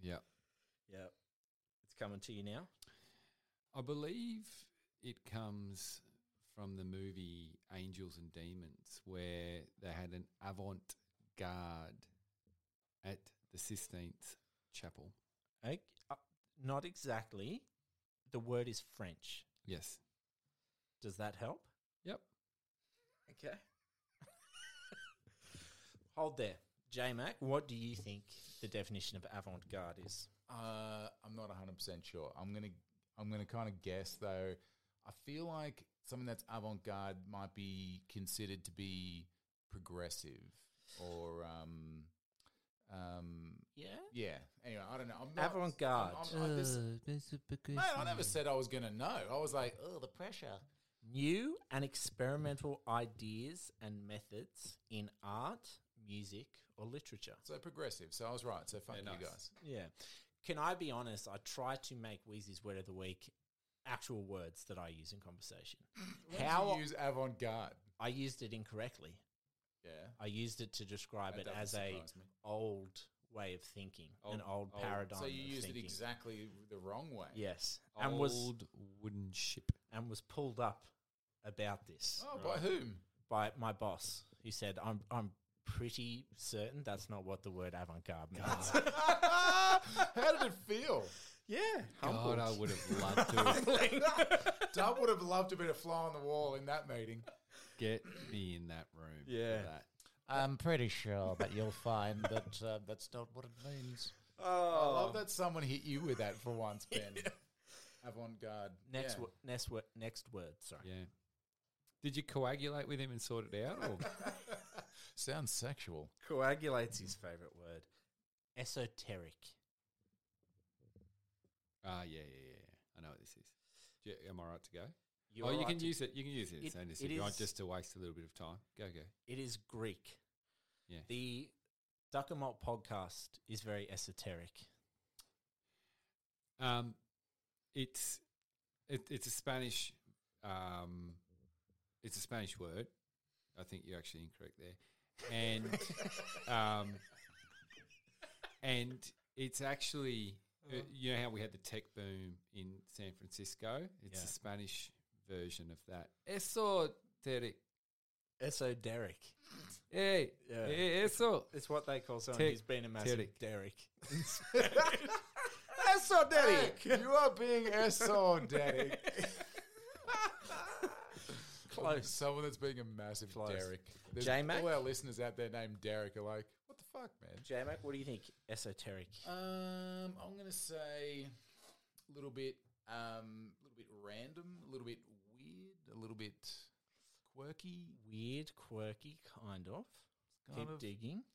Speaker 2: Yeah.
Speaker 1: Yep. It's coming to you now.
Speaker 2: I believe it comes from the movie Angels and Demons, where they had an avant garde at the Sistines Chapel.
Speaker 1: Okay. Uh, not exactly. The word is French.
Speaker 2: Yes.
Speaker 1: Does that help?
Speaker 2: Yep.
Speaker 1: Okay. Hold there. J Mac, what do you think the definition of avant garde is?
Speaker 3: Uh, I'm not 100 percent sure. I'm gonna I'm gonna kind of guess though. I feel like something that's avant-garde might be considered to be progressive or um, um,
Speaker 1: Yeah.
Speaker 3: yeah. Anyway, I don't know. I'm not-
Speaker 1: Avant garde.
Speaker 3: I'm- I'm- I- this- Mate, I never said I was gonna know. I was like, oh, the pressure.
Speaker 1: New and experimental ideas and methods in art, music, or literature.
Speaker 3: So progressive. So I was right. So fuck
Speaker 2: Yeah,
Speaker 3: you
Speaker 2: nice.
Speaker 3: guys.
Speaker 1: Yeah. Can I be honest? I try to make Wheezy's word of the week actual words that I use in conversation.
Speaker 3: When did
Speaker 1: How
Speaker 3: you use avant-garde?
Speaker 1: I used it incorrectly.
Speaker 3: Yeah.
Speaker 1: I used it to describe
Speaker 3: That
Speaker 1: it
Speaker 3: doesn't
Speaker 1: as a
Speaker 3: surprise me.
Speaker 1: old way of thinking, an old,
Speaker 2: Old- old-
Speaker 1: paradigm.
Speaker 3: So you
Speaker 1: of
Speaker 3: used it
Speaker 1: thinking.
Speaker 3: exactly the wrong way.
Speaker 1: Yes, and
Speaker 2: Old
Speaker 1: was
Speaker 2: wooden ship.
Speaker 1: and was pulled up about this
Speaker 3: Oh, by whom?
Speaker 1: by my boss, who said, "I'm I'm pretty certain that's not what the word avant-garde means."
Speaker 3: How did it feel?
Speaker 1: yeah,
Speaker 2: God,
Speaker 1: humbled.
Speaker 2: I would have loved to have
Speaker 3: Dub would have loved to be a fly on the wall in that meeting.
Speaker 2: get me in that room. for
Speaker 1: Yeah.
Speaker 2: that.
Speaker 4: I'm pretty sure that you'll find that uh, that's not what it means.
Speaker 1: Oh.
Speaker 3: I love that someone hit you with that for once, Ben. Avant-garde.
Speaker 1: Next,
Speaker 3: Yeah.
Speaker 1: wo- next word, next word. Sorry.
Speaker 2: Yeah. Did you coagulate with him and sort it out? Or?
Speaker 3: Sounds sexual.
Speaker 1: Coagulate's his favorite word. Esoteric.
Speaker 2: Oh, Ah, yeah, yeah, yeah, yeah. I know what this is. Do you- am I right to go?
Speaker 1: You're
Speaker 2: oh, you
Speaker 1: right
Speaker 2: can
Speaker 1: to-
Speaker 2: use it. You can use it.
Speaker 1: It-
Speaker 2: It's only
Speaker 1: it
Speaker 2: if you want
Speaker 1: is-
Speaker 2: just to waste a little bit of time. Go, go.
Speaker 1: It is Greek.
Speaker 2: Yeah.
Speaker 1: The Duckamalt podcast is very esoteric.
Speaker 2: Um, it's it, it's a Spanish um, it's a Spanish word. I think you're actually incorrect there, and um, and it's actually uh,
Speaker 1: Uh-huh.
Speaker 2: you know how we had the tech boom in San Francisco. It's
Speaker 1: Yeah.
Speaker 2: the Spanish version of that. Esoteric.
Speaker 1: Esoteric.
Speaker 2: Hey,
Speaker 1: Yeah.
Speaker 2: hey, eso.
Speaker 1: It's what they call someone
Speaker 2: Ter-
Speaker 1: who's been a massive
Speaker 2: teric.
Speaker 1: Derek.
Speaker 3: Esoteric. you are being esoteric.
Speaker 1: Close.
Speaker 3: Someone that's being a massive
Speaker 1: Close.
Speaker 3: Derek. There's
Speaker 1: J-Mac?
Speaker 3: All our listeners out there named Derek are like, what the fuck, man?
Speaker 1: J-Mac, what do you think? Esoteric.
Speaker 3: Um, I'm gonna say a little bit, um, a little bit random, a little bit weird, a little bit quirky.
Speaker 1: Weird, quirky, kind of.
Speaker 3: Kind
Speaker 1: Keep
Speaker 3: of.
Speaker 1: digging.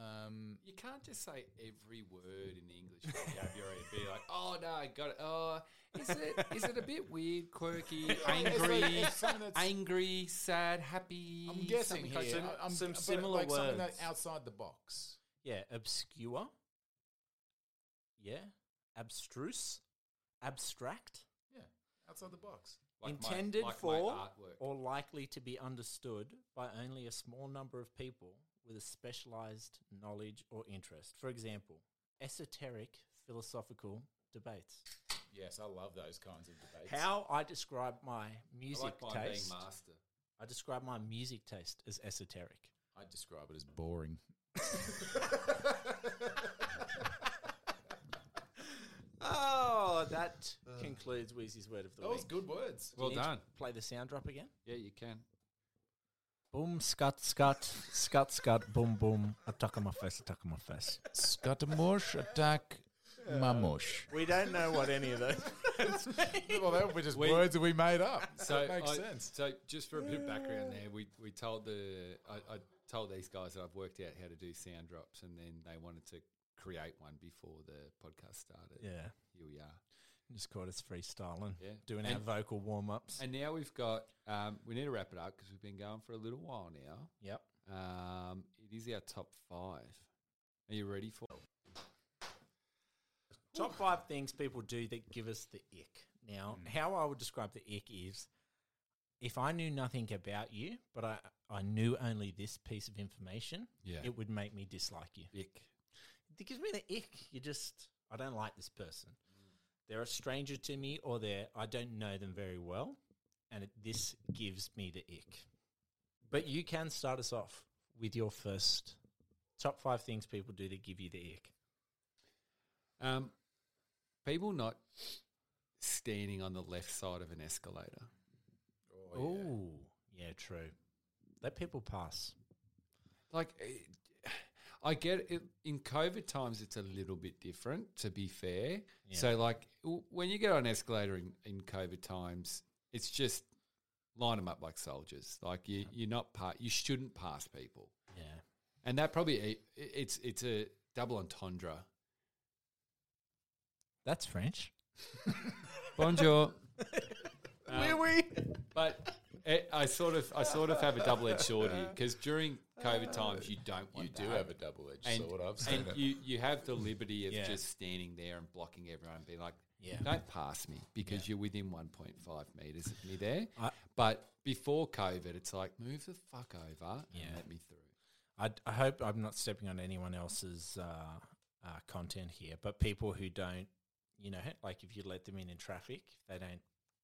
Speaker 3: Um,
Speaker 2: You can't just say every word in the English vocabulary and be like, "Oh no, I got it." Oh, is it is it a bit weird, quirky, angry,
Speaker 3: it's something that's-
Speaker 2: angry, sad, happy?
Speaker 3: I'm guessing
Speaker 2: something
Speaker 3: here.
Speaker 2: like that?
Speaker 3: I- I'm,
Speaker 1: some
Speaker 3: but
Speaker 1: similar
Speaker 3: like something that
Speaker 1: words.
Speaker 3: outside the box.
Speaker 1: Yeah, obscure. Yeah. Abstruse. Abstract.
Speaker 3: Yeah, outside the box.
Speaker 2: Like my-
Speaker 1: intended
Speaker 2: like my
Speaker 1: for
Speaker 2: artwork.
Speaker 1: or likely to be understood by only a small number of people with a specialized knowledge or interest. For example, esoteric philosophical debates.
Speaker 3: Yes, I love those kinds of debates.
Speaker 1: How I describe my
Speaker 2: I
Speaker 1: music
Speaker 2: like mine being
Speaker 1: taste.
Speaker 2: master.
Speaker 1: I describe my music taste as esoteric.
Speaker 3: I describe it as boring.
Speaker 1: Oh, that concludes Wheezy's word of the
Speaker 3: That was good words.
Speaker 2: Well done.
Speaker 1: Play the sound drop again.
Speaker 2: Yeah, you can.
Speaker 1: Boom, scut, scut, scut, scut, boom, boom. Attack on my face, attack on my face.
Speaker 3: Scuttamush attack mamush.
Speaker 1: We don't know what any of those
Speaker 3: Well, that were just
Speaker 2: We-
Speaker 3: words that we made up.
Speaker 2: So
Speaker 3: that makes
Speaker 2: I-
Speaker 3: sense.
Speaker 2: So just for a bit of background, there we, we told the I, I told these guys that I've worked out how to do sound drops, and then they wanted to create one before the podcast started.
Speaker 1: Yeah.
Speaker 2: Here we are.
Speaker 1: Just caught us freestyling,
Speaker 2: Yeah.
Speaker 1: doing
Speaker 2: And-
Speaker 1: our vocal warm ups.
Speaker 2: And now we've got, um, we need to wrap it up because we've been going for a little while now.
Speaker 1: Yep.
Speaker 2: Um, it is our top five. Are you ready for
Speaker 1: Top five things people do that give us the ick. Now, how I would describe the ick is if I knew nothing about you, but I, I knew only this piece of information,
Speaker 2: Yeah.
Speaker 1: it would make me dislike you.
Speaker 2: Vic?
Speaker 1: It gives me the ick. You just, I don't like this person. They're a stranger to me or they're, I don't know them very well. And it, this gives me the ick. But you can start us off with your first top five things people do that give you the ick.
Speaker 2: Um, people not standing on the left side of an escalator.
Speaker 1: Oh, yeah. true. Let people pass.
Speaker 2: Like, eh, I get it. In COVID times, it's a little bit different, to be fair. So, like, w- when you get on an escalator in, in COVID times, it's just line them up like soldiers. Like you, you're not part. You shouldn't pass people.
Speaker 1: Yeah.
Speaker 2: And that probably it, it's it's a double entendre.
Speaker 1: That's French.
Speaker 2: Bonjour.
Speaker 1: Where we?
Speaker 2: Um, But it, I sort of I sort of have a double edged sword here because during COVID times you don't
Speaker 3: You
Speaker 2: want
Speaker 3: do
Speaker 2: that.
Speaker 3: have a double edged
Speaker 2: and,
Speaker 3: sword. I've seen
Speaker 2: and
Speaker 3: it.
Speaker 2: you you have the liberty of
Speaker 1: Yeah.
Speaker 2: just standing there and blocking everyone and being like,
Speaker 1: Yeah.
Speaker 2: don't pass me because you're within 1.5 meters of me there.
Speaker 1: I-
Speaker 2: but before COVID, it's like move the fuck over
Speaker 1: Yeah.
Speaker 2: and let me through.
Speaker 1: I, I hope I'm not stepping on anyone else's uh, uh, content here, but people who don't, you know, like if you let them in in traffic, they don't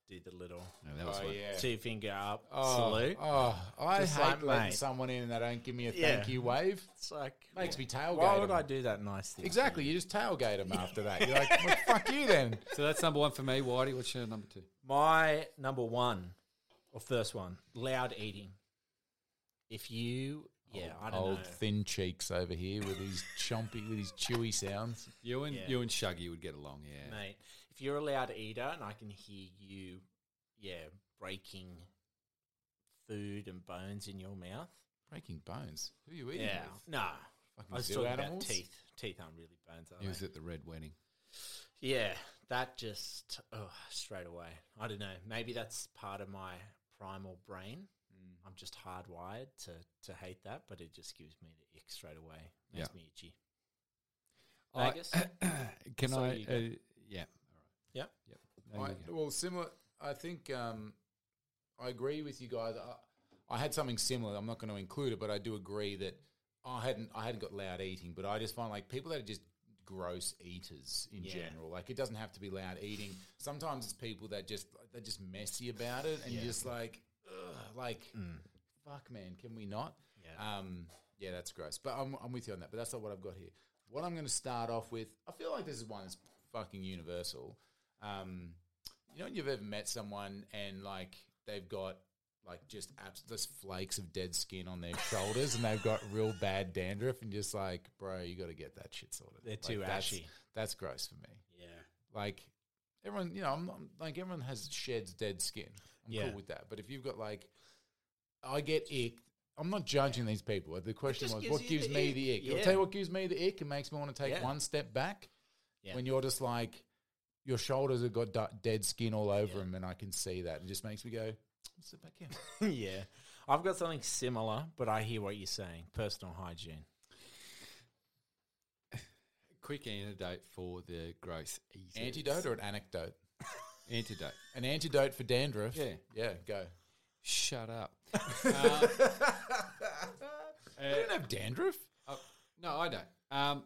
Speaker 1: do the little
Speaker 2: No, that was
Speaker 3: oh
Speaker 2: what-
Speaker 3: yeah.
Speaker 1: two finger up
Speaker 3: Oh,
Speaker 1: salute.
Speaker 3: Oh, I
Speaker 1: Just
Speaker 3: hate
Speaker 1: like,
Speaker 3: letting
Speaker 1: mate.
Speaker 3: someone in and they don't give me a
Speaker 1: Yeah.
Speaker 3: thank you wave.
Speaker 1: It's like
Speaker 3: Makes me tailgate.
Speaker 1: Why would
Speaker 3: them.
Speaker 1: I do that nice thing?
Speaker 3: Exactly. You just tailgate them after that. You're like, well, fuck you then.
Speaker 2: So that's number one for me. Whitey, what's your number two?
Speaker 1: My number one or first one, loud eating. If you, yeah, I don't
Speaker 3: Old
Speaker 1: know.
Speaker 3: thin cheeks over here with his chompy, with his chewy sounds.
Speaker 2: You and
Speaker 1: Yeah.
Speaker 2: you and Shuggy would get along, yeah.
Speaker 1: mate. If you're a loud eater and I can hear you, yeah, breaking food and bones in your mouth.
Speaker 3: Breaking bones. Who are you eating
Speaker 1: Yeah,
Speaker 3: with?
Speaker 1: no.
Speaker 3: Fucking
Speaker 1: I was
Speaker 3: zoo
Speaker 1: talking
Speaker 3: animals?
Speaker 1: about teeth. Teeth aren't really bones, are
Speaker 2: He was
Speaker 1: they?
Speaker 2: at the red wedding.
Speaker 1: Yeah, that just oh, straight away. I don't know. Maybe that's part of my primal brain.
Speaker 2: Hmm.
Speaker 1: I'm just hardwired to to hate that, but it just gives me the ick straight away. Makes
Speaker 2: Yeah.
Speaker 1: me itchy.
Speaker 2: I-
Speaker 1: Vegas?
Speaker 2: Can
Speaker 1: So
Speaker 2: I?
Speaker 1: you
Speaker 2: Uh,
Speaker 1: go.
Speaker 2: yeah.
Speaker 1: Yeah.
Speaker 2: Yep.
Speaker 3: I,
Speaker 2: No, you go.
Speaker 3: well, similar. I think um, I agree with you guys. I, I had something similar. I'm not going to include it, but I do agree that I hadn't I hadn't got loud eating, but I just find like people that are just gross eaters in
Speaker 1: Yeah.
Speaker 3: general. Like it doesn't have to be loud eating. Sometimes it's people that just they're just messy about it, and you're just like, ugh, like, fuck, man, can we not?
Speaker 1: Yeah.
Speaker 3: Um, yeah, that's gross. But I'm, I'm with you on that. But that's not what I've got here. What I'm going to start off with, I feel like this is one that's fucking universal. Um, you know, when you've ever met someone and like they've got like just abs- just flakes of dead skin on their shoulders, and they've got real bad dandruff, and just like, bro, you got to get that shit sorted.
Speaker 1: They're
Speaker 3: Like,
Speaker 1: too
Speaker 3: that's-
Speaker 1: ashy.
Speaker 3: That's gross for me.
Speaker 1: Yeah.
Speaker 3: Like everyone, you know, I'm, I'm like everyone has sheds dead skin. I'm
Speaker 1: Yeah.
Speaker 3: cool with that. But if you've got like, I get ick. I'm not judging these people. The question
Speaker 1: just
Speaker 3: was,
Speaker 1: gives
Speaker 3: what
Speaker 1: you
Speaker 3: gives
Speaker 1: the
Speaker 3: me
Speaker 1: ick.
Speaker 3: the ick? I'll
Speaker 1: Yeah.
Speaker 3: tell you what gives me the ick. It makes me want to take
Speaker 1: Yeah.
Speaker 3: one step back.
Speaker 1: Yeah.
Speaker 3: When you're just like, your shoulders have got du- dead skin all over them, and I can see that. It just makes me go, sit back in.
Speaker 1: yeah. I've got something similar, but I hear what you're saying. Personal hygiene.
Speaker 2: Quick antidote for the gross eaters.
Speaker 3: Antidote or an anecdote?
Speaker 2: Antidote.
Speaker 3: An antidote for dandruff.
Speaker 2: Yeah. Um,
Speaker 3: Yeah, go.
Speaker 2: Shut up. uh,
Speaker 3: you don't have dandruff?
Speaker 2: Oh, no, I don't. Um,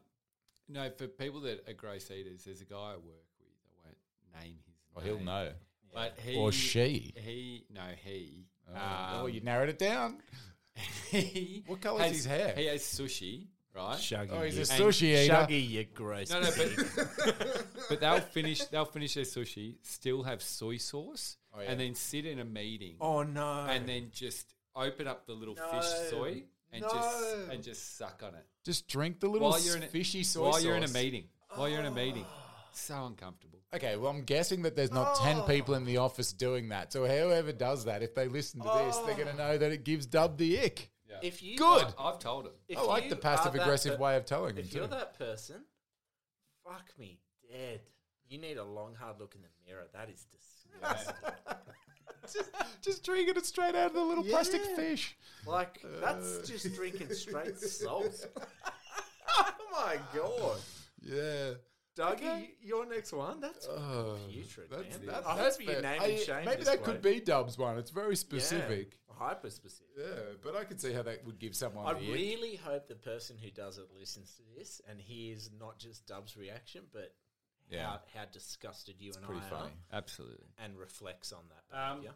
Speaker 2: no, for people that are gross eaters, there's a guy I work with. I won't name his
Speaker 3: Oh,
Speaker 2: name.
Speaker 3: he'll know.
Speaker 2: But he
Speaker 3: Or she.
Speaker 2: He no he.
Speaker 3: oh,
Speaker 2: um,
Speaker 3: you narrowed it down.
Speaker 2: he
Speaker 3: What colour is
Speaker 2: has-
Speaker 3: his hair?
Speaker 2: He has sushi, right?
Speaker 1: Shuggy.
Speaker 3: Oh, he's
Speaker 1: you-
Speaker 3: a
Speaker 2: And
Speaker 3: sushi eater.
Speaker 1: Shuggy, you gross.
Speaker 2: No, no, but, but they'll finish. They'll finish their sushi, still have soy sauce,
Speaker 3: Oh, yeah.
Speaker 2: and then sit in a meeting,
Speaker 1: oh, no.
Speaker 2: and then just open up the little
Speaker 1: No.
Speaker 2: fish soy and just
Speaker 1: No.
Speaker 2: and just suck on it
Speaker 3: Just drink the little
Speaker 2: while you're in a,
Speaker 3: fishy soy
Speaker 2: while
Speaker 3: sauce.
Speaker 2: you're in a meeting. While
Speaker 1: Ah.
Speaker 2: you're in a meeting, so uncomfortable.
Speaker 3: Okay, well, I'm guessing that there's not 10 people in the office doing that. So whoever does that, if they listen to this, they're going to know that it gives Dub the ick.
Speaker 1: if you
Speaker 3: Good.
Speaker 2: I, I've told him.
Speaker 1: If
Speaker 3: I like
Speaker 1: you
Speaker 3: the
Speaker 1: are
Speaker 3: passive
Speaker 1: that
Speaker 3: aggressive
Speaker 1: per-
Speaker 3: way of telling them,
Speaker 1: If you're
Speaker 3: too.
Speaker 1: that person, fuck me dead. You need a long, hard look in the mirror. That is disgusting.
Speaker 3: Just drinking it straight out of the little plastic fish.
Speaker 1: like, that's just drinking straight salt. oh my god.
Speaker 3: Yeah.
Speaker 1: Dougie, y- your next one? That's Oh, putrid, man. I hope
Speaker 3: that's
Speaker 1: you
Speaker 3: fair.
Speaker 1: name
Speaker 3: I-
Speaker 1: and shame
Speaker 3: Maybe
Speaker 1: this
Speaker 3: that
Speaker 1: bloke.
Speaker 3: could be Dub's one. It's very specific.
Speaker 1: Yeah, hyper specific.
Speaker 3: Yeah, but I could see how that would give someone
Speaker 1: I
Speaker 3: the ick.
Speaker 1: really hope the person who does it listens to this and hears not just Dub's reaction, but
Speaker 3: Yeah.
Speaker 1: how, how disgusted you and
Speaker 3: Pretty
Speaker 1: I
Speaker 3: funny.
Speaker 2: Absolutely.
Speaker 1: are, and reflects on that
Speaker 2: Um,
Speaker 1: behavior.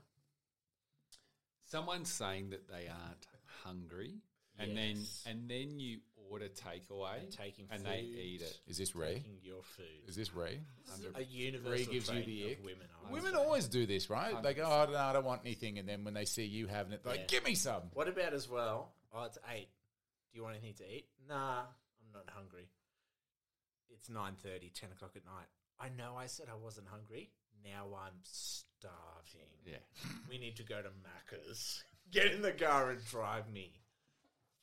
Speaker 2: Someone's saying that they aren't hungry, and
Speaker 1: Yes.
Speaker 2: then and then you order takeaway,
Speaker 1: And taking
Speaker 2: and
Speaker 1: food.
Speaker 2: they eat it.
Speaker 3: Is this Ray?
Speaker 1: Taking your food.
Speaker 3: Is this Ray?
Speaker 1: a universal
Speaker 3: gives you
Speaker 1: trait
Speaker 3: the
Speaker 1: of
Speaker 3: ick.
Speaker 1: women. I would
Speaker 3: Women
Speaker 1: say.
Speaker 3: always do this, right? They go, oh, no, I don't want anything. And then when they see you having it, they're like,
Speaker 1: Yeah.
Speaker 3: give me some.
Speaker 1: What about as well? Oh, it's eight. Do you want anything to eat? Nah, I'm not hungry. It's 9.30, 10 o'clock at night. I know I said I wasn't hungry. Now I'm starving.
Speaker 2: Yeah.
Speaker 1: We need to go to Macca's. Get in the car and drive me.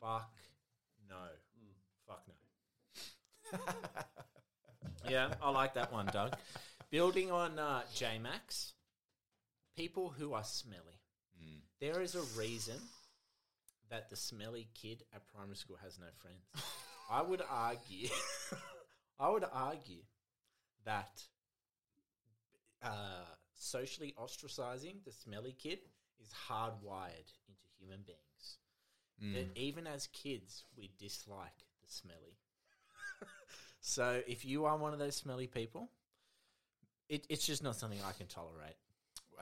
Speaker 1: Fuck no. Fuck no. yeah, I like that one, Doug. Building on uh, J Max, people who are smelly.
Speaker 2: Mm.
Speaker 1: There is a reason that the smelly kid at primary school has no friends. I would argue, I would argue that uh, socially ostracizing the smelly kid is hardwired into human beings. That even as kids, we dislike the smelly. so if you are one of those smelly people, it, it's just not something I can tolerate.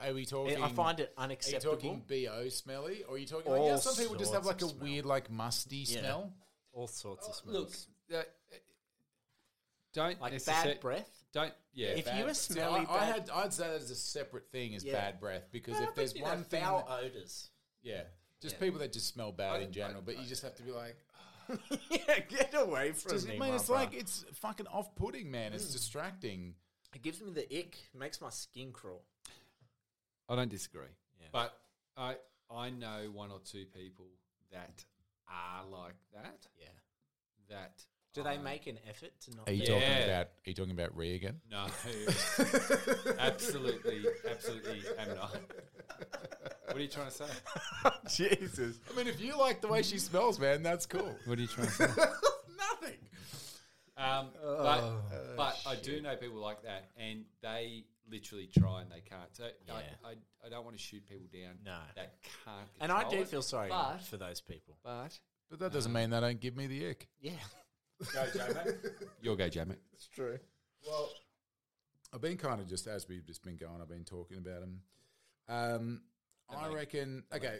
Speaker 3: Are we
Speaker 1: I-
Speaker 3: talking?
Speaker 1: I find it
Speaker 3: Are you
Speaker 1: unacceptable.
Speaker 3: talking bo smelly, or are you talking? Like,
Speaker 1: All
Speaker 3: yeah, some people just have like
Speaker 1: sorts
Speaker 3: a
Speaker 1: of smell.
Speaker 3: weird, like musty
Speaker 1: Yeah.
Speaker 3: smell.
Speaker 1: All sorts of smells.
Speaker 2: Look, uh, don't
Speaker 1: like
Speaker 2: necessar-
Speaker 1: bad breath.
Speaker 2: Don't yeah.
Speaker 1: If you were
Speaker 3: See,
Speaker 1: smelly,
Speaker 3: I, I
Speaker 1: bad-
Speaker 3: had. I'd say that as a separate thing is
Speaker 1: Yeah.
Speaker 3: bad breath because
Speaker 1: No,
Speaker 3: if
Speaker 1: but
Speaker 3: there's
Speaker 1: you
Speaker 3: one
Speaker 1: know,
Speaker 3: thing,
Speaker 1: foul
Speaker 3: that-
Speaker 1: odors.
Speaker 3: yeah, just
Speaker 1: Yeah.
Speaker 3: people that just smell bad
Speaker 2: I-
Speaker 3: in general.
Speaker 2: I-
Speaker 3: but you just have to be like,
Speaker 1: yeah, get away from
Speaker 3: Just-
Speaker 1: me,
Speaker 3: man,
Speaker 1: my
Speaker 3: it's
Speaker 1: bro.
Speaker 3: like it's fucking off-putting, man.
Speaker 1: Hmm.
Speaker 3: It's distracting.
Speaker 1: it gives me the ick, makes my skin crawl.
Speaker 2: I don't disagree.
Speaker 1: Yeah.
Speaker 2: But I I know one or two people that are like that.
Speaker 1: Yeah.
Speaker 2: That
Speaker 1: Do they
Speaker 2: are-
Speaker 1: make an effort to not?
Speaker 3: Are you
Speaker 1: be-
Speaker 3: talking
Speaker 2: Yeah.
Speaker 3: about? Are you talking about Ree again?
Speaker 2: No, absolutely, absolutely am not. What are you trying to say?
Speaker 3: Jesus. I mean, if you like the way she smells, man, that's cool.
Speaker 2: What are you trying to say?
Speaker 3: Nothing.
Speaker 2: Um,
Speaker 1: Oh,
Speaker 2: but but I do know people like that, and they literally try and they can't. So
Speaker 1: Yeah.
Speaker 2: I, I, I don't want to shoot people down
Speaker 1: No.
Speaker 2: that can't.
Speaker 1: And I
Speaker 2: control
Speaker 1: do
Speaker 2: it.
Speaker 1: feel sorry
Speaker 2: But-
Speaker 1: for those people.
Speaker 2: But
Speaker 3: But that doesn't mean they don't give me the ick.
Speaker 1: Yeah,
Speaker 2: go, J mate. You'll go, J mate.
Speaker 1: it's true.
Speaker 3: Well, I've been kind of just as we've just been going, I've been talking about them. Um, I
Speaker 2: Okay.
Speaker 3: reckon. Okay.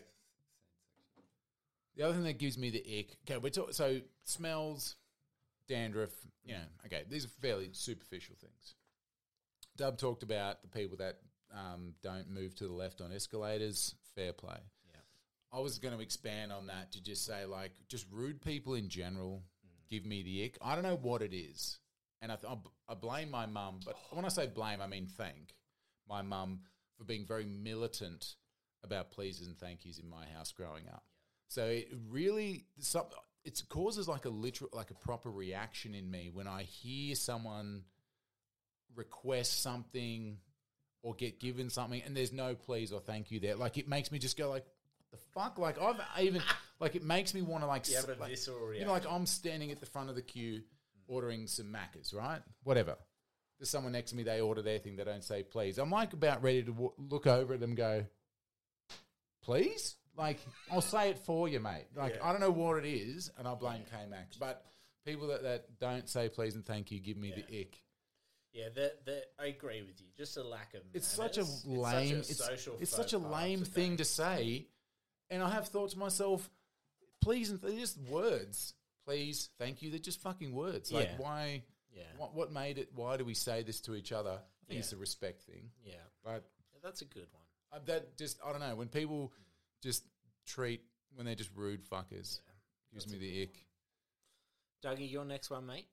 Speaker 3: The other thing that gives me the ick. Okay, we're talking. So smells, dandruff. You know. Okay, these are fairly superficial things. Dub talked about the people that um, don't move to the left on escalators. Fair play.
Speaker 1: Yeah.
Speaker 3: I was going to expand on that to just say like just rude people in general give me the ick. I don't know what it is, and I, th- I b- I blame my mum. But when I say blame, I mean thank my mum for being very militant about pleases and thank yous in my house growing up. So it really some, it causes like a literal like a proper reaction in me when I hear someone request something or get given something and there's no please or thank you there. Like it makes me just go like the fuck like I've even like it makes me want to like
Speaker 1: You have
Speaker 3: s-
Speaker 1: a
Speaker 3: like,
Speaker 1: visceral
Speaker 3: you know like I'm standing at the front of the queue ordering some macas, right? Whatever. There's someone next to me, they order their thing, they don't say please. I'm like about ready to w- look over at them and go, please? Like, I'll say it for you, mate. Like, I don't know what it is, and I blame K Max. But people that, that don't say please and thank you give me the ick.
Speaker 1: Yeah, the, the, I agree with you. Just a lack of.
Speaker 3: It's
Speaker 1: manners.
Speaker 3: such a lame, it's,
Speaker 1: It's such a, social
Speaker 3: it's
Speaker 1: faux
Speaker 3: such a
Speaker 1: pas
Speaker 3: lame
Speaker 1: today.
Speaker 3: thing to say. And I have thought to myself, please and th- they're just words. Please, thank you. They're just fucking words. Like,
Speaker 1: Yeah.
Speaker 3: why?
Speaker 1: Yeah,
Speaker 3: What, what made it? Why do we say this to each other? I think
Speaker 1: Yeah.
Speaker 3: it's a respect thing.
Speaker 1: yeah.
Speaker 3: But
Speaker 1: That's a good one.
Speaker 3: uh, that just I don't know when people just treat when they're just rude fuckers gives me the ick.
Speaker 1: Dougie, your next one, mate.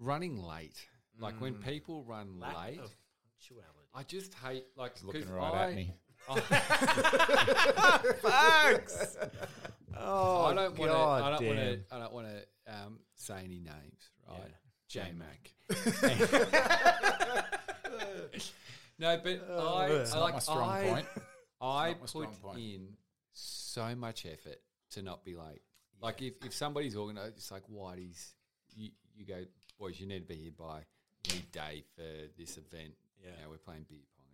Speaker 2: Running late, like when
Speaker 3: Mm.
Speaker 2: people run
Speaker 1: Lack
Speaker 2: late,
Speaker 1: of punctuality.
Speaker 2: I just hate like
Speaker 3: He's looking
Speaker 2: 'cause
Speaker 3: right
Speaker 2: I-
Speaker 3: at me.
Speaker 1: Oh,
Speaker 2: I don't want to. I don't want to. I don't want to um, say any names, right? J Mac. no, but I,
Speaker 3: It's
Speaker 2: I
Speaker 3: Oh, not
Speaker 2: like
Speaker 3: my strong
Speaker 2: I,
Speaker 3: point.
Speaker 2: I
Speaker 3: not my strong
Speaker 2: put
Speaker 3: point.
Speaker 2: in so much effort to not be late. Like if, if somebody's organised, it's like Whitey's. You, you go, boys. You need to be here by midday for this event.
Speaker 1: Yeah.
Speaker 2: You know, we're playing beer pong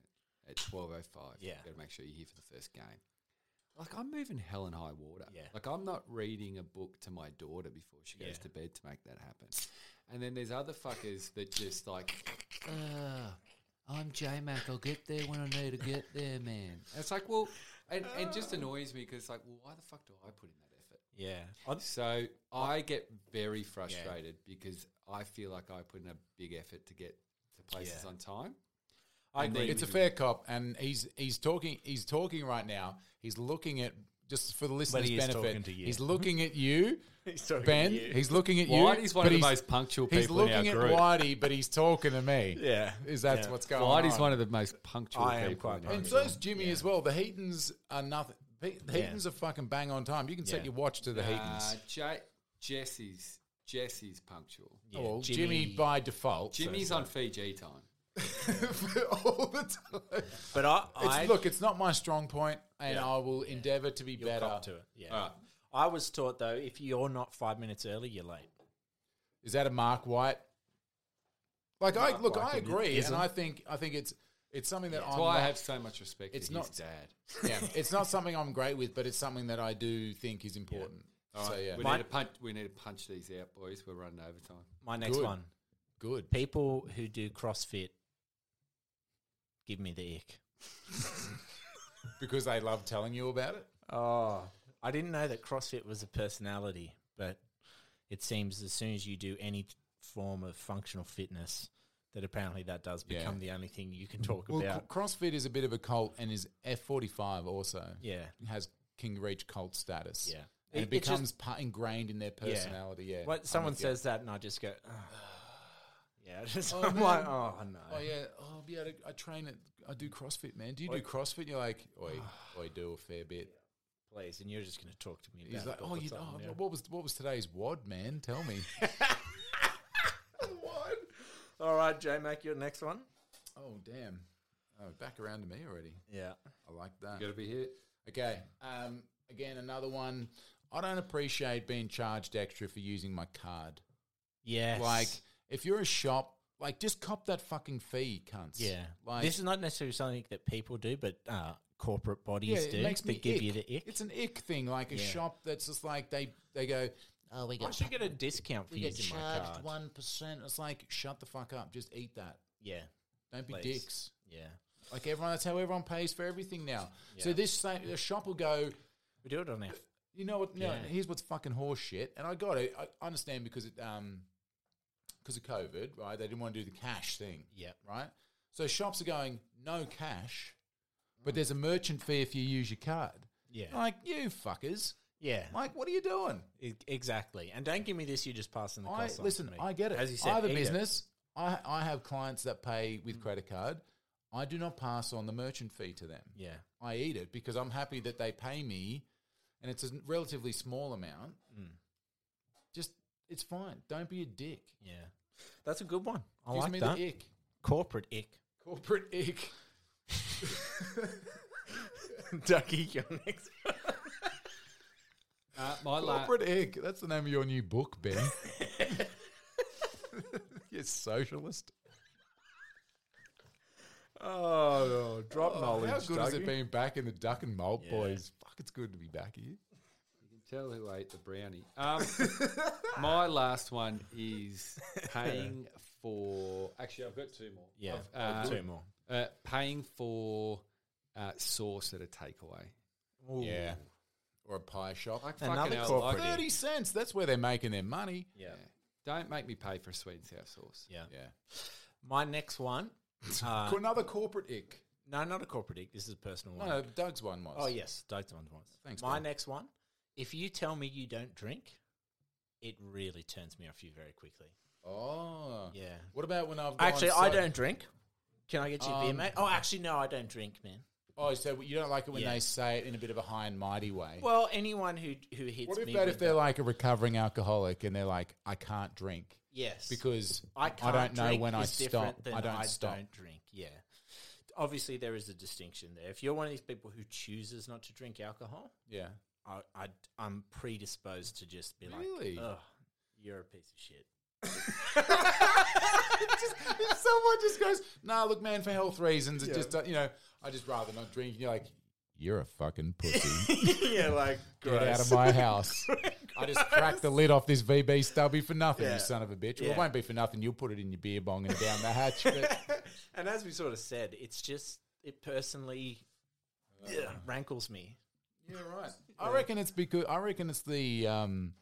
Speaker 2: at, at twelve oh five.
Speaker 1: Yeah.
Speaker 2: got to make sure you're here for the first game. Like I'm moving hell and high water.
Speaker 1: Yeah.
Speaker 2: Like I'm not reading a book to my daughter before she goes
Speaker 1: Yeah.
Speaker 2: to bed to make that happen. And then there's other fuckers that just like, "Ugh, I'm J Mac. I'll get there when I need to get there, man. And it's like, well, and, and just annoys me because like, well, why the fuck do I put in that effort?
Speaker 1: Yeah, I,
Speaker 2: So I get very frustrated because I feel like I put in a big effort to get to places
Speaker 1: Yeah.
Speaker 2: on time.
Speaker 1: I
Speaker 2: And
Speaker 1: agree.
Speaker 2: then-
Speaker 1: with
Speaker 3: It's a
Speaker 1: you.
Speaker 3: fair cop, and he's he's talking he's talking right now. He's looking at just for the listeners'
Speaker 1: he is talking
Speaker 3: benefit,
Speaker 1: to you.
Speaker 3: he's looking at you,
Speaker 1: He's talking to
Speaker 3: Ben.
Speaker 1: you.
Speaker 3: He's looking at you.
Speaker 2: Whitey's one
Speaker 3: but
Speaker 2: of the
Speaker 3: he's-
Speaker 2: most punctual
Speaker 3: He's
Speaker 2: people in our
Speaker 3: looking at
Speaker 2: group.
Speaker 3: Whitey, but he's talking to me.
Speaker 1: Yeah.
Speaker 3: is that's
Speaker 1: Yeah.
Speaker 3: what's going on?
Speaker 2: Whitey's one of the most punctual
Speaker 1: I am
Speaker 2: people.
Speaker 1: quite
Speaker 2: in
Speaker 1: punctual.
Speaker 3: And
Speaker 2: our
Speaker 3: so is Jimmy as well. The Heatons are nothing. The Heatons
Speaker 1: Yeah.
Speaker 3: are fucking bang on time. You can set
Speaker 1: Yeah.
Speaker 3: your watch to the
Speaker 2: group.
Speaker 3: Heatons.
Speaker 2: Uh, J- Jesse's Jesse's punctual.
Speaker 1: Yeah,
Speaker 3: Oh, well, Jimmy, by default.
Speaker 2: Jimmy's on Fiji time.
Speaker 3: all the time.
Speaker 1: but I,
Speaker 3: It's,
Speaker 1: I
Speaker 3: look, it's not my strong point, and
Speaker 1: Yeah.
Speaker 3: I will endeavour to be
Speaker 1: you'll
Speaker 3: better.
Speaker 1: cop to it. Yeah.
Speaker 2: All right.
Speaker 1: I was taught though, if you're not five minutes early, you're late.
Speaker 3: Is that a Mark White? Like I
Speaker 1: Mark
Speaker 3: look,
Speaker 1: White
Speaker 3: I
Speaker 1: isn't-
Speaker 3: agree,
Speaker 1: isn't.
Speaker 3: and I think I think it's it's something that
Speaker 2: That's
Speaker 3: I'm
Speaker 2: why I
Speaker 3: not-
Speaker 2: have so much respect
Speaker 3: It's
Speaker 2: for
Speaker 3: not-
Speaker 2: his dad.
Speaker 3: yeah, it's not something I'm great with, but it's something that I do think is important.
Speaker 2: All
Speaker 3: So
Speaker 2: right,
Speaker 3: yeah,
Speaker 2: we
Speaker 1: My-
Speaker 2: need to punch. We need to punch these out, boys. We're running overtime.
Speaker 1: My next
Speaker 3: Good.
Speaker 1: one.
Speaker 3: good.
Speaker 1: People who do CrossFit give me the ick.
Speaker 3: because they love telling you about it.
Speaker 1: Oh, I didn't know that CrossFit was a personality, but it seems as soon as you do any form of functional fitness, that apparently that does
Speaker 2: Yeah.
Speaker 1: become the only thing you can talk
Speaker 3: Well,
Speaker 1: about.
Speaker 3: cr- CrossFit is a bit of a cult, and is F45 also
Speaker 1: yeah,
Speaker 3: has King Reach cult status.
Speaker 1: yeah.
Speaker 3: and it,
Speaker 1: it's
Speaker 3: becomes
Speaker 1: just-
Speaker 3: pa- ingrained in their personality. Yeah,
Speaker 1: what
Speaker 3: I'm
Speaker 1: someone
Speaker 3: with you.
Speaker 1: says that, and I just go, "Ugh." yeah. I Just,
Speaker 3: Oh,
Speaker 1: I'm
Speaker 3: man.
Speaker 1: like, oh no.
Speaker 3: Oh yeah, oh yeah. I, I train it. I do CrossFit, man. Do you do CrossFit? You're like, oi, I do a fair bit.
Speaker 1: Please, and you're just going to talk to me. About
Speaker 3: He's
Speaker 1: it
Speaker 3: like,
Speaker 1: all
Speaker 3: oh,
Speaker 1: the
Speaker 3: you,
Speaker 1: time,
Speaker 3: oh
Speaker 1: yeah.
Speaker 3: what was what was today's wad, man? Tell me. what?
Speaker 1: All right, J Mac, your next one.
Speaker 3: Oh damn! Oh, back around to me already.
Speaker 1: Yeah.
Speaker 3: I like that.
Speaker 2: You got to be hit.
Speaker 3: Okay. Um, again, another one. I don't appreciate being charged extra for using my card.
Speaker 1: Yes.
Speaker 3: Like, if you're a shop, like just cop that fucking fee, cunts.
Speaker 1: yeah.
Speaker 3: Like
Speaker 1: this is not necessarily something that people do, but uh, corporate bodies do. they give you the ick.
Speaker 3: It's an ick thing, like a
Speaker 1: Yeah.
Speaker 3: shop that's just like they they go,
Speaker 4: Oh, we
Speaker 1: I
Speaker 4: got
Speaker 1: should get a discount for
Speaker 4: we get
Speaker 1: using my
Speaker 4: charged
Speaker 1: card.
Speaker 4: one percent.
Speaker 3: it's like shut the fuck up, just eat that.
Speaker 1: Yeah.
Speaker 3: Don't be
Speaker 1: Please.
Speaker 3: dicks.
Speaker 1: Yeah.
Speaker 3: Like everyone, that's how everyone pays for everything now. So this same the shop will go.
Speaker 1: We do it on our.
Speaker 3: You know what? No,
Speaker 1: Yeah.
Speaker 3: here's what's fucking horse shit. And I got it. I understand because it um because of COVID, right? They didn't want to do the cash thing,
Speaker 1: Yeah.
Speaker 3: right? So shops are going no cash, but there's a merchant fee if you use your card.
Speaker 1: Yeah.
Speaker 3: Like you fuckers.
Speaker 1: yeah.
Speaker 3: Like what are you doing?
Speaker 1: E- exactly. And don't give me this. You're just passing the
Speaker 3: I
Speaker 1: cost. on
Speaker 3: listen.
Speaker 1: to me.
Speaker 3: I get it.
Speaker 1: As you said,
Speaker 3: I have a
Speaker 1: eat it.
Speaker 3: business. I I have clients that pay with credit card. I do not pass on the merchant fee to them.
Speaker 1: Yeah.
Speaker 3: I eat it because I'm happy that they pay me, and it's a relatively small amount.
Speaker 1: Mm.
Speaker 3: Just it's fine. Don't be a dick.
Speaker 1: Yeah. That's a good one. I
Speaker 3: Gives
Speaker 1: like
Speaker 3: me
Speaker 1: that.
Speaker 3: the ick.
Speaker 1: Corporate ick.
Speaker 3: Corporate ick.
Speaker 1: Ducky, your next.
Speaker 2: Uh, my la-
Speaker 3: Corporate ick. That's the name of your new book, Ben. you socialist.
Speaker 1: Oh, drop
Speaker 3: How good has it been back in the Duck and Malt
Speaker 1: Yeah.
Speaker 3: Boys? Fuck, it's good to be back here.
Speaker 2: Tell who ate the brownie. Um, my last one is paying for. Actually, I've got two more.
Speaker 1: Yeah.
Speaker 2: I've, uh,
Speaker 1: two more.
Speaker 2: Uh, paying for uh, sauce at a takeaway.
Speaker 3: Yeah. Or a pie shop.
Speaker 1: Another
Speaker 2: hell,
Speaker 1: corporate
Speaker 2: like-
Speaker 3: 30 cents. That's where they're making their money.
Speaker 1: Yeah.
Speaker 2: Yeah. Don't make me pay for sweet and sour sauce.
Speaker 1: Yeah.
Speaker 3: Yeah.
Speaker 1: My next one. Uh,
Speaker 3: Another corporate ick.
Speaker 1: no, not a corporate ick. This is a personal
Speaker 3: No,
Speaker 1: one.
Speaker 3: no, Doug's one was.
Speaker 1: Oh yes, Doug's one was.
Speaker 3: Thanks,
Speaker 1: My
Speaker 3: Doug.
Speaker 1: next one. If you tell me you don't drink, it really turns me off you very quickly.
Speaker 3: Oh.
Speaker 1: Yeah.
Speaker 3: What about when I've gone
Speaker 1: Actually, I
Speaker 3: so-
Speaker 1: don't drink. Can I get you a beer,
Speaker 3: Um,
Speaker 1: mate? Oh, actually, no, I don't drink, man.
Speaker 3: Oh, so you don't like it when
Speaker 1: Yeah.
Speaker 3: they say it in a bit of a high and mighty way.
Speaker 1: Well, anyone who who hits
Speaker 3: what if
Speaker 1: me,
Speaker 3: that
Speaker 1: with
Speaker 3: if they're
Speaker 1: that-
Speaker 3: like a recovering alcoholic and they're like, I can't drink
Speaker 1: yes,
Speaker 3: because
Speaker 1: I,
Speaker 3: I,
Speaker 1: can't
Speaker 3: don't know
Speaker 1: drink
Speaker 3: when I
Speaker 1: is different
Speaker 3: stop.
Speaker 1: than
Speaker 3: I don't stop.
Speaker 1: don't drink. Yeah. Obviously, there is a distinction there. If you're one of these people who chooses not to drink alcohol,
Speaker 3: Yeah.
Speaker 1: I, I I'm predisposed to just be
Speaker 3: Really?
Speaker 1: like, "Ugh, you're a piece of shit."
Speaker 3: If someone just goes, nah, look, man, for health reasons, it just, don't- you know, I just rather not drink. You're like, you're a fucking pussy.
Speaker 1: yeah, like
Speaker 3: Get out of my house. I just cracked the lid off this VB stubby for nothing,
Speaker 1: Yeah.
Speaker 3: you son of a bitch. Well,
Speaker 1: Yeah.
Speaker 3: it won't be for nothing. You'll put it in your beer bong and down the hatch. But
Speaker 1: and as we sort of said, it's just it personally yeah, rankles me.
Speaker 3: yeah, right. I reckon it's because I reckon it's the um,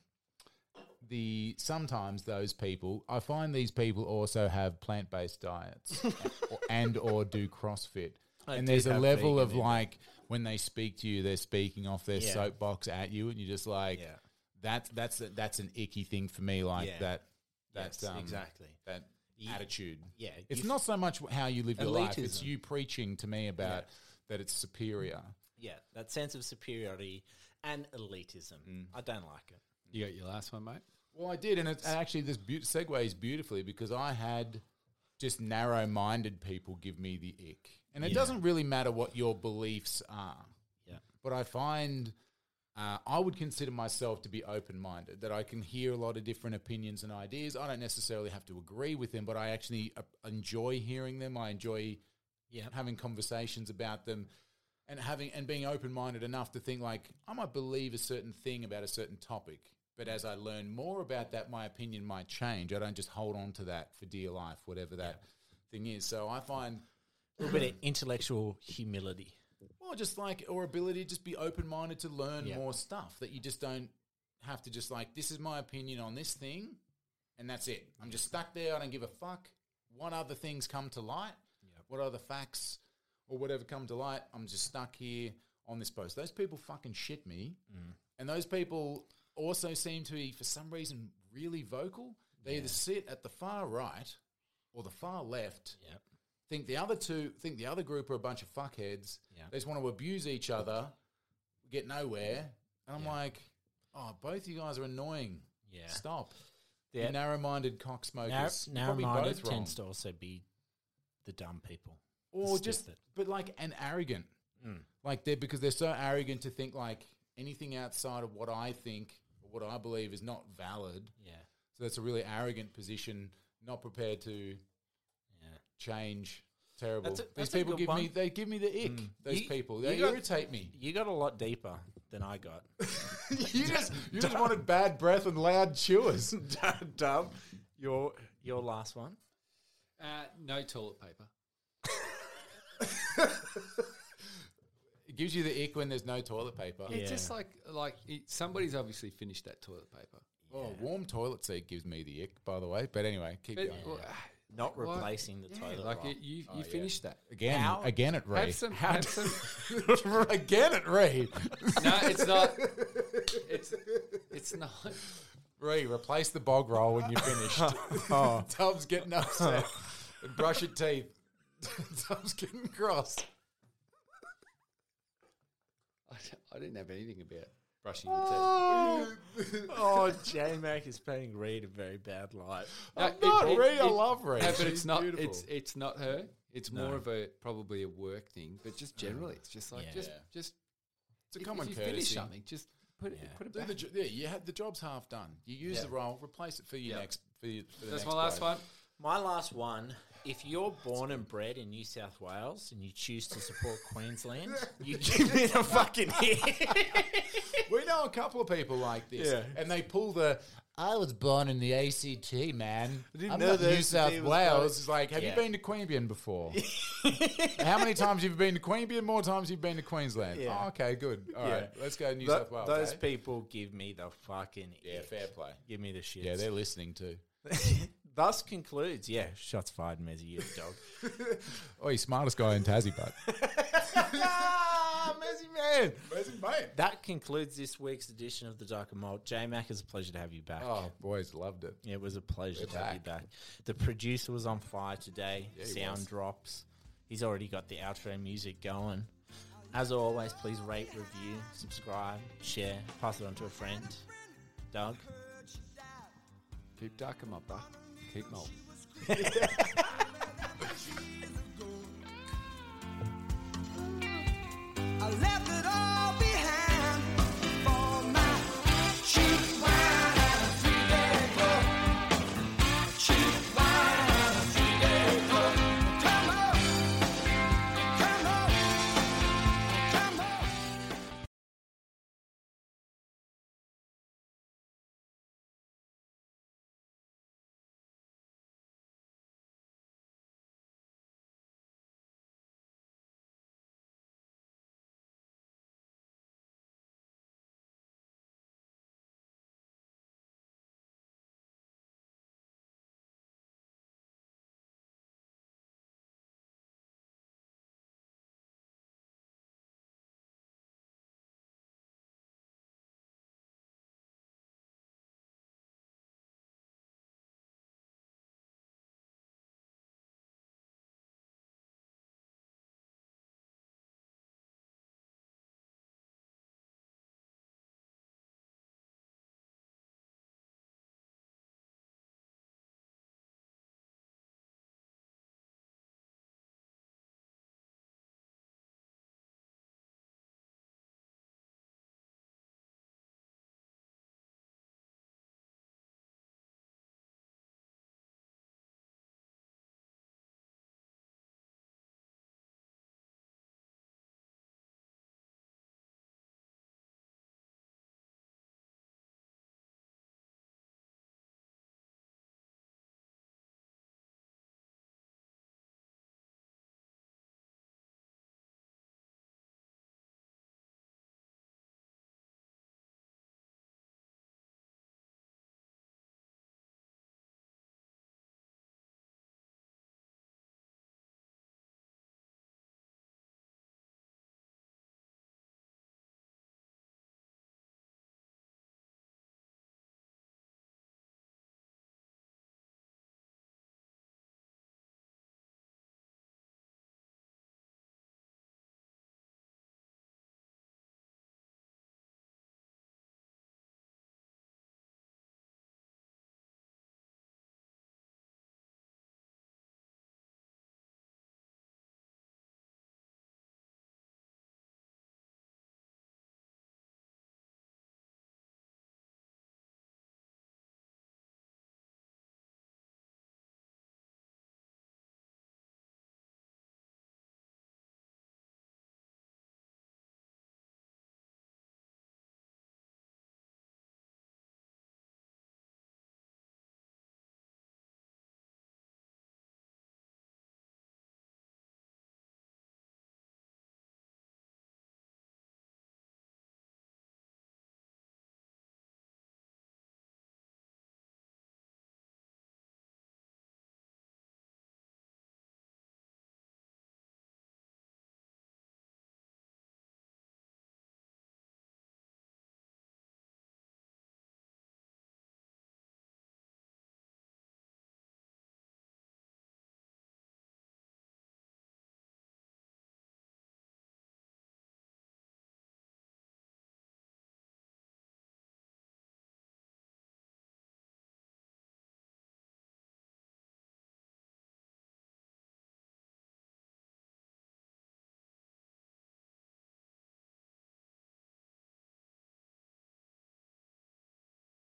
Speaker 3: the sometimes those people. I find these people also have plant based diets or, and or do CrossFit.
Speaker 1: I
Speaker 3: and
Speaker 1: do
Speaker 3: there's a
Speaker 1: have
Speaker 3: level
Speaker 1: vegan
Speaker 3: of
Speaker 1: in me.
Speaker 3: like when they speak to you, they're speaking off their
Speaker 1: Yeah.
Speaker 3: soapbox at you, and you're just like,
Speaker 1: Yeah.
Speaker 3: that's that's that's an icky thing for me. Like
Speaker 1: Yeah.
Speaker 3: that,
Speaker 1: Yes,
Speaker 3: that's um,
Speaker 1: exactly.
Speaker 3: that
Speaker 1: Ye-
Speaker 3: attitude.
Speaker 1: Yeah,
Speaker 3: It's
Speaker 1: you-
Speaker 3: not so much how you live your life; it's
Speaker 1: Elitism.
Speaker 3: you preaching to me about that it's superior.
Speaker 1: Yeah, that sense of superiority and elitism. I don't like it.
Speaker 2: You got your last one, mate.
Speaker 3: Well, I did, and it's and actually this be- segues beautifully because I had just narrow-minded people give me the ick, and it doesn't really matter what your beliefs are.
Speaker 1: Yeah.
Speaker 3: but I find uh, I would consider myself to be open-minded. That I can hear a lot of different opinions and ideas. I don't necessarily have to agree with them, but I actually uh, enjoy hearing them. I enjoy
Speaker 1: Yeah.
Speaker 3: having conversations about them and having and being open-minded enough to think like I might believe a certain thing about a certain topic, but as I learn more about that, my opinion might change. I don't just hold on to that for dear life, whatever that thing is. So I find
Speaker 1: A little bit of intellectual humility.
Speaker 3: well, just like or ability to just be open-minded to learn
Speaker 1: Yeah.
Speaker 3: more stuff that you just don't have to just like this is my opinion on this thing, and that's it. I'm just stuck there. I don't give a fuck. What other things come to light? What other facts or whatever come to light? I'm just stuck here on this post. Those people fucking shit me, and those people also seem to be for some reason really vocal. They either sit at the far right or the far left
Speaker 1: Yeah.
Speaker 3: think the other two think the other group are a bunch of fuckheads.
Speaker 1: Yeah.
Speaker 3: They just want to abuse each other, get nowhere. And I'm like, oh, both you guys are annoying.
Speaker 1: Yeah.
Speaker 3: Stop.
Speaker 1: Yeah.
Speaker 3: You narrow-minded
Speaker 1: Nar-
Speaker 3: cocksmokers. You're probably
Speaker 1: narrow-minded
Speaker 3: both wrong.
Speaker 1: tends to also be the dumb people.
Speaker 3: or
Speaker 1: stiff
Speaker 3: just
Speaker 1: it.
Speaker 3: but like and arrogant. Like they're because they're so arrogant to think like anything outside of what I think or what I believe is not valid.
Speaker 1: Yeah.
Speaker 3: So that's a really arrogant position, not prepared to
Speaker 1: Yeah.
Speaker 3: change. Terrible.
Speaker 1: That's a-
Speaker 3: These
Speaker 1: that's a
Speaker 3: people
Speaker 1: good
Speaker 3: give me
Speaker 1: one.
Speaker 3: they give me the ick. Those
Speaker 1: You-
Speaker 3: people.
Speaker 1: you
Speaker 3: They
Speaker 1: got-
Speaker 3: irritate me.
Speaker 1: You got a lot deeper than I got.
Speaker 3: you just you just wanted bad breath and loud chewers.
Speaker 1: dumb. Your your last one.
Speaker 2: Uh, no toilet paper.
Speaker 3: It gives you the ick when there's no toilet paper.
Speaker 1: Yeah.
Speaker 2: It's just like like it, somebody's obviously finished that toilet paper.
Speaker 3: Oh, warm toilet seat gives me the ick, by the way. But anyway, keep
Speaker 2: But,
Speaker 3: going.
Speaker 2: well,
Speaker 1: Not
Speaker 2: Why-
Speaker 1: replacing the
Speaker 2: yeah,
Speaker 1: toilet.
Speaker 2: like
Speaker 1: roll.
Speaker 2: it, you, you
Speaker 3: Oh, yeah.
Speaker 2: finished that.
Speaker 3: Again,
Speaker 1: How-
Speaker 3: again at Ray.
Speaker 2: Have some, have some.
Speaker 3: again at Ray.
Speaker 2: no, it's not. It's it's not.
Speaker 3: Ray, replace the bog roll when you're finished.
Speaker 1: oh,
Speaker 3: Tom's getting upset. and brush your teeth. Tom's getting cross.
Speaker 2: I, I didn't have anything about brushing your teeth.
Speaker 1: oh, J Mac is painting Reed a very bad light.
Speaker 2: No,
Speaker 3: I'm not
Speaker 2: it-
Speaker 3: Ray. I
Speaker 2: it-
Speaker 3: love Ray.
Speaker 2: No, but
Speaker 3: She's
Speaker 2: it's not.
Speaker 3: beautiful.
Speaker 2: It's it's not her. It's more of a probably a work thing, but just generally, it's just like just
Speaker 3: Mm. Yeah.
Speaker 2: just
Speaker 3: It's a
Speaker 2: if-
Speaker 3: common
Speaker 2: if you finish
Speaker 3: courtesy.
Speaker 2: something, just put it put it
Speaker 3: Do
Speaker 2: back.
Speaker 3: the, jo- yeah, you have, the job's half done. You use
Speaker 2: Yeah.
Speaker 3: the roll, replace it for your
Speaker 2: Yeah.
Speaker 3: next. For your, for the
Speaker 2: That's
Speaker 3: next
Speaker 2: my last
Speaker 3: bloke.
Speaker 2: one.
Speaker 1: My last one. If you're born and bred in New South Wales and you choose to support Queensland, you give me the fucking hit.
Speaker 3: We know a couple of people like this,
Speaker 1: Yeah.
Speaker 3: and they pull the.
Speaker 4: I was born in the ACT, man. I
Speaker 3: didn't
Speaker 4: am
Speaker 3: know
Speaker 4: not
Speaker 3: the
Speaker 4: New South
Speaker 3: ACT was
Speaker 4: Wales.
Speaker 3: close. It's like, have
Speaker 1: Yeah.
Speaker 3: you been to Queanbeyan before? How many times you've been to Queanbeyan? More times you've been to Queensland.
Speaker 1: Yeah.
Speaker 3: Oh, okay, good. All right,
Speaker 1: Yeah.
Speaker 3: let's go New
Speaker 1: Tho-
Speaker 3: South Wales.
Speaker 1: those
Speaker 3: eh?
Speaker 1: people give me the fucking
Speaker 3: Yeah,
Speaker 1: ick.
Speaker 3: fair play.
Speaker 1: Give me the shit.
Speaker 3: Yeah, they're listening too.
Speaker 1: Thus concludes. Yeah, shots fired, Mezzy, you dog.
Speaker 3: Oh, he's smartest guy in Tassie, bud.
Speaker 1: ah, Mezzy man.
Speaker 3: Where's his mate?
Speaker 1: That concludes this week's edition of the Dark and Malt. J Mac, it's a pleasure to have you back.
Speaker 3: Oh, boys, loved it.
Speaker 1: It was a pleasure to have you
Speaker 3: back.
Speaker 1: back. The producer was on fire today.
Speaker 3: he
Speaker 1: Sound
Speaker 3: was.
Speaker 1: drops. He's already got the outro music going. As always, please rate, review, subscribe, share, pass it on to a friend. Doug,
Speaker 2: Keep dark him up, bro. Keep mold.
Speaker 5: I left it all.